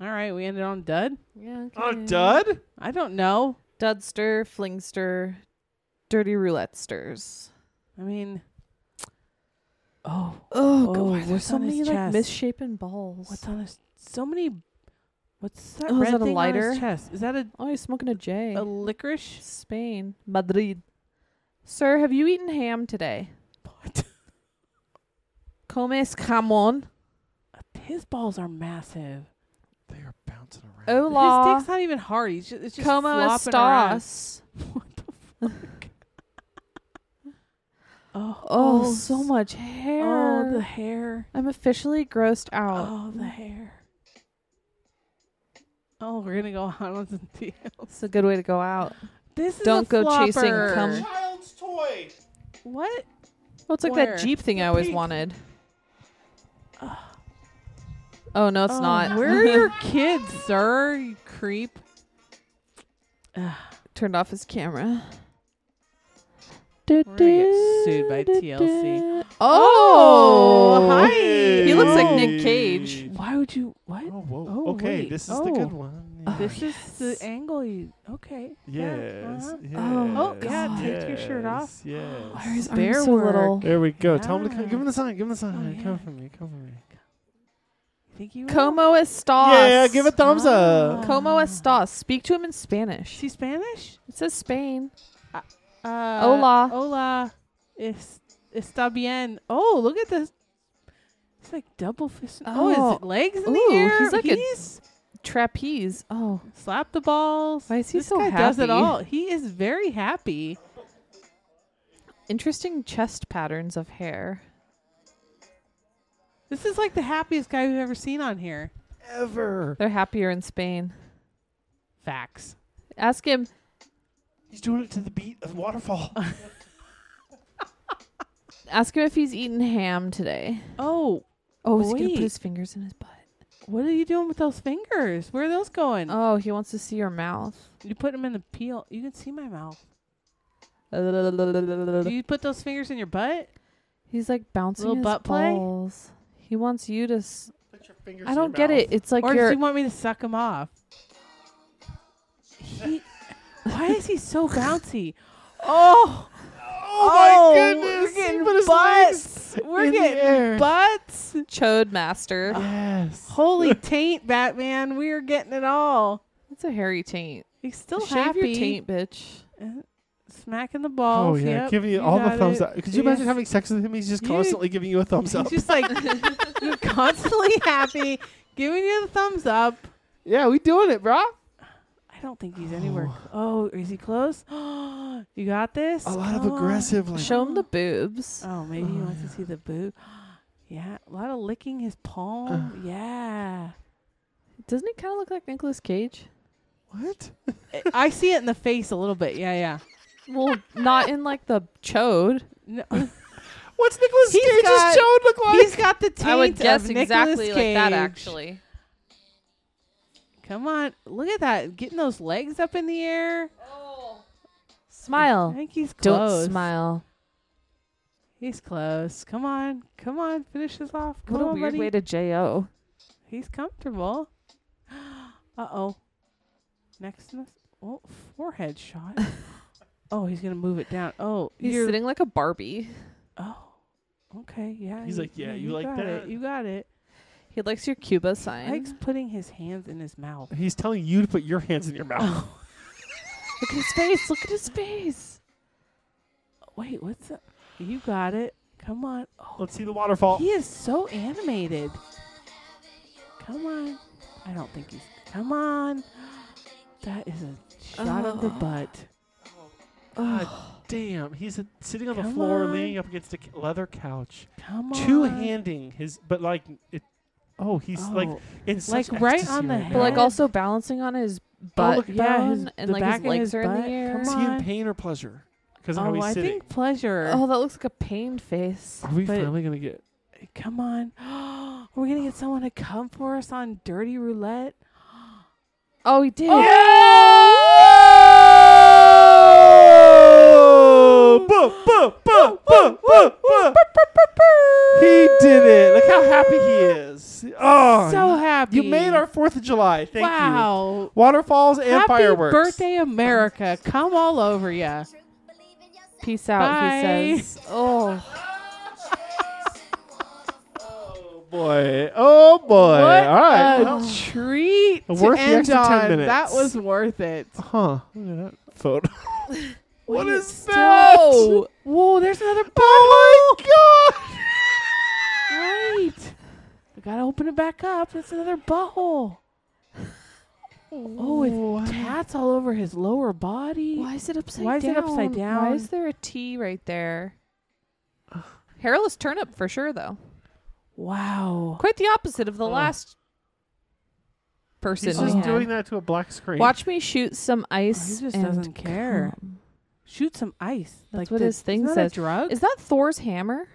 Speaker 1: All right, we ended on dud.
Speaker 2: Yeah. Okay.
Speaker 3: On Oh, dud?
Speaker 1: I don't know.
Speaker 2: Dudster, flingster, dirty roulette stirs.
Speaker 1: I mean, oh,
Speaker 2: Oh,
Speaker 1: God, why are there
Speaker 2: so
Speaker 1: on his
Speaker 2: many like
Speaker 1: chest?
Speaker 2: misshapen balls.
Speaker 1: what's on his? So many. What's that
Speaker 2: Oh, is
Speaker 1: red
Speaker 2: that a
Speaker 1: thing on
Speaker 2: lighter?
Speaker 1: his chest? Is that a,
Speaker 2: Oh, he's smoking a J.
Speaker 1: a licorice?
Speaker 2: Spain, Madrid. Sir, have you eaten ham today?
Speaker 1: What?
Speaker 2: Comes jamón.
Speaker 1: His balls are massive.
Speaker 4: They are bouncing around.
Speaker 1: His
Speaker 2: Hola.
Speaker 1: dick's not even hard. He's just, it's just
Speaker 2: Como
Speaker 1: flopping around.
Speaker 2: estás?
Speaker 1: What the fuck? Oh,
Speaker 2: Oh, so
Speaker 1: s-
Speaker 2: much hair.
Speaker 1: Oh, the hair.
Speaker 2: I'm officially grossed out.
Speaker 1: Oh, the hair. Oh, we're gonna go out on some deals.
Speaker 2: It's a good way to go out.
Speaker 1: This is
Speaker 2: Don't
Speaker 1: a
Speaker 2: go
Speaker 1: flopper.
Speaker 2: chasing cum.
Speaker 3: Child's toy.
Speaker 1: What?
Speaker 2: Well, it's like
Speaker 1: Where?
Speaker 2: that Jeep thing I always
Speaker 3: pink.
Speaker 2: wanted. Oh no, it's
Speaker 1: Oh,
Speaker 2: not.
Speaker 1: Where are your kids, sir? You creep.
Speaker 2: turned off his camera.
Speaker 1: gonna get sued by TLC.
Speaker 2: Oh,
Speaker 1: hi.
Speaker 2: He looks like Nick
Speaker 3: Hey.
Speaker 2: Cage.
Speaker 1: Why would you? What?
Speaker 3: Oh, whoa.
Speaker 1: Oh,
Speaker 3: okay,
Speaker 1: wait.
Speaker 3: this is the
Speaker 1: Oh.
Speaker 3: good one. Yeah.
Speaker 1: this is the angle you. Okay.
Speaker 3: Yes.
Speaker 1: uh-huh.
Speaker 3: yes.
Speaker 2: Oh,
Speaker 1: yeah,
Speaker 2: take
Speaker 1: your shirt off.
Speaker 3: Yes.
Speaker 2: Why are his arms
Speaker 1: Bear
Speaker 2: so
Speaker 1: work.
Speaker 2: little?
Speaker 3: There we go. Tell him to come. Give him the
Speaker 1: Yeah.
Speaker 3: sign. Give him the sign.
Speaker 1: Oh, yeah.
Speaker 3: Come for me. Come for me.
Speaker 1: Think you will?
Speaker 2: Como estas.
Speaker 3: Yeah, give a thumbs
Speaker 1: Ah.
Speaker 3: up.
Speaker 2: Como estas. Speak to him in Spanish.
Speaker 1: She Spanish?
Speaker 2: It says Spain.
Speaker 1: Uh,
Speaker 2: Hola.
Speaker 1: Hola. Es, está bien. Oh, look at this. It's like double fist. Oh,
Speaker 2: Oh.
Speaker 1: his legs in
Speaker 2: Ooh,
Speaker 1: the air.
Speaker 2: he's like a-
Speaker 1: he's
Speaker 2: Trapeze. Oh,
Speaker 1: slap the balls.
Speaker 2: Why is he
Speaker 1: this
Speaker 2: so
Speaker 1: guy does it
Speaker 2: happy?
Speaker 1: all. He is very happy.
Speaker 2: interesting chest patterns of hair.
Speaker 1: This is like the happiest guy we've ever seen on here.
Speaker 3: Ever.
Speaker 2: They're happier in Spain.
Speaker 1: Facts.
Speaker 2: Ask him.
Speaker 3: He's doing it to the beat of waterfall.
Speaker 2: Ask him if he's eaten ham today.
Speaker 1: Oh,
Speaker 2: Oh, is he gonna
Speaker 1: Wait.
Speaker 2: put his fingers in his butt?
Speaker 1: what are you doing with those fingers? Where are those going?
Speaker 2: Oh, he wants to see your mouth.
Speaker 1: you put them in the peel. You can see my mouth. Do
Speaker 2: He's
Speaker 1: you put those fingers in your butt?
Speaker 2: like bouncing
Speaker 1: Little
Speaker 2: his
Speaker 1: butt play?
Speaker 2: balls. He wants you to. S-
Speaker 3: Put your fingers
Speaker 2: I don't get it. It's like
Speaker 1: or
Speaker 2: you're.
Speaker 1: does he want me to suck him off? He, why is he so bouncy? Oh,
Speaker 3: Oh, my
Speaker 1: We're
Speaker 3: goodness. He
Speaker 1: getting
Speaker 3: put his legs
Speaker 1: butts. We're
Speaker 3: in the
Speaker 1: getting
Speaker 3: air.
Speaker 1: butts.
Speaker 2: Chode master.
Speaker 3: Yes.
Speaker 1: Holy taint, Batman! We are getting it all.
Speaker 2: That's a hairy taint.
Speaker 1: He's still
Speaker 2: Shave
Speaker 1: happy.
Speaker 2: your taint, bitch.
Speaker 1: Smacking the balls.
Speaker 3: oh yeah,
Speaker 1: Yep,
Speaker 3: giving you, all the
Speaker 1: got
Speaker 3: thumbs
Speaker 1: it.
Speaker 3: up. Could you
Speaker 1: Yeah.
Speaker 3: imagine having sex with him? He's just
Speaker 1: You-
Speaker 3: constantly giving you a thumbs
Speaker 1: He's
Speaker 3: up.
Speaker 1: just like you're constantly happy, giving you the thumbs up.
Speaker 3: yeah, we doing it, bro.
Speaker 1: I don't think he's anywhere. Oh, is he close? you got this.
Speaker 3: A lot of
Speaker 1: Come on.
Speaker 3: aggressive, like
Speaker 2: Show him the boobs.
Speaker 1: Oh, maybe he wants to see the boot. Yeah, a lot of licking his palm.
Speaker 3: Uh.
Speaker 1: yeah,
Speaker 2: Doesn't he kind of look like Nicolas Cage?
Speaker 3: what?
Speaker 1: I- I see it in the face a little bit. Yeah, yeah.
Speaker 2: Well, not in like the chode.
Speaker 1: No,
Speaker 3: What's Nicholas
Speaker 1: He's
Speaker 3: Cage's
Speaker 1: got-
Speaker 3: show look like?
Speaker 1: he's got the taint
Speaker 2: I would guess
Speaker 1: of
Speaker 2: exactly
Speaker 1: Nicolas
Speaker 2: like that.
Speaker 1: Cage.
Speaker 2: Actually,
Speaker 1: Come on, look at that, getting those legs up in the air. I
Speaker 2: smile.
Speaker 1: think he's
Speaker 2: Don't
Speaker 1: close.
Speaker 2: smile.
Speaker 1: He's close. Come on, come on, finish this off. Come
Speaker 2: What a
Speaker 1: on,
Speaker 2: weird
Speaker 1: buddy.
Speaker 2: way to jo.
Speaker 1: He's comfortable. Uh oh. Next, next. Oh, forehead shot. oh, he's gonna move it down. Oh,
Speaker 2: He's
Speaker 1: you're-
Speaker 2: sitting like a Barbie.
Speaker 1: Oh, okay, yeah.
Speaker 3: He's
Speaker 1: you-
Speaker 3: like, yeah, you like
Speaker 1: got
Speaker 3: that.
Speaker 1: It. You got it.
Speaker 2: He likes your Cuba sign.
Speaker 1: Mike's putting his hands in his mouth.
Speaker 3: He's telling you to put your hands in your mouth.
Speaker 2: Look at his face. Look at his face.
Speaker 1: Wait, what's that? You got it. Come on. Oh,
Speaker 3: Let's see the waterfall.
Speaker 1: he is so animated. Come on. I don't think he's. Come on. That is a shot of the
Speaker 2: Oh.
Speaker 1: butt.
Speaker 3: God damn, he's uh, sitting on the
Speaker 1: Come
Speaker 3: floor,
Speaker 1: on.
Speaker 3: leaning up against a c- leather couch,
Speaker 1: Come on.
Speaker 3: two handing his, but like it. Oh, he's like
Speaker 1: Oh,
Speaker 3: in such
Speaker 1: Like, right
Speaker 3: ecstasy
Speaker 1: on the
Speaker 3: right
Speaker 1: head.
Speaker 2: But like
Speaker 1: Yeah.
Speaker 2: also balancing on his butt
Speaker 1: look, yeah,
Speaker 2: bone
Speaker 1: his-
Speaker 2: and
Speaker 1: the
Speaker 2: like
Speaker 1: back
Speaker 2: his
Speaker 1: of
Speaker 2: legs
Speaker 1: his
Speaker 2: are
Speaker 1: butt.
Speaker 2: in the air.
Speaker 1: Come
Speaker 3: Is
Speaker 1: on.
Speaker 3: he in pain or pleasure? Because of how
Speaker 1: oh
Speaker 3: he's
Speaker 1: I
Speaker 3: sitting.
Speaker 1: think pleasure.
Speaker 2: Oh, that looks like a pained face.
Speaker 3: Are we
Speaker 1: but-
Speaker 3: finally gonna get?
Speaker 1: Come on. We're going to get someone to come for us on Dirty Roulette.
Speaker 2: Oh, he did.
Speaker 3: Oh! Boo, boo, boo, boo, boo, boo. He did it. Look how happy he is. Oh,
Speaker 1: so happy.
Speaker 3: you made our 4th of July. Thank you.
Speaker 1: wow.
Speaker 3: Waterfalls and
Speaker 1: Happy
Speaker 3: fireworks.
Speaker 1: birthday, America. Come all over ya.
Speaker 2: Peace out,
Speaker 1: Bye.
Speaker 2: he says. Oh,
Speaker 3: Oh boy. Oh boy.
Speaker 1: What
Speaker 3: All right.
Speaker 1: a
Speaker 3: Well,
Speaker 1: treat to
Speaker 3: Worth the
Speaker 1: end
Speaker 3: extra 10
Speaker 1: on.
Speaker 3: minutes.
Speaker 1: That was worth it.
Speaker 3: huh. Look at that photo. what
Speaker 1: Wait,
Speaker 3: is
Speaker 1: stop.
Speaker 3: that?
Speaker 1: Whoa, there's another
Speaker 3: Oh my god.
Speaker 1: bite. I gotta open it back up. That's another butthole. Oh,
Speaker 3: Wow.
Speaker 1: with tats all over his lower body.
Speaker 2: why is it upside
Speaker 1: Why is
Speaker 2: down?
Speaker 1: it upside
Speaker 2: Why
Speaker 1: down?
Speaker 2: is there a T right there? Hairless turnip for sure, though.
Speaker 1: Wow.
Speaker 2: Quite the opposite of the
Speaker 3: Oh.
Speaker 2: last person.
Speaker 3: He's
Speaker 2: we
Speaker 3: just
Speaker 2: had.
Speaker 3: doing that to a black screen.
Speaker 2: Watch me shoot some ice.
Speaker 1: just
Speaker 2: and
Speaker 1: doesn't care.
Speaker 2: come.
Speaker 1: Shoot some ice.
Speaker 2: That's
Speaker 1: like
Speaker 2: what
Speaker 1: the-
Speaker 2: his thing
Speaker 1: isn't that
Speaker 2: says.
Speaker 1: A drug?
Speaker 2: Is that Thor's hammer?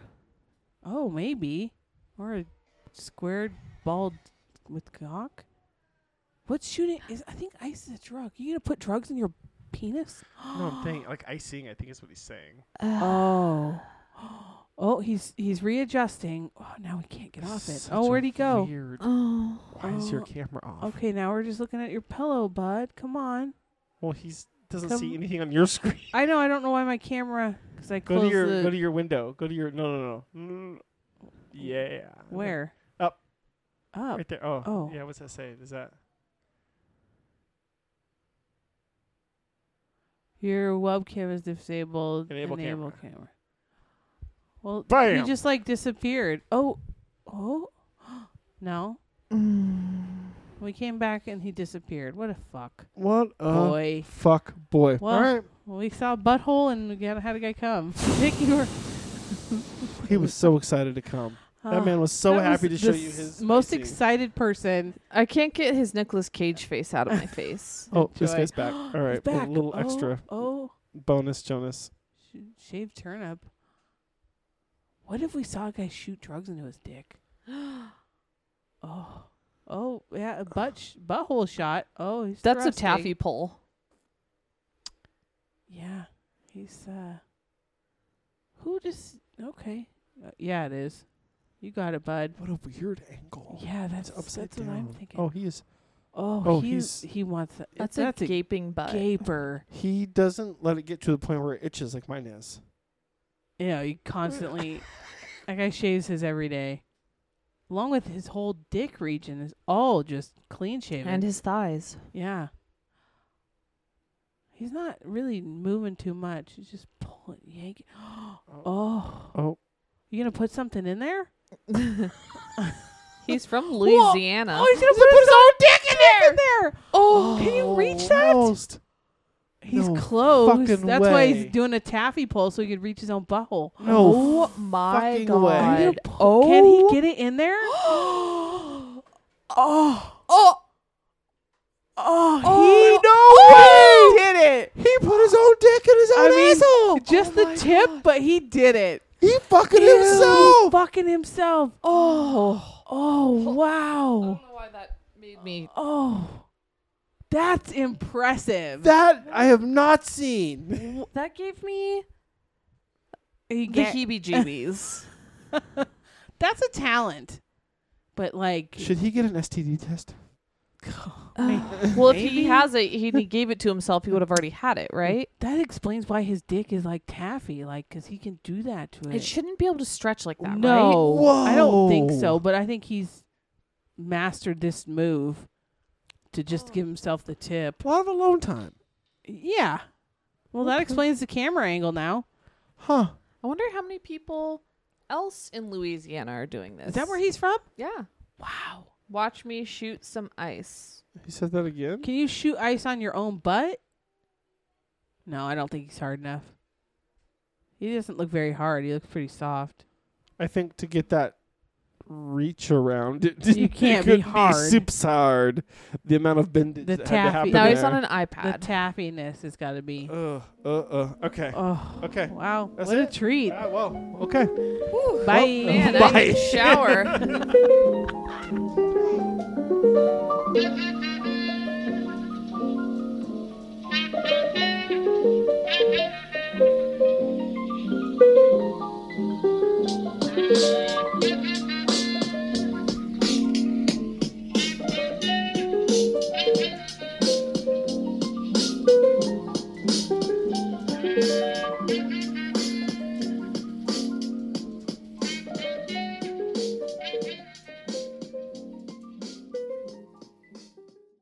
Speaker 1: oh, maybe. Or a squared ball with cock. What's shooting? Is I think ice is a drug. You gonna put drugs in your penis?
Speaker 3: No, I'm thinking like icing. I think is what he's saying.
Speaker 1: Oh. Oh, he's he's readjusting. Oh, now we can't get off it.
Speaker 3: Such
Speaker 1: Oh,
Speaker 3: a
Speaker 1: where'd he go?
Speaker 3: Weird.
Speaker 2: Oh.
Speaker 3: Why is your
Speaker 1: Oh.
Speaker 3: camera off?
Speaker 1: Okay, now we're just looking at your pillow, bud. Come on.
Speaker 3: Well, he's doesn't
Speaker 1: Come-
Speaker 3: see anything on your screen.
Speaker 1: I know. I don't know why my camera. Because I
Speaker 3: Go to
Speaker 1: closed
Speaker 3: your
Speaker 1: the.
Speaker 3: go to your window. Go to your no no no. no. no, no. Yeah.
Speaker 1: where?
Speaker 3: Up.
Speaker 1: Up.
Speaker 3: Oh. Right there. Oh.
Speaker 1: Oh.
Speaker 3: Yeah. What's that say? Is that?
Speaker 1: Your webcam is disabled.
Speaker 3: Enable
Speaker 1: camera. Well, he
Speaker 3: Bam!
Speaker 1: just like disappeared. Oh, oh, no. Mm. We came back and he disappeared. What a fuck,
Speaker 4: What a
Speaker 3: Uh-huh.
Speaker 1: boy.
Speaker 4: fuck boy.
Speaker 1: Well,
Speaker 4: All right.
Speaker 1: We saw a butthole and we got- had a guy come. Nick, you were
Speaker 4: He was so excited to come.
Speaker 1: Ah,
Speaker 4: that man was so
Speaker 1: that
Speaker 4: happy
Speaker 1: was
Speaker 4: to show
Speaker 1: the
Speaker 4: you his
Speaker 1: most
Speaker 4: icing.
Speaker 1: excited person.
Speaker 2: I can't get his Nicolas Cage face out of my face.
Speaker 4: Oh, this
Speaker 1: Joy.
Speaker 4: guy's back. All right,
Speaker 1: He's back.
Speaker 4: a little
Speaker 1: Oh,
Speaker 4: extra
Speaker 1: Oh,
Speaker 4: bonus, Jonas.
Speaker 1: sh- shaved turnip. What if we saw a guy shoot drugs into his dick? Oh, oh yeah, a butt sh- butthole shot. Oh, he's
Speaker 2: That's a
Speaker 1: thrusting.
Speaker 2: taffy pull.
Speaker 1: Yeah, he's uh. Who just okay? Uh, yeah, it is. You got it, bud.
Speaker 4: What a weird angle.
Speaker 1: Yeah, that's
Speaker 4: It's upside
Speaker 1: that's what I'm
Speaker 4: down.
Speaker 1: thinking.
Speaker 4: Oh, he is.
Speaker 1: oh,
Speaker 4: oh,
Speaker 1: he's,
Speaker 4: he's-
Speaker 1: he wants that.
Speaker 2: That's,
Speaker 1: that's
Speaker 2: a,
Speaker 1: a,
Speaker 2: gaping butt.
Speaker 1: gaper.
Speaker 4: He doesn't let it get to the point where it itches like mine is.
Speaker 1: You know, he constantly that guy shaves his every day, along with his whole dick region is all just clean shaven.
Speaker 2: and his thighs.
Speaker 1: yeah, he's not really moving too much. He's just pulling, yanking. Oh,
Speaker 4: Oh.
Speaker 1: you gonna put something in there?
Speaker 2: He's from Louisiana.
Speaker 1: Oh, he's gonna put, his own dick in there. Oh, can you reach that?
Speaker 4: Almost.
Speaker 1: He's
Speaker 4: No
Speaker 1: close.
Speaker 4: fucking
Speaker 1: That's why he's
Speaker 4: way.
Speaker 1: doing a taffy pull so he could reach his own butthole.
Speaker 4: No.
Speaker 2: Oh my
Speaker 4: fucking way.
Speaker 2: god.
Speaker 1: Can,
Speaker 2: Oh.
Speaker 1: can he get it in there?
Speaker 2: oh.
Speaker 1: Oh. Oh, he
Speaker 4: no
Speaker 1: did it.
Speaker 4: He put his own dick in his own
Speaker 1: I
Speaker 4: asshole.
Speaker 1: mean, just
Speaker 4: Oh
Speaker 1: the
Speaker 4: my
Speaker 1: tip,
Speaker 4: God.
Speaker 1: but he did it.
Speaker 4: He fucking
Speaker 1: Ew,
Speaker 4: himself.
Speaker 1: Fucking himself.
Speaker 2: Oh.
Speaker 1: Oh, wow.
Speaker 2: know why that made me.
Speaker 1: Oh. That's impressive.
Speaker 4: That I have not seen.
Speaker 2: That gave me
Speaker 1: He
Speaker 2: the
Speaker 1: ga-
Speaker 2: heebie jeebies.
Speaker 1: That's a talent. But like
Speaker 4: Should he get an STD test?
Speaker 2: well, if he has it, he, he gave it to himself, he would have already had it, right?
Speaker 1: that explains why his dick is like taffy, like because he can do that to it.
Speaker 2: It shouldn't be able to stretch like that, right?
Speaker 1: no,
Speaker 4: Whoa.
Speaker 1: I don't think so. But I think he's mastered this move to just give himself the tip.
Speaker 4: A lot of alone time.
Speaker 1: Yeah. Well, that explains the camera angle now.
Speaker 4: Huh.
Speaker 2: I wonder how many people else in Louisiana are doing this.
Speaker 1: Is that where he's from?
Speaker 2: Yeah.
Speaker 1: Wow.
Speaker 2: Watch me shoot some ice.
Speaker 4: He said that again?
Speaker 1: Can you shoot ice on your own butt? No, I don't think he's hard enough. He doesn't look very hard. He looks pretty soft.
Speaker 4: I think to get that reach around, it didn't,
Speaker 1: You can't
Speaker 4: it could
Speaker 1: be hard.
Speaker 4: Sips hard. The amment of bendage
Speaker 1: The
Speaker 4: that
Speaker 1: taffy-
Speaker 4: had to happen
Speaker 2: Now he's
Speaker 4: there.
Speaker 2: on an
Speaker 1: The
Speaker 2: iPad.
Speaker 1: taffiness has got to be.
Speaker 4: Ugh, uh, uh, okay.
Speaker 1: Oh,
Speaker 4: Okay.
Speaker 1: wow.
Speaker 4: That's
Speaker 1: what a
Speaker 4: it. Oh,
Speaker 1: treat.
Speaker 4: Ah, well, okay.
Speaker 1: Bye.
Speaker 2: Man, I need to shower.
Speaker 6: Thank you.